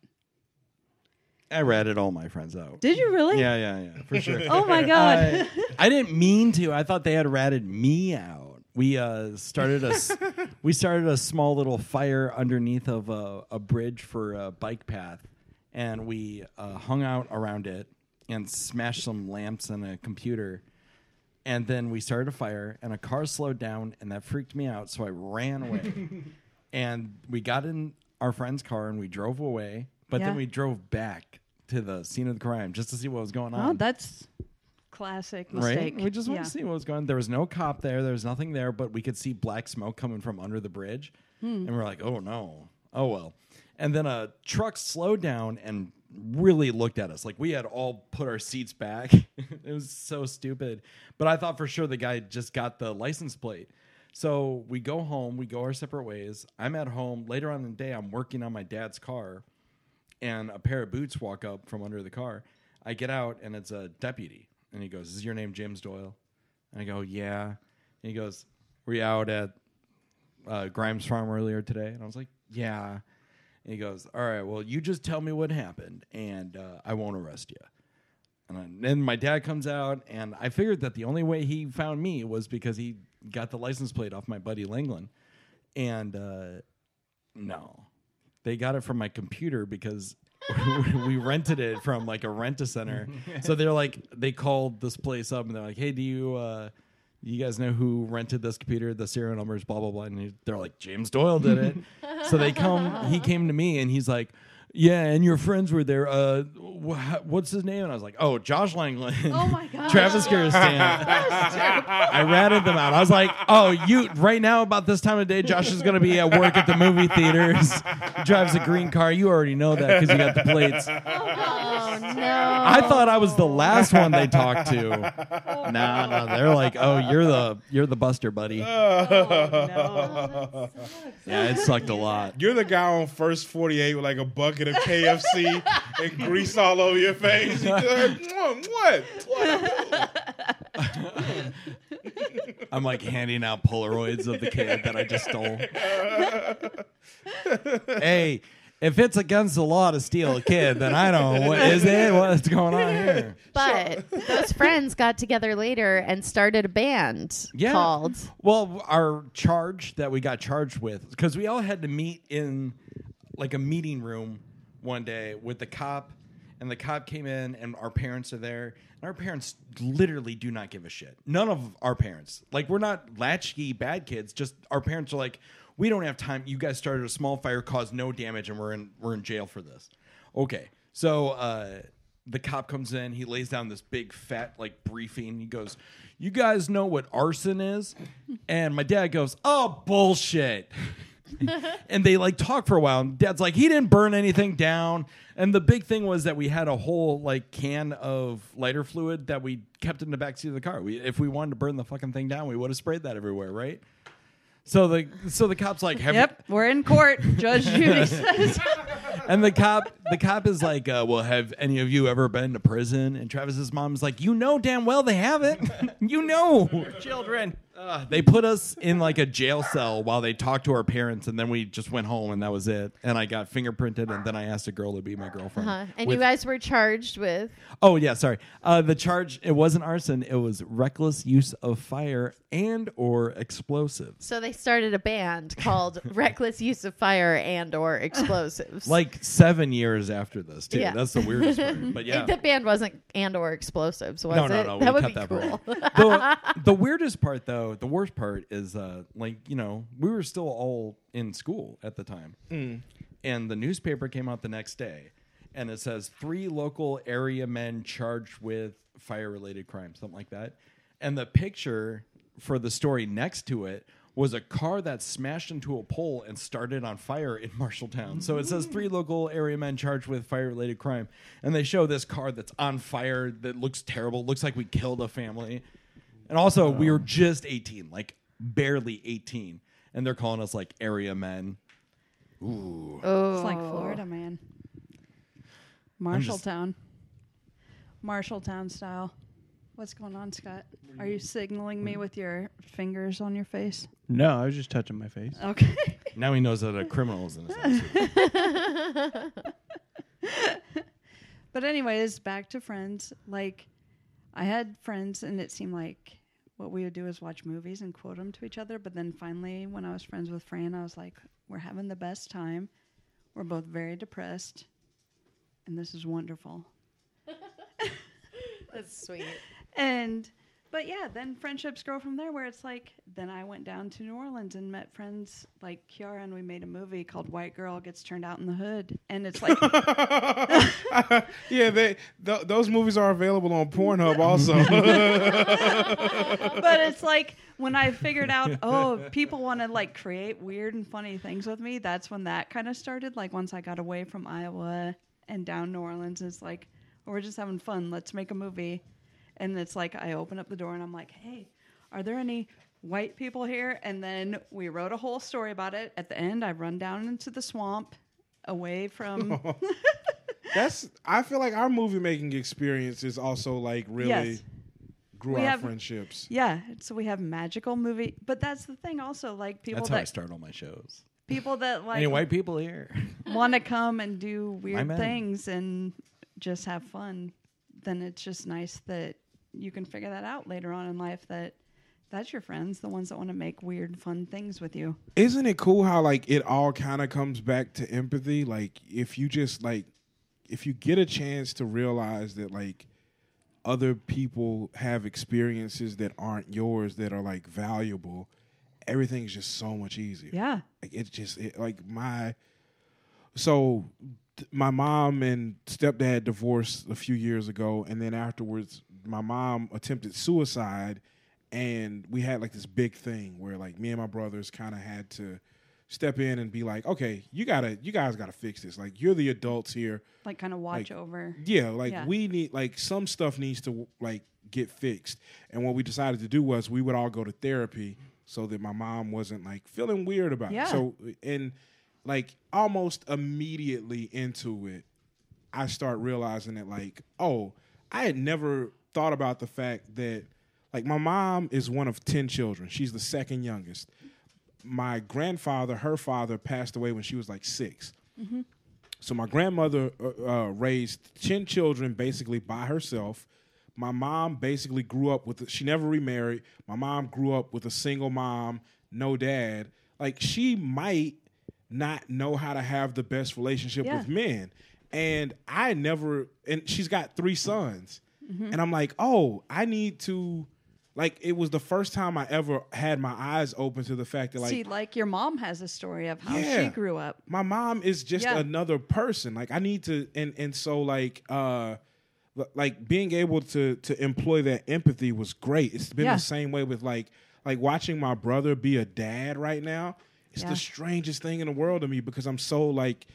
[SPEAKER 1] I ratted all my friends out.
[SPEAKER 3] Did you really?
[SPEAKER 1] Yeah, yeah, yeah, for sure.
[SPEAKER 3] Oh my god.
[SPEAKER 1] I, I didn't mean to. I thought they had ratted me out. We uh, started a s- we started a small little fire underneath of a, a bridge for a bike path, and we uh, hung out around it and smashed some lamps and a computer. And then we started a fire, and a car slowed down, and that freaked me out. So I ran away, and we got in our friend's car and we drove away. But
[SPEAKER 3] Yeah.
[SPEAKER 1] then we drove back to the scene of the crime just to see what was going on.
[SPEAKER 3] oh, that's classic
[SPEAKER 1] um, Right?
[SPEAKER 3] mistake.
[SPEAKER 1] We just wanted
[SPEAKER 3] yeah.
[SPEAKER 1] to see what was going on. There was no cop there. There was nothing there, but we could see black smoke coming from under the bridge.
[SPEAKER 3] Hmm.
[SPEAKER 1] And we're like, oh no. Oh well. And then a truck slowed down and really looked at us. Like we had all put our seats back. it was so stupid. But I thought for sure the guy just got the license plate. So we go home, we go our separate ways. I'm at home. Later on in the day, I'm working on my dad's car and a pair of boots walk up from under the car. I get out and it's a deputy. And he goes, Is your name James Doyle? And I go, Yeah. And he goes, Were you out at uh, Grimes Farm earlier today? And I was like, Yeah. And he goes, All right, well, you just tell me what happened and uh, I won't arrest you. And I- then my dad comes out, and I figured that the only way he found me was because he got the license plate off my buddy Langland. And uh, no, they got it from my computer because we rented it from like a rent a center. so they're like, they called this place up and they're like, hey, do you, uh, you guys know who rented this computer? The serial numbers, blah blah blah. And he- they're like, James Doyle did it. so they come. He came to me and he's like, yeah, and your friends were there. Uh, wh- what's his name? And I was like, oh, Josh Langland.
[SPEAKER 3] Oh my gosh.
[SPEAKER 1] Travis Kirsten. I ratted them out. I was like, "Oh, you right now about this time of day, Josh is going to be at work at the movie theaters. drives a green car. You already know that because you got the plates."
[SPEAKER 2] Oh no!
[SPEAKER 1] I thought I was the last one they talked to. No, no, they're like, "Oh, you're the you're the Buster, buddy." Yeah, it sucked a lot.
[SPEAKER 5] You're the guy on first 48 with like a bucket of KFC and grease all over your face. You're like, "Mwah, what? What?
[SPEAKER 1] I'm like handing out Polaroids of the kid that I just stole. hey, if it's against the law to steal a kid, then I don't. What is it? What's going on here?
[SPEAKER 2] But those friends got together later and started a band
[SPEAKER 1] Yeah.
[SPEAKER 2] called.
[SPEAKER 1] Well, our charge that we got charged with, because we all had to meet in like a meeting room one day with the cop, and the cop came in, and our parents are there, and our parents literally do not give a shit. None of our parents, like, we're not latchkey bad kids. Just our parents are like, we don't have time. You guys started a small fire, caused no damage, and we're in we're in jail for this. Okay, so. uh the cop comes in he lays down this big fat like briefing he goes you guys know what arson is and my dad goes oh bullshit and they like talk for a while and dad's like he didn't burn anything down and the big thing was that we had a whole like can of lighter fluid that we kept in the backseat of the car we, if we wanted to burn the fucking thing down we would have sprayed that everywhere right so the so the cop's like have
[SPEAKER 3] Yep, we're in court. Judge Judy says.
[SPEAKER 1] and the cop, the cop is like, uh, "Well, have any of you ever been to prison?" And Travis's mom's like, "You know damn well they haven't. you know, children. Uh, they put us in like a jail cell while they talked to our parents, and then we just went home, and that was it. And I got fingerprinted, and then I asked a girl to be my girlfriend.
[SPEAKER 2] Huh. Uh-huh. And
[SPEAKER 1] With-
[SPEAKER 2] you guys were charged with
[SPEAKER 1] oh yeah, sorry. Uh, the charge it wasn't arson; it was reckless use of fire and or explosives.
[SPEAKER 2] so they started a band called Reckless Use of Fire and or Explosives.
[SPEAKER 1] Like seven years after this, too.
[SPEAKER 2] Yeah.
[SPEAKER 1] That's the weirdest part. But yeah,
[SPEAKER 2] the band wasn't and or explosives, was
[SPEAKER 1] no,
[SPEAKER 2] it?
[SPEAKER 1] no, no.
[SPEAKER 2] That
[SPEAKER 1] we
[SPEAKER 2] would
[SPEAKER 1] cut
[SPEAKER 2] be
[SPEAKER 1] that
[SPEAKER 2] cool.
[SPEAKER 1] part. out. the, the weirdest part, though, the worst part is, uh, like, you know, we were still all in school at the time. And the newspaper came out the next day. And it says three local area men charged with fire related crime, something like that. And the picture for the story next to it was a car that smashed into a pole and started on fire in Marshalltown. So it says three local area men charged with fire related crime. And they show this car that's on fire that looks terrible, looks like we killed a family. And also, we were just 18, like barely 18. And they're calling us like area men.
[SPEAKER 3] It's like
[SPEAKER 2] Oh.
[SPEAKER 3] Florida, man.
[SPEAKER 1] just-
[SPEAKER 3] Marshalltown. Marshalltown style. What's going on, Scott? Are you signaling me with your fingers on your face?
[SPEAKER 4] No, I was just touching my face.
[SPEAKER 3] Okay.
[SPEAKER 1] Now he knows that a criminal is in his house.
[SPEAKER 3] But anyways, back to friends. Like, I had friends, and it seemed like what we would do is watch movies and quote them to each other. But then finally, when I was friends with Fran, I was like, "We're having the best time. We're both very depressed, and this is wonderful."
[SPEAKER 2] That's sweet.
[SPEAKER 3] And But yeah, then friendships grow from there where it's like, then I went down to New Orleans and met friends like Kiara and we made a movie called White Girl Gets Turned Out in the Hood. And it's like,
[SPEAKER 5] yeah, they th- those movies are available on Pornhub also.
[SPEAKER 3] but it's like when I figured out, oh, people want to like create weird and funny things with me. That's when that kind of started. Like once I got away from Iowa and down New Orleans, it's like oh, we're just having fun. Let's make a movie. And it's like I open up the door and I'm like, hey, are there any white people here? And then we wrote a whole story about it. At the end, I run down into the swamp, away from.
[SPEAKER 5] That's I feel like our movie making experience is also like really
[SPEAKER 3] Yes.
[SPEAKER 5] grew
[SPEAKER 3] We
[SPEAKER 5] our
[SPEAKER 3] have-
[SPEAKER 5] friendships.
[SPEAKER 3] yeah, so we have magical movie, but that's the thing. Also, like people
[SPEAKER 1] That's how I
[SPEAKER 3] that
[SPEAKER 1] start all my shows.
[SPEAKER 3] people that like
[SPEAKER 1] Any white people here?
[SPEAKER 3] want to come and do weird
[SPEAKER 1] man.
[SPEAKER 3] things and just have fun, then it's just nice that you can figure that out later on in life that that's your friends, the ones that want to make weird, fun things with you.
[SPEAKER 5] Isn't it cool how like it all kind of comes back to empathy? Like if you just like if you get a chance to realize that like other people have experiences that aren't yours that are like valuable, everything's just so much easier.
[SPEAKER 3] Yeah.
[SPEAKER 5] Like it's just it, like my so th- my mom and stepdad divorced a few years ago and then afterwards my mom attempted suicide and we had like this big thing where like me and my brothers kind of had to step in and be like okay you gotta you guys gotta fix this like you're the adults here
[SPEAKER 3] Like kind of watch
[SPEAKER 5] Like,
[SPEAKER 3] over.
[SPEAKER 5] yeah, like
[SPEAKER 3] Yeah.
[SPEAKER 5] we need like some stuff needs to like get fixed. And what we decided to do was we would all go to therapy so that my mom wasn't like feeling weird about
[SPEAKER 3] Yeah.
[SPEAKER 5] it. So and like almost immediately into it, I start realizing that like, oh, I had never thought about the fact that like my mom is one of 10 children. She's the second youngest. My grandfather, her father passed away when she was like 6. So my grandmother uh, uh, raised ten children basically by herself. My mom basically grew up with. She never remarried. My mom grew up with a single mom, no dad. Like she might not know how to have the best relationship
[SPEAKER 3] Yeah.
[SPEAKER 5] with men. And I never. And she's got three sons. And I'm like, oh, I need to. Like it was the first time I ever had my eyes open to the fact that like
[SPEAKER 3] See, like your mom has a story of how she
[SPEAKER 5] Yeah.
[SPEAKER 3] grew up.
[SPEAKER 5] my mom is just
[SPEAKER 3] Yeah.
[SPEAKER 5] another person like i need to and and so like uh l- like being able to to employ that empathy was great it's been
[SPEAKER 3] Yeah.
[SPEAKER 5] the same way with like like watching my brother be a dad right now it's
[SPEAKER 3] Yeah.
[SPEAKER 5] the strangest thing in the world to me because i'm so like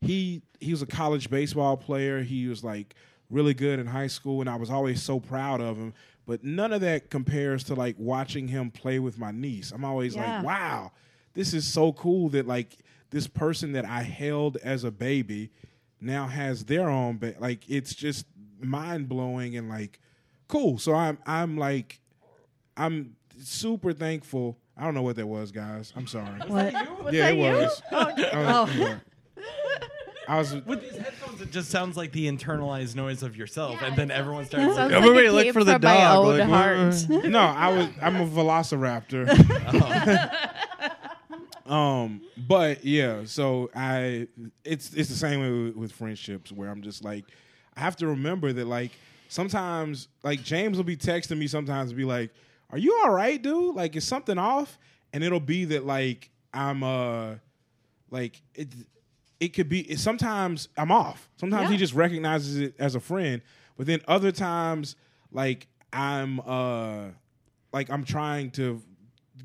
[SPEAKER 5] he he was a college baseball player he was like really good in high school and i was always so proud of him but none of that compares to like watching him play with my niece i'm always
[SPEAKER 3] Yeah.
[SPEAKER 5] like wow this is so cool that like this person that I held as a baby now has their own ba- like it's just mind blowing and like cool. So I'm I'm like I'm super thankful. I don't know what that was, guys. I'm sorry. yeah, it was. I was- yeah. I was
[SPEAKER 1] With these headphones, it just sounds like the internalized noise of yourself,
[SPEAKER 2] Yeah,
[SPEAKER 1] and then
[SPEAKER 2] it
[SPEAKER 1] everyone
[SPEAKER 2] It
[SPEAKER 1] starts.
[SPEAKER 2] sounds
[SPEAKER 1] Like,
[SPEAKER 2] like
[SPEAKER 4] Everybody
[SPEAKER 2] it
[SPEAKER 4] look
[SPEAKER 2] came
[SPEAKER 4] for the
[SPEAKER 2] from
[SPEAKER 4] dog,
[SPEAKER 2] My own
[SPEAKER 4] like,
[SPEAKER 2] heart.
[SPEAKER 5] no, I was I'm a velociraptor. um, but yeah, so I it's it's the same way with, with friendships where I'm just like I have to remember that like sometimes like James will be texting me sometimes and be like, "Are you all right, dude? Like is something off?" And it'll be that like I'm uh like it it could be it, sometimes i'm off sometimes he
[SPEAKER 3] Yeah.
[SPEAKER 5] just recognizes it as a friend but then other times like i'm uh like i'm trying to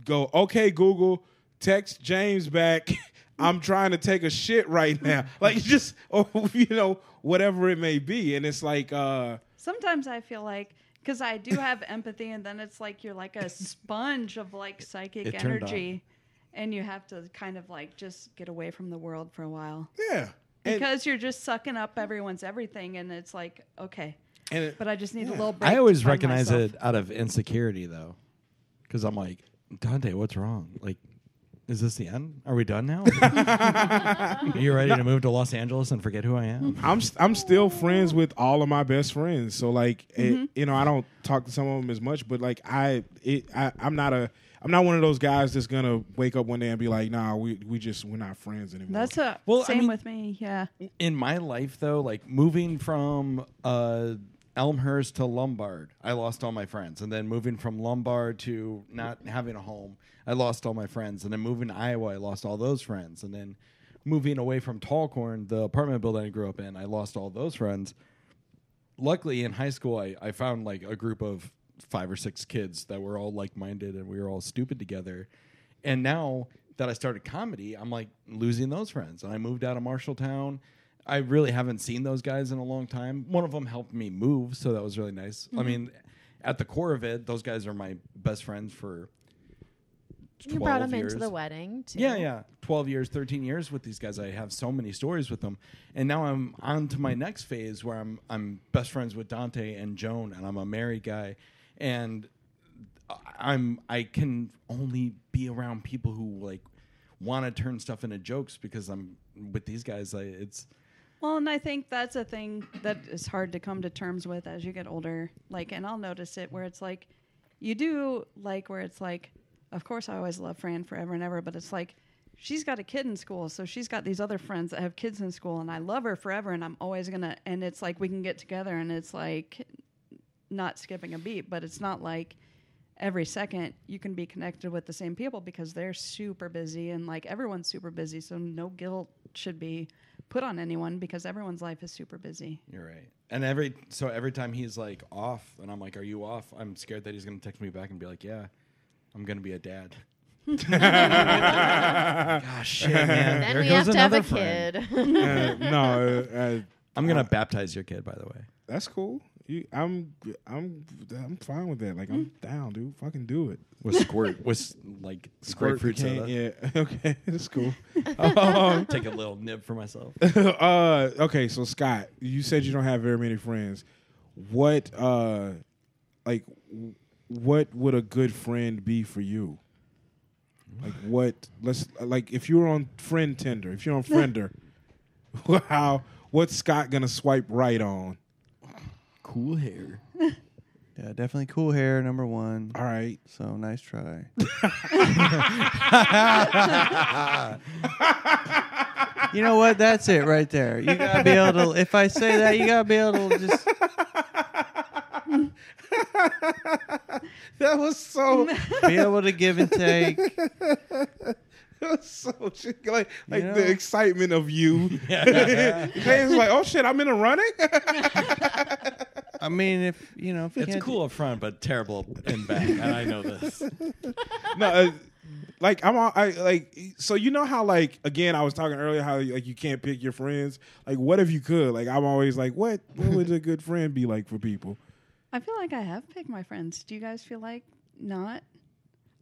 [SPEAKER 5] go okay google text james back i'm trying to take a shit right now like just or you know whatever it may be and it's like uh
[SPEAKER 3] Sometimes I feel like because I do have empathy, and then it's like you're like a sponge of like psychic
[SPEAKER 1] It turned on.
[SPEAKER 3] energy, and you have to kind of like just get away from the world for a while.
[SPEAKER 5] yeah and,
[SPEAKER 3] because you're just sucking up everyone's everything, and it's like okay,
[SPEAKER 5] and it-
[SPEAKER 3] but I just need a
[SPEAKER 5] Yeah.
[SPEAKER 3] little break.
[SPEAKER 1] I always
[SPEAKER 3] by
[SPEAKER 1] recognize
[SPEAKER 3] myself.
[SPEAKER 1] it out of insecurity, though, because I'm like, Dante, what's wrong? Like, is this the end? Are we done now? you ready to move to Los Angeles and forget who I am?
[SPEAKER 5] I'm st- I'm still friends with all of my best friends. So like, it- you know, I don't talk to some of them as much, but like, I it I, I'm not a I'm not one of those guys that's gonna wake up one day and be like, nah, we we just we're not friends anymore.
[SPEAKER 3] That's a
[SPEAKER 1] Well, I
[SPEAKER 3] same
[SPEAKER 1] mean-
[SPEAKER 3] with me. Yeah,
[SPEAKER 1] In my life, though, like moving from uh, Elmhurst to Lombard, I lost all my friends. And then moving from Lombard to not having a home, I lost all my friends. And then moving to Iowa, I lost all those friends. And then moving away from Tallcorn, the apartment building I grew up in, I lost all those friends. Luckily, in high school, I, I found like a group of five or six kids that were all like minded and we were all stupid together. And now that I started comedy, I'm like losing those friends. And I moved out of Marshalltown. I really haven't seen those guys in a long time. One of them helped me move, so that was really nice.
[SPEAKER 2] Mm-hmm.
[SPEAKER 1] I mean, at the core of it, those guys are my best friends for.
[SPEAKER 2] You brought
[SPEAKER 1] 12
[SPEAKER 2] him into the
[SPEAKER 1] years.
[SPEAKER 2] wedding too.
[SPEAKER 1] Yeah, yeah. 12 years, 13 years with these guys. I have so many stories with them. And now I'm on to my next phase where I'm I'm best friends with Dante and Joan and I'm a married guy and I- I'm I can only be around people who like want to turn stuff into jokes because I'm with these guys I it's
[SPEAKER 3] Well, and I think that's a thing that is hard to come to terms with as you get older. Like, and I'll notice it where it's like, you do like where it's like, of course, I always love Fran forever and ever, but it's like, she's got a kid in school, so she's got these other friends that have kids in school, and I love her forever, and I'm always gonna. And it's like we can get together, and it's like, not skipping a beat, but it's not like every second you can be connected with the same people because they're super busy and like everyone's super busy. So no guilt should be put on anyone because everyone's life is super busy.
[SPEAKER 1] You're right. And every so every time he's like off, and I'm like, "Are you off?" I'm scared that he's gonna text me back and be like, "Yeah, I'm gonna be a dad." Gosh, shit, man.
[SPEAKER 2] Then
[SPEAKER 1] There
[SPEAKER 2] we
[SPEAKER 1] goes
[SPEAKER 2] have to have a
[SPEAKER 1] another friend.
[SPEAKER 2] kid.
[SPEAKER 5] Uh, no, uh, uh,
[SPEAKER 1] I'm gonna baptize your kid, by the way.
[SPEAKER 5] that's cool. You, I'm, I'm, I'm fine with that. Like, I'm down, dude. Fucking do it.
[SPEAKER 1] With squirt, with like grapefruit
[SPEAKER 5] Squirt
[SPEAKER 1] soda.
[SPEAKER 5] can- Yeah. Okay. That's cool.
[SPEAKER 1] Take a little nib for myself.
[SPEAKER 5] uh, okay, so Scott, you said you don't have very many friends. What, uh, like, w- what would a good friend be for you? Like, what? Let's like if you were on friend Tinder, if you're on Friender, how? What's Scott gonna swipe right on?
[SPEAKER 1] cool hair.
[SPEAKER 4] Yeah, definitely cool hair, number one.
[SPEAKER 5] All right.
[SPEAKER 4] So nice try. you know what? That's it right there. You gotta be able to. If I say that, you gotta be able to just.
[SPEAKER 5] That was so.
[SPEAKER 4] be able to give and take.
[SPEAKER 5] That was so shit. like like
[SPEAKER 4] know?
[SPEAKER 5] the excitement of you. James was like, oh shit, I'm in a running.
[SPEAKER 4] I mean, if you know, if you
[SPEAKER 1] It's
[SPEAKER 4] can't-
[SPEAKER 1] cool up front, but terrible in back, and I know this.
[SPEAKER 5] no, uh, like I'm all, I like so you know how like again I was talking earlier how like you can't pick your friends. Like what if you could? Like I'm always like, what what would a good friend be like for people?
[SPEAKER 3] I feel like I have picked my friends. Do you guys feel like not?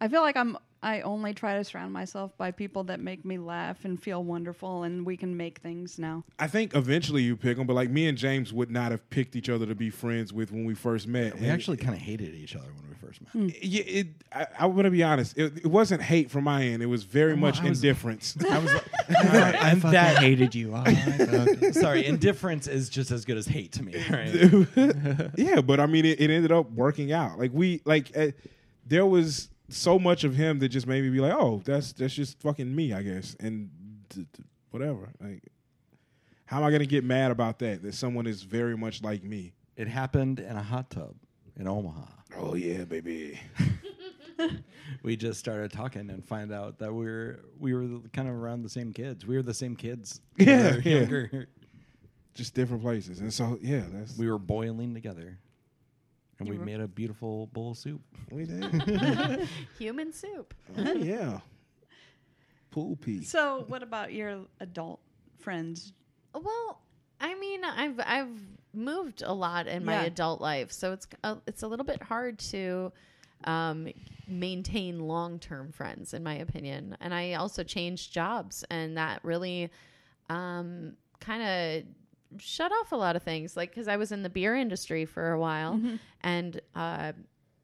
[SPEAKER 3] I feel like I'm I only try to surround myself by people that make me laugh and feel wonderful and we can make things now.
[SPEAKER 5] I think eventually you pick them, but like me and James would not have picked each other to be friends with when we first met.
[SPEAKER 1] We
[SPEAKER 5] And-
[SPEAKER 1] actually kind of hated each other when we first met.
[SPEAKER 5] yeah, it, I, I'm gonna be honest. It, it wasn't hate from my end. It was very much
[SPEAKER 1] I was-
[SPEAKER 5] indifference.
[SPEAKER 1] I was like,
[SPEAKER 4] I fucking
[SPEAKER 1] that-
[SPEAKER 4] hated you. All right, okay.
[SPEAKER 1] sorry, indifference is just as good as hate to me. all right?
[SPEAKER 5] yeah, but I mean, it, it ended up working out. Like we, like uh, there was so much of him that just made me be like, oh, that's that's just fucking me, I guess, and d- d- whatever. Like, how am I gonna get mad about that? That someone is very much like me.
[SPEAKER 1] It happened in a hot tub in Omaha.
[SPEAKER 5] Oh yeah, baby.
[SPEAKER 1] we just started talking and find out that we were we were kind of around the same kids. We were the same kids. when
[SPEAKER 5] Yeah,
[SPEAKER 1] we were
[SPEAKER 5] yeah.
[SPEAKER 1] younger.
[SPEAKER 5] Just different places, and so yeah, that's
[SPEAKER 1] We were boiling together, and
[SPEAKER 3] You
[SPEAKER 1] we
[SPEAKER 3] were-
[SPEAKER 1] made a beautiful bowl of soup.
[SPEAKER 5] we did.
[SPEAKER 2] Human soup.
[SPEAKER 5] oh, yeah. Pool pee.
[SPEAKER 3] So what about your adult friends?
[SPEAKER 2] Well, I mean, I've I've moved a lot in my
[SPEAKER 3] Yeah.
[SPEAKER 2] adult life, so it's a, it's a little bit hard to um, maintain long term friends, in my opinion. And I also changed jobs, and that really um, kind of shut off a lot of things. Like because I was in the beer industry for a while, and uh,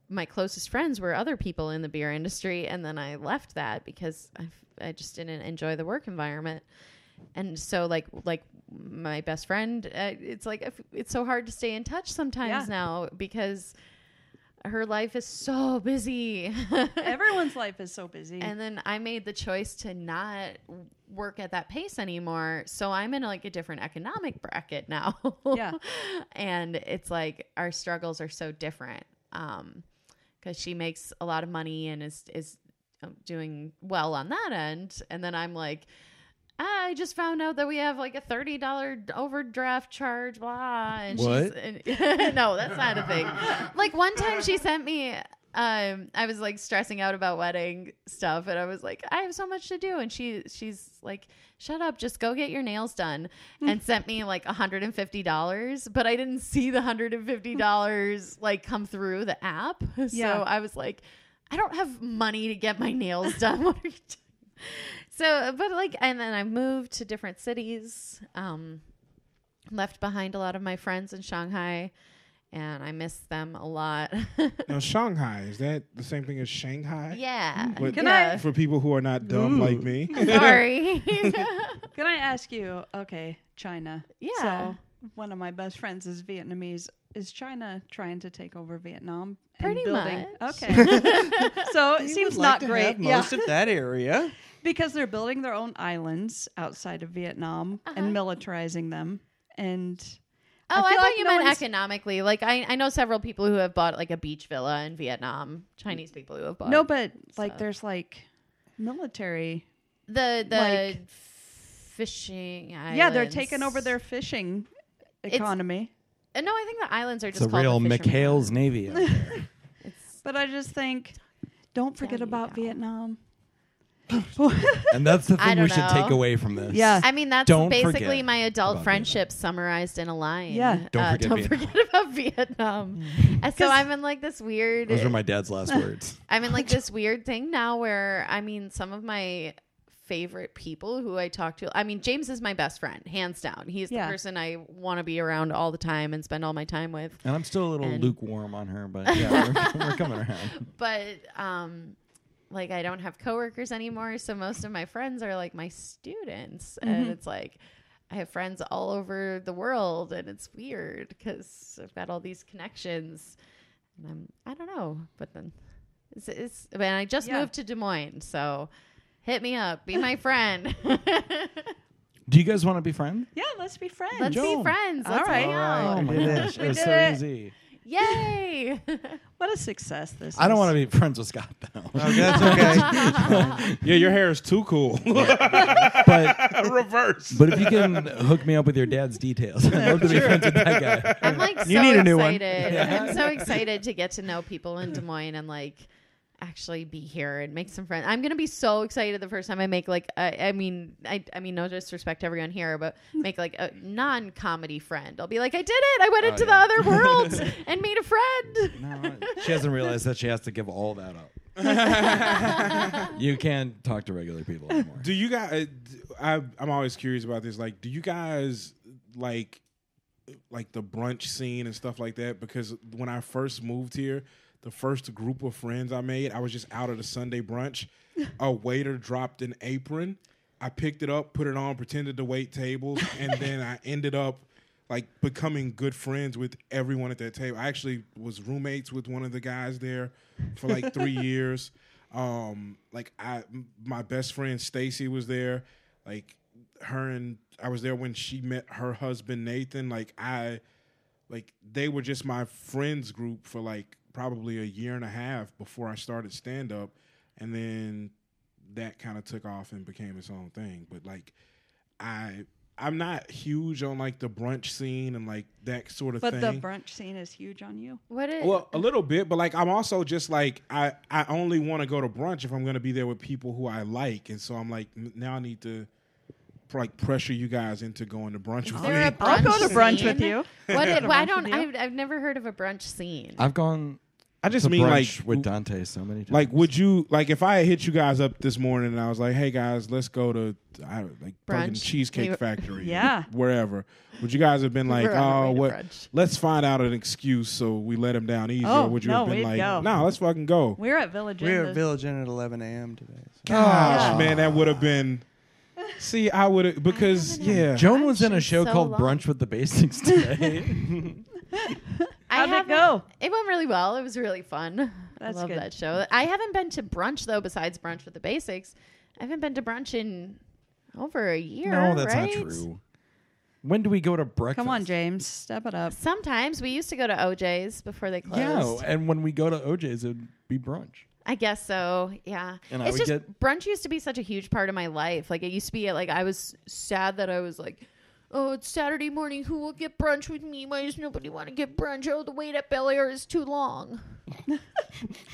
[SPEAKER 2] my closest friends were other people in the beer industry, and then I left that because I, I just didn't enjoy the work environment and so like like my best friend uh, it's like if- it's so hard to stay in touch sometimes
[SPEAKER 3] Yeah.
[SPEAKER 2] now because her life is so busy
[SPEAKER 3] Everyone's life is so busy.
[SPEAKER 2] and then i made the choice to not work at that pace anymore. So I'm in like a different economic bracket now.
[SPEAKER 3] Yeah.
[SPEAKER 2] and it's like our struggles are so different. Um, because she makes a lot of money and is is um, doing well on that end, and then I'm like. "Ah, I just found out that we have like a thirty dollar overdraft charge, blah. And
[SPEAKER 1] What?
[SPEAKER 2] she's and, no, that's not a thing. Like one time she sent me um I was like stressing out about wedding stuff and I was like, I have so much to do and she she's like, Shut up, just go get your nails done and sent me like hundred and fifty dollars, but I didn't see the hundred and fifty dollars like come through the app.
[SPEAKER 3] Yeah.
[SPEAKER 2] So I was like, I don't have money to get my nails done. What are you doing? So, but like, and then I moved to different cities, um, left behind a lot of my friends in Shanghai, and I miss them a lot.
[SPEAKER 5] Now, Shanghai is that the same thing as Shanghai?
[SPEAKER 2] yeah.
[SPEAKER 5] What-
[SPEAKER 3] Can
[SPEAKER 2] yeah.
[SPEAKER 5] For people who are not dumb like me,
[SPEAKER 2] Sorry. Oh,
[SPEAKER 3] Can I ask you? Okay, China.
[SPEAKER 2] Yeah.
[SPEAKER 3] So one of my best friends is Vietnamese. Is China trying to take over Vietnam? and
[SPEAKER 2] Pretty
[SPEAKER 3] building-
[SPEAKER 2] much.
[SPEAKER 3] Okay. so it
[SPEAKER 4] You
[SPEAKER 3] seems
[SPEAKER 4] would like
[SPEAKER 3] not
[SPEAKER 4] to
[SPEAKER 3] great.
[SPEAKER 4] have
[SPEAKER 3] Yeah.
[SPEAKER 4] most of that area.
[SPEAKER 3] because they're building their own islands outside of Vietnam and
[SPEAKER 2] Uh-huh.
[SPEAKER 3] militarizing them. And
[SPEAKER 2] Oh, I,
[SPEAKER 3] feel
[SPEAKER 2] thought
[SPEAKER 3] like
[SPEAKER 2] you
[SPEAKER 3] no
[SPEAKER 2] meant
[SPEAKER 3] one's-
[SPEAKER 2] economically. Like, I, I know several people who have bought like a beach villa in Vietnam. Chinese people who have bought.
[SPEAKER 3] no, but like
[SPEAKER 2] so-
[SPEAKER 3] there's like military.
[SPEAKER 2] the the
[SPEAKER 3] like-
[SPEAKER 2] fishing.
[SPEAKER 3] Yeah, they're
[SPEAKER 2] islands.
[SPEAKER 3] taking over their fishing
[SPEAKER 2] It's-
[SPEAKER 3] economy.
[SPEAKER 2] Uh, no, I think the islands are
[SPEAKER 1] It's
[SPEAKER 2] just
[SPEAKER 1] a
[SPEAKER 2] called
[SPEAKER 1] real
[SPEAKER 2] the fishermen.
[SPEAKER 1] McHale's Navy. out there.
[SPEAKER 3] But I just think, don't forget
[SPEAKER 2] Down you
[SPEAKER 3] about
[SPEAKER 2] go.
[SPEAKER 3] Vietnam.
[SPEAKER 1] and that's the
[SPEAKER 2] I
[SPEAKER 1] thing we
[SPEAKER 2] don't
[SPEAKER 1] should take
[SPEAKER 2] know.
[SPEAKER 1] away from this.
[SPEAKER 3] Yeah.
[SPEAKER 2] I mean, that's
[SPEAKER 1] Don't
[SPEAKER 2] basically
[SPEAKER 1] forget
[SPEAKER 2] my adult
[SPEAKER 1] about
[SPEAKER 2] friendships summarized in a line.
[SPEAKER 3] Yeah.
[SPEAKER 1] Don't
[SPEAKER 2] Uh,
[SPEAKER 1] forget
[SPEAKER 2] don't
[SPEAKER 1] Vietnam.
[SPEAKER 2] forget about Vietnam. and so I'm in like this weird.
[SPEAKER 1] Those were my dad's last words.
[SPEAKER 2] I'm in like this weird thing now where I mean, some of my favorite people who I talk to. I mean, James is my best friend, hands down. He's
[SPEAKER 3] Yeah.
[SPEAKER 2] the person I want to be around all the time and spend all my time with.
[SPEAKER 1] And I'm still a little
[SPEAKER 2] And-
[SPEAKER 1] lukewarm on her, but yeah, we're, we're coming around.
[SPEAKER 2] But um, like I don't have coworkers anymore, so most of my friends are like my students,
[SPEAKER 3] Mm-hmm.
[SPEAKER 2] and it's like. I have friends all over the world, and it's weird because I've got all these connections, and I'm I don't know. But then, it's, it's I mean, I just
[SPEAKER 3] Yeah.
[SPEAKER 2] moved to Des Moines, so hit me up, be my friend.
[SPEAKER 1] Do you guys want to be friends?
[SPEAKER 3] Yeah, let's be friends.
[SPEAKER 2] Let's be
[SPEAKER 1] Joan.
[SPEAKER 2] friends.
[SPEAKER 3] All
[SPEAKER 2] Let's
[SPEAKER 3] right.
[SPEAKER 2] hang
[SPEAKER 1] Oh
[SPEAKER 2] out.
[SPEAKER 1] my
[SPEAKER 4] did it.
[SPEAKER 1] gosh, it was
[SPEAKER 3] did
[SPEAKER 1] so
[SPEAKER 3] it.
[SPEAKER 1] easy.
[SPEAKER 2] Yay!
[SPEAKER 3] What a success this
[SPEAKER 1] I don't
[SPEAKER 3] is.
[SPEAKER 1] want to be friends with Scott though.
[SPEAKER 4] Okay, that's okay.
[SPEAKER 5] yeah, your hair is too cool.
[SPEAKER 1] but
[SPEAKER 5] Reverse.
[SPEAKER 1] but if you can hook me up with your dad's details, I'd love to be friends with that guy.
[SPEAKER 2] I'm like so
[SPEAKER 4] You need a new one.
[SPEAKER 2] excited. I'm so excited to get to know people in Des Moines and like actually be here and make some friends. I'm gonna be so excited the first time I make like a- I mean I I mean no disrespect to everyone here, but make like a non comedy friend. I'll be like I did it. I went
[SPEAKER 1] Oh,
[SPEAKER 2] into
[SPEAKER 1] yeah.
[SPEAKER 2] the other world and made a friend.
[SPEAKER 1] No, she hasn't realized that she has to give all that up. you can't talk to regular people anymore.
[SPEAKER 5] Do you guys? I, I'm always curious about this. Like, do you guys like like the brunch scene and stuff like that? Because when I first moved here, the first group of friends I made, I was just out at a Sunday brunch. a waiter dropped an apron. I picked it up, put it on, pretended to wait tables, and then I ended up like becoming good friends with everyone at that table. I actually was roommates with one of the guys there for like three years. Um, like I, m- my best friend Stacy was there. Like her and I was there when she met her husband Nathan. Like I, like they were just my friends group for like probably a year and a half before I started stand up, and then that kind of took off and became its own thing. But like I. I'm not huge on like the brunch scene and like that sort of
[SPEAKER 3] But
[SPEAKER 5] thing.
[SPEAKER 3] the brunch scene is huge on you.
[SPEAKER 2] What is
[SPEAKER 5] Well, a little bit, but like I'm also just like I I only want to go to brunch if I'm going to be there with people who I like, and so I'm like n- now I need to pr- like pressure you guys into going to brunch with
[SPEAKER 2] Is
[SPEAKER 5] me.
[SPEAKER 2] there a
[SPEAKER 3] I'll
[SPEAKER 2] brunch
[SPEAKER 3] go to brunch
[SPEAKER 2] scene?
[SPEAKER 3] with you.
[SPEAKER 2] What it,
[SPEAKER 3] to
[SPEAKER 2] well, I
[SPEAKER 3] brunch
[SPEAKER 2] don't.
[SPEAKER 3] with you.
[SPEAKER 2] I've, I've never heard of a brunch scene.
[SPEAKER 1] I've gone.
[SPEAKER 5] I just
[SPEAKER 1] to
[SPEAKER 5] mean like
[SPEAKER 1] brunch with Dante so many times.
[SPEAKER 5] like would you like if I had hit you guys up this morning and I was like, hey guys, let's go to I, don't- like fucking
[SPEAKER 2] Brunch.
[SPEAKER 5] Cheesecake
[SPEAKER 2] We-
[SPEAKER 5] Factory,
[SPEAKER 3] Yeah.
[SPEAKER 5] wherever. Would you guys have been like,
[SPEAKER 2] were on our
[SPEAKER 5] oh
[SPEAKER 2] way to
[SPEAKER 5] what?
[SPEAKER 2] brunch."
[SPEAKER 5] Let's find out an excuse so we let him down easy.
[SPEAKER 3] Oh,
[SPEAKER 5] or would you
[SPEAKER 3] no,
[SPEAKER 5] have been
[SPEAKER 3] we'd
[SPEAKER 5] like,
[SPEAKER 3] go.
[SPEAKER 5] no, let's fucking go?
[SPEAKER 3] We're at Village
[SPEAKER 4] we were
[SPEAKER 3] Inn
[SPEAKER 4] at
[SPEAKER 3] this-
[SPEAKER 4] Village Inn at 11 a.m. today. So.
[SPEAKER 5] Gosh, man, that would have been. See, I would have because yeah.
[SPEAKER 1] Joan was in
[SPEAKER 2] Brunch
[SPEAKER 1] a
[SPEAKER 2] is
[SPEAKER 1] show
[SPEAKER 2] so
[SPEAKER 1] called
[SPEAKER 2] long.
[SPEAKER 1] Brunch with the Basics today.
[SPEAKER 2] I
[SPEAKER 3] How'd it
[SPEAKER 2] haven't-
[SPEAKER 3] go?
[SPEAKER 2] It went really well. It was really fun.
[SPEAKER 3] That's
[SPEAKER 2] I love
[SPEAKER 3] good.
[SPEAKER 2] that show. I haven't been to brunch though. Besides brunch with the basics, I haven't been to brunch in Over a year.
[SPEAKER 1] No, that's
[SPEAKER 2] right?
[SPEAKER 1] not true. When do we go to breakfast?
[SPEAKER 3] Come on, James, step it up.
[SPEAKER 2] Sometimes we used to go to OJ's before they closed.
[SPEAKER 1] Yeah, oh, and when we go to OJ's, it'd be brunch.
[SPEAKER 2] I guess so. Yeah.
[SPEAKER 1] And I
[SPEAKER 2] it's
[SPEAKER 1] would
[SPEAKER 2] just
[SPEAKER 1] get-
[SPEAKER 2] brunch used to be such a huge part of my life. Like it used to be like I was sad that I was like, oh, it's Saturday morning. Who will get brunch with me? Why does nobody want to get brunch? Oh, the wait at Bel Air is too long.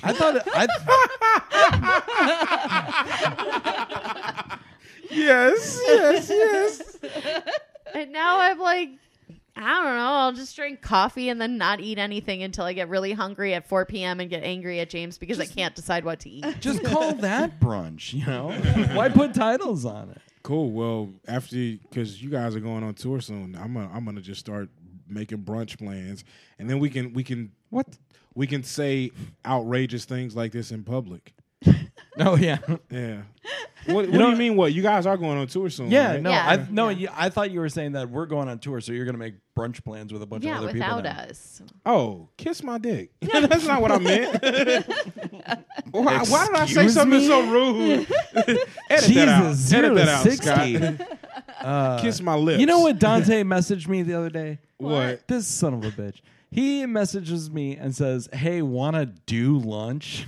[SPEAKER 1] I thought I,
[SPEAKER 5] Yes, yes, yes.
[SPEAKER 2] And now I'm like, I don't know. I'll just drink coffee and then not eat anything until I get really hungry at 4 p.m. and get angry at James because I can't decide what to eat.
[SPEAKER 1] just call that brunch. You know,
[SPEAKER 8] Why put titles on it?
[SPEAKER 5] Cool. Well, after because you guys are going on tour soon, I'm gonna, I'm gonna just start making brunch plans, and then we can we can
[SPEAKER 1] what?
[SPEAKER 5] we can say outrageous things like this in public.
[SPEAKER 1] Oh yeah,
[SPEAKER 5] Yeah. What, what do you mean? What you guys are going on tour soon?
[SPEAKER 1] yeah.
[SPEAKER 5] right?
[SPEAKER 1] No,
[SPEAKER 2] Yeah.
[SPEAKER 1] I no. You, I thought you were saying that we're going on tour, so you're gonna make brunch plans with a bunch
[SPEAKER 2] yeah,
[SPEAKER 1] of other people.
[SPEAKER 2] without
[SPEAKER 1] then.
[SPEAKER 2] us.
[SPEAKER 5] Oh, kiss my dick. That's not what I meant. why, why did I say
[SPEAKER 1] Excuse
[SPEAKER 5] something
[SPEAKER 1] me?
[SPEAKER 5] so rude? Edit that out.
[SPEAKER 8] Jesus, zero
[SPEAKER 5] Edit that
[SPEAKER 8] to
[SPEAKER 5] out,
[SPEAKER 8] sixty.
[SPEAKER 5] Scott. Kiss my lips.
[SPEAKER 8] You know what Dante messaged me the other day?
[SPEAKER 5] What?
[SPEAKER 8] This son of a bitch. He messages me and says, "Hey, wanna do lunch?"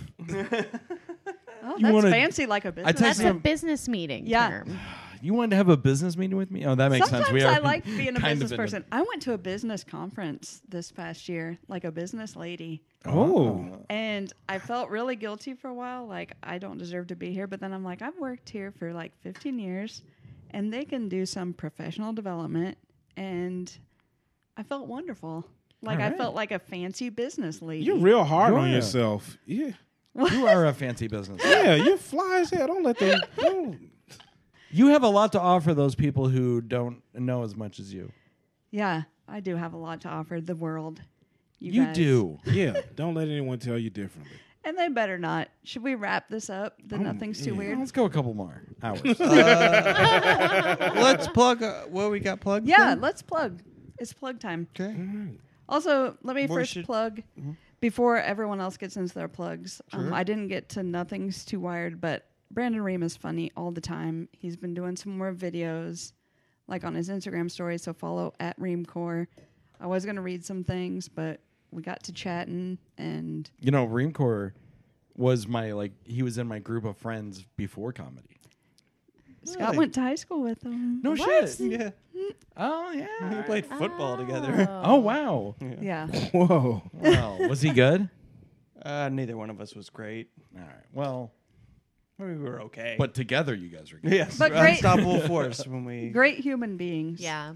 [SPEAKER 3] Oh,
[SPEAKER 8] You
[SPEAKER 3] that's
[SPEAKER 8] wanna-
[SPEAKER 3] fancy like a business.
[SPEAKER 8] I
[SPEAKER 2] That's
[SPEAKER 8] text
[SPEAKER 2] a
[SPEAKER 8] him.
[SPEAKER 2] business meeting
[SPEAKER 3] Yeah.
[SPEAKER 2] term.
[SPEAKER 8] You wanted to have a business meeting with me? Oh, that makes
[SPEAKER 3] Sometimes
[SPEAKER 8] sense. We
[SPEAKER 3] I
[SPEAKER 8] are
[SPEAKER 3] like being a
[SPEAKER 8] kind of
[SPEAKER 3] business
[SPEAKER 8] in a-
[SPEAKER 3] person. I went to a business conference this past year, like a business lady,
[SPEAKER 5] Oh,
[SPEAKER 3] and I felt really guilty for a while. Like I don't deserve to be here, but then I'm like, I've worked here for like 15 years, and they can do some professional development, and I felt wonderful. Like I felt like a fancy business lady.
[SPEAKER 5] you're real hard on
[SPEAKER 1] Yeah.
[SPEAKER 5] yourself. Yeah,
[SPEAKER 1] You are a fancy business.
[SPEAKER 5] yeah. You're fly as hell. Don't let them. Don't.
[SPEAKER 8] You have a lot to
[SPEAKER 1] to offer those people who don't know as much as you.
[SPEAKER 3] yeah, I do have a lot to offer the world. You, guys.
[SPEAKER 5] Yeah, don't let anyone tell you differently.
[SPEAKER 3] and they better not. Should we wrap this up? The nothing's too weird.
[SPEAKER 1] Let's go a couple more hours. Uh,
[SPEAKER 4] Let's plug uh, what we got plugged.
[SPEAKER 3] Yeah,
[SPEAKER 4] then?
[SPEAKER 3] let's plug. It's plug time.
[SPEAKER 4] Okay.
[SPEAKER 3] Also, let me
[SPEAKER 4] Well, we
[SPEAKER 3] first
[SPEAKER 4] should-
[SPEAKER 3] plug
[SPEAKER 1] Mm-hmm.
[SPEAKER 3] before everyone else gets into their plugs. Um, I didn't get to nothing's too wired, but Brandon Ream is funny all the time. He's been doing some more videos, like on his Instagram story. So follow at Reamcore. I was gonna read some things, but we got to chatting, and
[SPEAKER 1] you know, Marine Corps was my like he was in my group of friends before comedy.
[SPEAKER 3] Scott went to high school with him.
[SPEAKER 1] No shit.
[SPEAKER 4] Yeah.
[SPEAKER 1] Oh yeah.
[SPEAKER 4] We played football together.
[SPEAKER 1] Oh wow.
[SPEAKER 3] Yeah,
[SPEAKER 5] Whoa.
[SPEAKER 1] Wow. Was he good?
[SPEAKER 4] Uh, neither one of us was great.
[SPEAKER 1] All right. Well,
[SPEAKER 4] I mean, we were okay.
[SPEAKER 1] but together you guys were good.
[SPEAKER 4] yes,
[SPEAKER 3] But
[SPEAKER 4] but
[SPEAKER 3] great-
[SPEAKER 4] unstoppable force when we.
[SPEAKER 3] great human beings.
[SPEAKER 2] Yeah.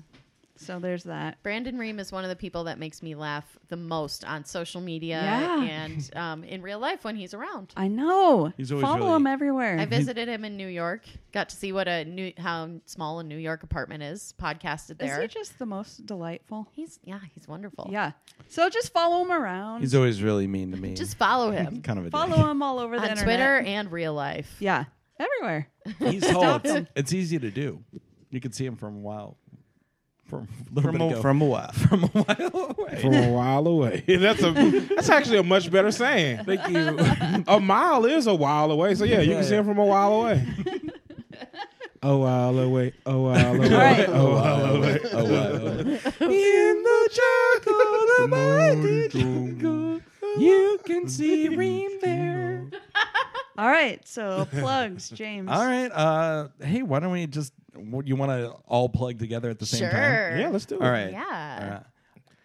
[SPEAKER 3] So there's that.
[SPEAKER 2] Brandon Ream is one of the people that makes me laugh the most on social media
[SPEAKER 3] Yeah.
[SPEAKER 2] and um, in real life when he's around.
[SPEAKER 3] I know.
[SPEAKER 1] He's always
[SPEAKER 3] follow
[SPEAKER 1] really-
[SPEAKER 3] him everywhere.
[SPEAKER 2] I visited him in New York. Got to see what a new how small a New York apartment is. Podcasted
[SPEAKER 3] Is
[SPEAKER 2] there. Oh.
[SPEAKER 3] he just the most delightful?
[SPEAKER 2] he's yeah, he's wonderful.
[SPEAKER 3] Yeah. So just follow him around.
[SPEAKER 1] He's always really mean to me.
[SPEAKER 2] Just follow him
[SPEAKER 1] kind of a dick.
[SPEAKER 3] follow him all over the
[SPEAKER 2] on
[SPEAKER 3] internet.
[SPEAKER 2] Twitter and real life.
[SPEAKER 3] Yeah. Everywhere.
[SPEAKER 1] He's tall.
[SPEAKER 3] Stop him.
[SPEAKER 1] It's, it's easy to do. You can see him from a while. From a little
[SPEAKER 4] From
[SPEAKER 1] bit
[SPEAKER 4] a,
[SPEAKER 1] ago.
[SPEAKER 4] from a while.
[SPEAKER 1] from a while away.
[SPEAKER 5] From a while away. That's a that's actually a much better saying.
[SPEAKER 1] Thank you.
[SPEAKER 5] A mile is a while away. So yeah, you can see him from a while away. A while away, a while away,
[SPEAKER 3] right.
[SPEAKER 5] a while away, a while away. In the jungle of my jungle.
[SPEAKER 8] You can see Reem there.
[SPEAKER 3] All right. So plugs, James.
[SPEAKER 1] All right. Uh, hey, why don't we just? what- You want to all plug together at the same
[SPEAKER 2] Sure.
[SPEAKER 1] time?
[SPEAKER 5] Yeah, let's do it.
[SPEAKER 1] All right. All
[SPEAKER 2] Yeah.
[SPEAKER 1] right.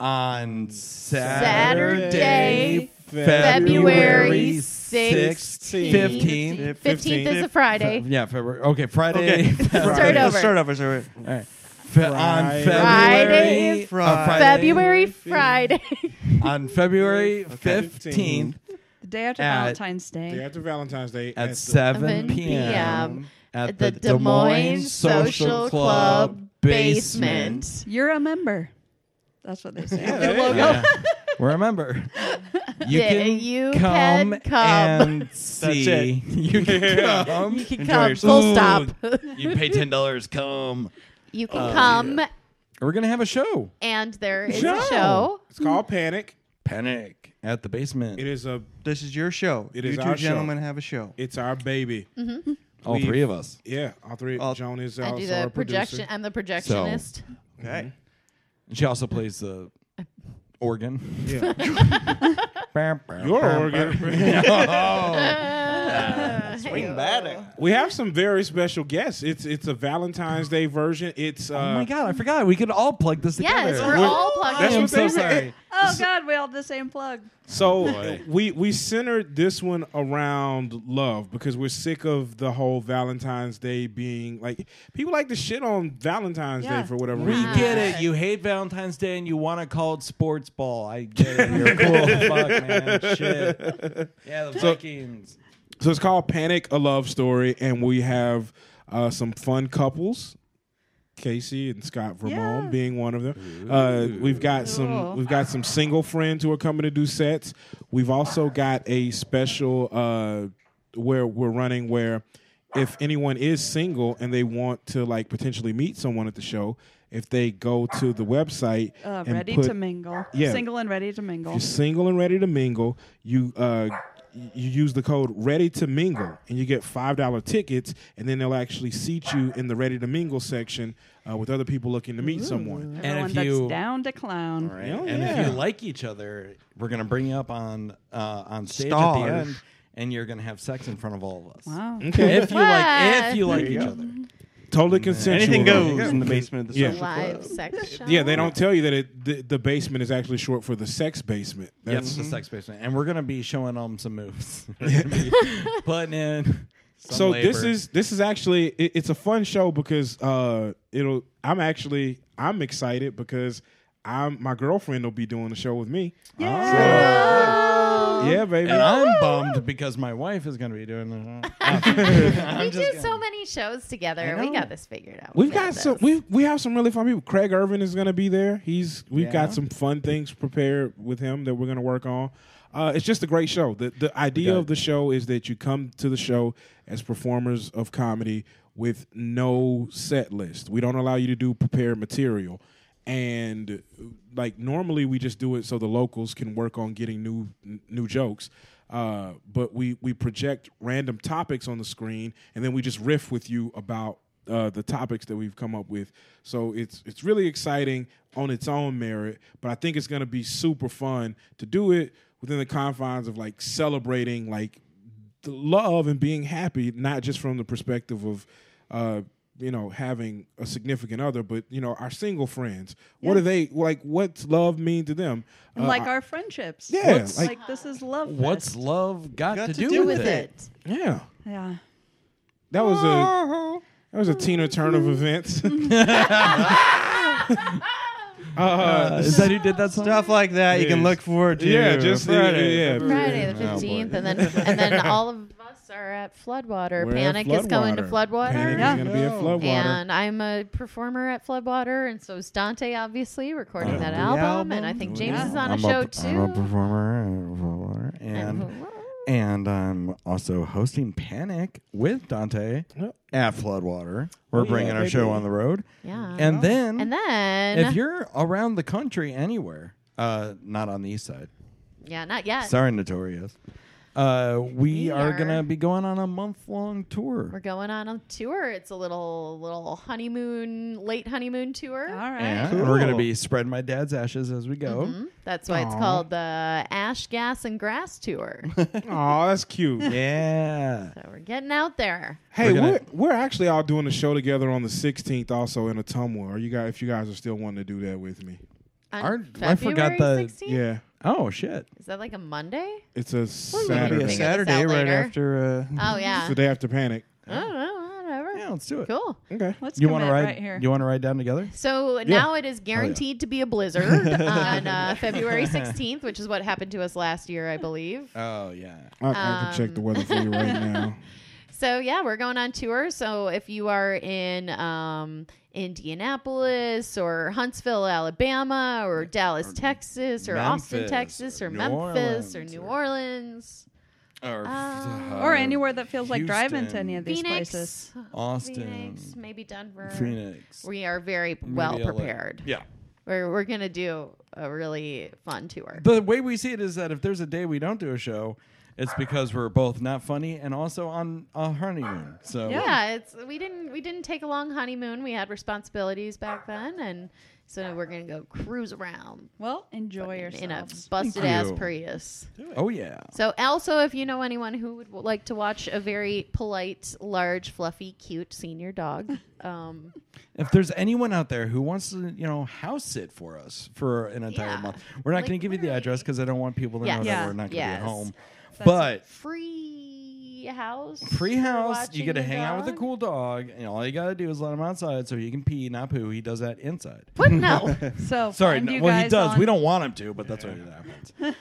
[SPEAKER 1] On
[SPEAKER 2] Saturday,
[SPEAKER 1] Saturday,
[SPEAKER 2] February
[SPEAKER 1] 16th,
[SPEAKER 2] 15th.
[SPEAKER 1] 15th.
[SPEAKER 2] Fifteenth is a Friday.
[SPEAKER 1] Yeah, February. Okay, Friday.
[SPEAKER 4] Okay.
[SPEAKER 1] February-
[SPEAKER 2] Start
[SPEAKER 4] Let's
[SPEAKER 2] over.
[SPEAKER 4] Start over. Start over.
[SPEAKER 1] Fe- on February.
[SPEAKER 2] Friday
[SPEAKER 5] Friday.
[SPEAKER 2] is
[SPEAKER 1] uh,
[SPEAKER 2] February Friday.
[SPEAKER 1] On February
[SPEAKER 5] Okay.
[SPEAKER 1] 15th
[SPEAKER 3] The day after
[SPEAKER 1] At-
[SPEAKER 3] Valentine's Day.
[SPEAKER 5] Day after Valentine's Day
[SPEAKER 1] at
[SPEAKER 5] the-
[SPEAKER 1] 7 p.m.
[SPEAKER 2] p.m.
[SPEAKER 1] at
[SPEAKER 2] the Des Moines Social Club basement.
[SPEAKER 3] You're a member. That's what they say.
[SPEAKER 5] there you go.
[SPEAKER 1] Yeah. Remember, you
[SPEAKER 2] Yeah,
[SPEAKER 1] can
[SPEAKER 2] you
[SPEAKER 1] come,
[SPEAKER 2] can come.
[SPEAKER 1] and see. You can come.
[SPEAKER 2] You can
[SPEAKER 1] Enjoy
[SPEAKER 2] come.
[SPEAKER 1] yourself.
[SPEAKER 2] Full stop.
[SPEAKER 1] you pay ten dollars. Come.
[SPEAKER 2] you can come,
[SPEAKER 1] We're gonna have a show.
[SPEAKER 2] and there is
[SPEAKER 5] Show.
[SPEAKER 2] a show.
[SPEAKER 5] It's called Panic.
[SPEAKER 1] Panic at the basement.
[SPEAKER 5] It is a
[SPEAKER 4] This is your show.
[SPEAKER 5] It
[SPEAKER 4] you
[SPEAKER 5] is
[SPEAKER 4] two
[SPEAKER 5] our show.
[SPEAKER 4] gentlemen have a show.
[SPEAKER 5] It's our baby.
[SPEAKER 1] All
[SPEAKER 4] We've-
[SPEAKER 1] three of us.
[SPEAKER 5] Yeah, all three.
[SPEAKER 4] All-
[SPEAKER 5] Joan is
[SPEAKER 2] I
[SPEAKER 5] also
[SPEAKER 2] do
[SPEAKER 5] our
[SPEAKER 2] the projection.
[SPEAKER 5] producer.
[SPEAKER 2] I'm the projectionist.
[SPEAKER 4] Okay.
[SPEAKER 1] And she also plays the organ.
[SPEAKER 5] Yeah.
[SPEAKER 1] Bam, bam,
[SPEAKER 5] Your
[SPEAKER 1] bam,
[SPEAKER 5] organ.
[SPEAKER 4] Swing batting.
[SPEAKER 5] we have some very special guests. It's it's a Valentine's Day version. It's uh,
[SPEAKER 1] Oh my god, I forgot. We could all plug this together.
[SPEAKER 2] Yes, we're
[SPEAKER 5] We're-
[SPEAKER 2] all plugged
[SPEAKER 5] That's
[SPEAKER 1] I
[SPEAKER 2] in.
[SPEAKER 1] am
[SPEAKER 5] what
[SPEAKER 1] so
[SPEAKER 5] they-
[SPEAKER 1] sorry.
[SPEAKER 3] Oh God, we all had the same plug.
[SPEAKER 5] So
[SPEAKER 1] Boy.
[SPEAKER 5] we we centered this one around love because we're sick of the whole Valentine's Day being like people like to shit on Valentine's
[SPEAKER 3] Yeah.
[SPEAKER 5] Day for whatever
[SPEAKER 1] We
[SPEAKER 5] reason.
[SPEAKER 1] get it. You hate Valentine's Day and you want to call it sports ball. I get it. You're cool. Fuck, man. Shit. Yeah, the Vikings.
[SPEAKER 5] So it's called Panic a Love Story, and we have uh, some fun couples. Casey and Scott Vermont
[SPEAKER 3] Yeah.
[SPEAKER 5] being one of them. Uh, we've got
[SPEAKER 3] Cool.
[SPEAKER 5] some we've got some single friends who are coming to do sets. We've also got a special uh, where we're running where if anyone is single and they want to like potentially meet someone at the show, if they go to the website
[SPEAKER 3] Uh,
[SPEAKER 5] and
[SPEAKER 3] ready
[SPEAKER 5] put-
[SPEAKER 3] to mingle.
[SPEAKER 5] Yeah.
[SPEAKER 3] Single and ready to mingle.
[SPEAKER 5] you're single and ready to mingle, you uh, you use the code ready to mingle and you get five dollar tickets, and then they'll actually seat you in the ready to mingle section uh, with other people looking to meet someone.
[SPEAKER 3] Everyone
[SPEAKER 1] if
[SPEAKER 3] that's
[SPEAKER 1] you-
[SPEAKER 3] down to clown.
[SPEAKER 1] Right?
[SPEAKER 5] Hell
[SPEAKER 1] and
[SPEAKER 5] yeah.
[SPEAKER 1] if you like each other, we're gonna bring you up on uh, on stage at
[SPEAKER 4] Star.
[SPEAKER 1] the end, and you're gonna have sex in front of all of us.
[SPEAKER 3] Wow.
[SPEAKER 5] Okay,
[SPEAKER 1] If you like, if
[SPEAKER 2] What?
[SPEAKER 1] you like each other,
[SPEAKER 5] Mm-hmm. totally consensual.
[SPEAKER 4] Anything
[SPEAKER 5] though.
[SPEAKER 4] goes in the basement of the
[SPEAKER 5] Yeah.
[SPEAKER 4] social
[SPEAKER 2] Live
[SPEAKER 4] club.
[SPEAKER 2] sex show.
[SPEAKER 5] Yeah, they don't tell you that it, the, the basement is actually short for the sex basement.
[SPEAKER 1] yes,
[SPEAKER 5] That's-
[SPEAKER 1] the sex basement, and we're gonna be showing them some moves, putting in. some
[SPEAKER 5] so this
[SPEAKER 1] labor.
[SPEAKER 5] is this is actually it, it's a fun show because uh it'll I'm actually I'm excited because I'm my girlfriend will be doing the show with me. So, yeah, baby.
[SPEAKER 1] And I'm bummed because my wife is going to be doing the
[SPEAKER 2] we do so many shows together. We got this figured out.
[SPEAKER 5] We've
[SPEAKER 2] We got
[SPEAKER 5] got some.
[SPEAKER 2] this.
[SPEAKER 5] We we have some really fun people. Craig Irvin is going to be there. He's. We've
[SPEAKER 1] Yeah.
[SPEAKER 5] got some fun things prepared with him that we're going to work on. Uh, it's just a great show. The the idea
[SPEAKER 1] got-
[SPEAKER 5] of the show is that you come to the show as performers of comedy with no set list. We don't allow you to do prepared material, and like normally we just do it so the locals can work on getting new n- new jokes. Uh, but we we project random topics on the screen, and then we just riff with you about uh, the topics that we've come up with. So it's it's really exciting on its own merit, but I think it's going to be super fun to do it within the confines of like celebrating like the love and being happy, not just from the perspective of. Uh, you know, having a significant other, but you know, our single friends. What are they like? What's love mean to them?
[SPEAKER 3] And
[SPEAKER 5] Uh,
[SPEAKER 3] like
[SPEAKER 5] I-
[SPEAKER 3] our friendships.
[SPEAKER 5] Yeah,
[SPEAKER 3] What's-
[SPEAKER 5] like-
[SPEAKER 3] Like, this is love.
[SPEAKER 1] what's
[SPEAKER 3] fest.
[SPEAKER 1] love got, to, do, with it?
[SPEAKER 5] yeah,
[SPEAKER 3] yeah.
[SPEAKER 5] that was a that was a Tina Turner of events. uh,
[SPEAKER 1] Is that who did that song?
[SPEAKER 4] Stuff like that you can
[SPEAKER 5] Yes.
[SPEAKER 4] look forward to.
[SPEAKER 5] Yeah, just
[SPEAKER 4] Friday.
[SPEAKER 5] yeah, yeah.
[SPEAKER 2] Friday the fifteenth, and then and then all of us are at Floodwater.
[SPEAKER 5] We're at
[SPEAKER 2] Panic is coming to Floodwater,
[SPEAKER 5] Panic
[SPEAKER 3] Yeah.
[SPEAKER 5] is going to be at Floodwater.
[SPEAKER 2] and I'm a performer at Floodwater, and so is Dante, obviously recording that
[SPEAKER 4] the
[SPEAKER 2] album,
[SPEAKER 4] album.
[SPEAKER 2] and I think James
[SPEAKER 3] Yeah.
[SPEAKER 2] is on a
[SPEAKER 1] I'm
[SPEAKER 2] show
[SPEAKER 1] a,
[SPEAKER 2] too.
[SPEAKER 1] I'm a performer and a performer,
[SPEAKER 2] And-
[SPEAKER 1] and and I'm also hosting Panic with Dante
[SPEAKER 5] Yep.
[SPEAKER 1] at Floodwater. We're
[SPEAKER 5] yeah,
[SPEAKER 1] bringing our
[SPEAKER 5] baby.
[SPEAKER 1] show on the road,
[SPEAKER 2] yeah, and,
[SPEAKER 1] and then
[SPEAKER 2] then uh,
[SPEAKER 1] if you're around the country anywhere, uh, not on the east side.
[SPEAKER 2] yeah, not yet.
[SPEAKER 1] Sorry, Notorious. Uh, we
[SPEAKER 2] We
[SPEAKER 1] are
[SPEAKER 2] are-
[SPEAKER 1] gonna be going on a month long tour.
[SPEAKER 2] We're going on a tour. It's a little little honeymoon, late honeymoon tour.
[SPEAKER 3] All right.
[SPEAKER 1] And
[SPEAKER 4] Cool.
[SPEAKER 1] we're going to be spreading my dad's ashes as we go.
[SPEAKER 2] Mm-hmm. That's why it's
[SPEAKER 5] Aw.
[SPEAKER 2] called the Ash, Gas, and Grass Tour.
[SPEAKER 5] Aw, that's cute.
[SPEAKER 1] Yeah.
[SPEAKER 2] so we're getting out there.
[SPEAKER 5] Hey,
[SPEAKER 1] We're
[SPEAKER 5] we're,
[SPEAKER 1] gonna-
[SPEAKER 5] we're actually all doing a show together on the 16th, also in Ottumwa. Are you guys? If you guys are still wanting to do that with me,
[SPEAKER 2] On
[SPEAKER 1] Our-
[SPEAKER 2] February
[SPEAKER 1] I forgot the-
[SPEAKER 2] 16th?
[SPEAKER 5] yeah,
[SPEAKER 1] Oh shit.
[SPEAKER 2] Is that like a Monday?
[SPEAKER 5] it's a
[SPEAKER 4] It'll be
[SPEAKER 5] Saturday.
[SPEAKER 4] a
[SPEAKER 2] Figure this out
[SPEAKER 4] Saturday right
[SPEAKER 2] later.
[SPEAKER 4] after. Uh,
[SPEAKER 2] Oh yeah.
[SPEAKER 5] It's the day after Panic.
[SPEAKER 2] I don't know. Whatever.
[SPEAKER 1] Yeah, let's do it.
[SPEAKER 2] Cool.
[SPEAKER 5] Okay.
[SPEAKER 3] Let's
[SPEAKER 1] You
[SPEAKER 3] you
[SPEAKER 1] want to ride?
[SPEAKER 3] right here.
[SPEAKER 1] You want to ride down together?
[SPEAKER 2] So now it is
[SPEAKER 1] Oh,
[SPEAKER 2] guaranteed to be a blizzard on uh, February 16th, which is what happened to us last year, I believe.
[SPEAKER 1] Oh yeah.
[SPEAKER 5] I, I
[SPEAKER 2] Um,
[SPEAKER 5] can check the weather for you right now.
[SPEAKER 2] So yeah, we're going on tour. So if you are in um, Indianapolis or Huntsville, Alabama, or Dallas, Texas, or Austin,
[SPEAKER 1] Memphis,
[SPEAKER 2] Texas,
[SPEAKER 1] or
[SPEAKER 2] or,
[SPEAKER 1] New
[SPEAKER 2] Memphis, or
[SPEAKER 1] Orleans,
[SPEAKER 2] New
[SPEAKER 1] or-
[SPEAKER 2] Orleans,
[SPEAKER 1] Or,
[SPEAKER 2] Uh,
[SPEAKER 3] or anywhere that feels like driving to
[SPEAKER 1] Houston,
[SPEAKER 3] any of these
[SPEAKER 2] Phoenix,
[SPEAKER 3] places.
[SPEAKER 1] Austin,
[SPEAKER 2] Phoenix, maybe Denver.
[SPEAKER 1] Phoenix.
[SPEAKER 2] We are very well
[SPEAKER 1] maybe LA.
[SPEAKER 2] prepared.
[SPEAKER 1] Yeah.
[SPEAKER 2] We're we're gonna do a really fun tour.
[SPEAKER 1] The way we see it is that if there's a day we don't do a show, It's because we're both not funny and also on a honeymoon. So
[SPEAKER 2] Yeah, it's we didn't we didn't take a long honeymoon. We had responsibilities back then, and so we're gonna go cruise around
[SPEAKER 3] Well, enjoy
[SPEAKER 2] in, in a
[SPEAKER 3] yourselves.
[SPEAKER 2] busted ass
[SPEAKER 1] you.
[SPEAKER 2] Prius.
[SPEAKER 1] oh yeah.
[SPEAKER 2] So also, if you know anyone who would w- like to watch a very polite, large, fluffy, cute senior dog, um,
[SPEAKER 1] If there's anyone out there who wants to, you know, house sit for us for an entire
[SPEAKER 2] Yeah.
[SPEAKER 1] month, we're not
[SPEAKER 2] Like,
[SPEAKER 1] going to give you the
[SPEAKER 2] literally.
[SPEAKER 1] address because I don't want people to
[SPEAKER 2] Yes.
[SPEAKER 1] know
[SPEAKER 2] Yeah.
[SPEAKER 1] that we're not going to be
[SPEAKER 2] Yes.
[SPEAKER 1] at home.
[SPEAKER 3] That's-
[SPEAKER 1] but
[SPEAKER 2] free house,
[SPEAKER 1] free
[SPEAKER 2] for
[SPEAKER 1] house, you
[SPEAKER 2] watching
[SPEAKER 1] get to
[SPEAKER 2] your
[SPEAKER 1] hang out with a
[SPEAKER 2] dog?
[SPEAKER 1] cool dog, and all you got to do is let him outside so he can pee, not poo. He does that inside.
[SPEAKER 2] What no?
[SPEAKER 3] So
[SPEAKER 1] Sorry,
[SPEAKER 3] find
[SPEAKER 1] no,
[SPEAKER 3] you
[SPEAKER 1] well he
[SPEAKER 3] guys
[SPEAKER 1] does.
[SPEAKER 3] on-
[SPEAKER 1] We don't want him to, but that's what happens.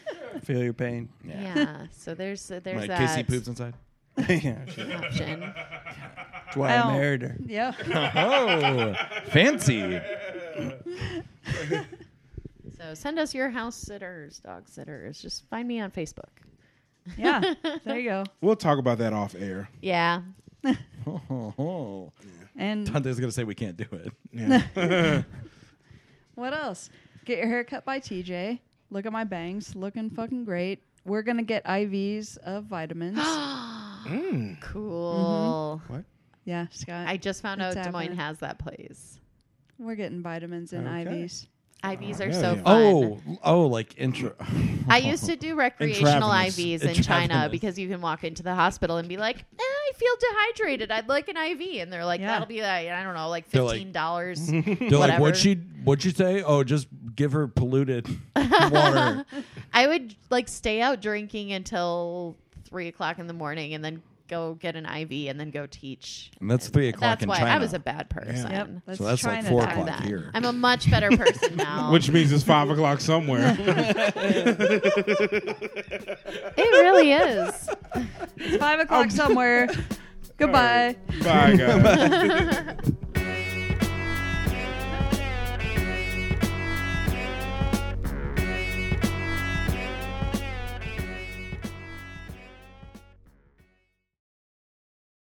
[SPEAKER 4] Feel your pain.
[SPEAKER 2] yeah. So there's uh, there's
[SPEAKER 1] Like
[SPEAKER 2] that
[SPEAKER 1] Casey poops inside.
[SPEAKER 4] yeah, sure.
[SPEAKER 2] option.
[SPEAKER 4] That's why
[SPEAKER 3] I don't-
[SPEAKER 4] I married her.
[SPEAKER 3] Yeah.
[SPEAKER 1] Oh, fancy.
[SPEAKER 2] So send us your house sitters, dog sitters. Just find me on Facebook.
[SPEAKER 3] yeah. There you go.
[SPEAKER 5] We'll talk about that off air.
[SPEAKER 2] Yeah.
[SPEAKER 1] Oh, oh.
[SPEAKER 3] And
[SPEAKER 1] Dante's gonna say we can't do it.
[SPEAKER 5] Yeah.
[SPEAKER 3] what else? Get your hair cut by TJ. Look at my bangs. Looking fucking great. We're going to get IVs of vitamins.
[SPEAKER 2] Cool.
[SPEAKER 3] yeah, Scott.
[SPEAKER 2] Mm-hmm. I just found
[SPEAKER 3] It's
[SPEAKER 2] out Des Moines
[SPEAKER 3] happening.
[SPEAKER 2] has that place.
[SPEAKER 3] we're getting vitamins and
[SPEAKER 5] Okay.
[SPEAKER 3] IVs.
[SPEAKER 2] IVs are so fun.
[SPEAKER 5] yeah.
[SPEAKER 1] Oh, oh, like intro.
[SPEAKER 2] I used to do recreational
[SPEAKER 1] Intravenous.
[SPEAKER 2] IVs in China
[SPEAKER 1] Intravenous.
[SPEAKER 2] because you can walk into the hospital and be like, eh, I feel dehydrated. I'd like an IV. And they're like,
[SPEAKER 3] Yeah.
[SPEAKER 2] that'll be, like, I don't know, like
[SPEAKER 1] They're like-
[SPEAKER 2] $15.
[SPEAKER 1] They're like,
[SPEAKER 2] Whatever.
[SPEAKER 1] what she, what you say? Oh, just give her polluted water.
[SPEAKER 2] I would like stay out drinking until three o'clock in the morning and then go get an IV and then go teach.
[SPEAKER 1] And that's three o'clock
[SPEAKER 2] That's
[SPEAKER 1] in
[SPEAKER 2] why
[SPEAKER 1] China.
[SPEAKER 2] I was a bad person.
[SPEAKER 3] Yep.
[SPEAKER 1] so that's
[SPEAKER 3] try
[SPEAKER 1] like
[SPEAKER 3] not
[SPEAKER 1] four
[SPEAKER 3] to do
[SPEAKER 2] Try
[SPEAKER 1] o'clock
[SPEAKER 2] that.
[SPEAKER 1] here.
[SPEAKER 2] I'm a much better person now.
[SPEAKER 5] Which means it's five o'clock somewhere.
[SPEAKER 2] it really is.
[SPEAKER 3] It's five o'clock somewhere. Goodbye.
[SPEAKER 5] Bye, guys.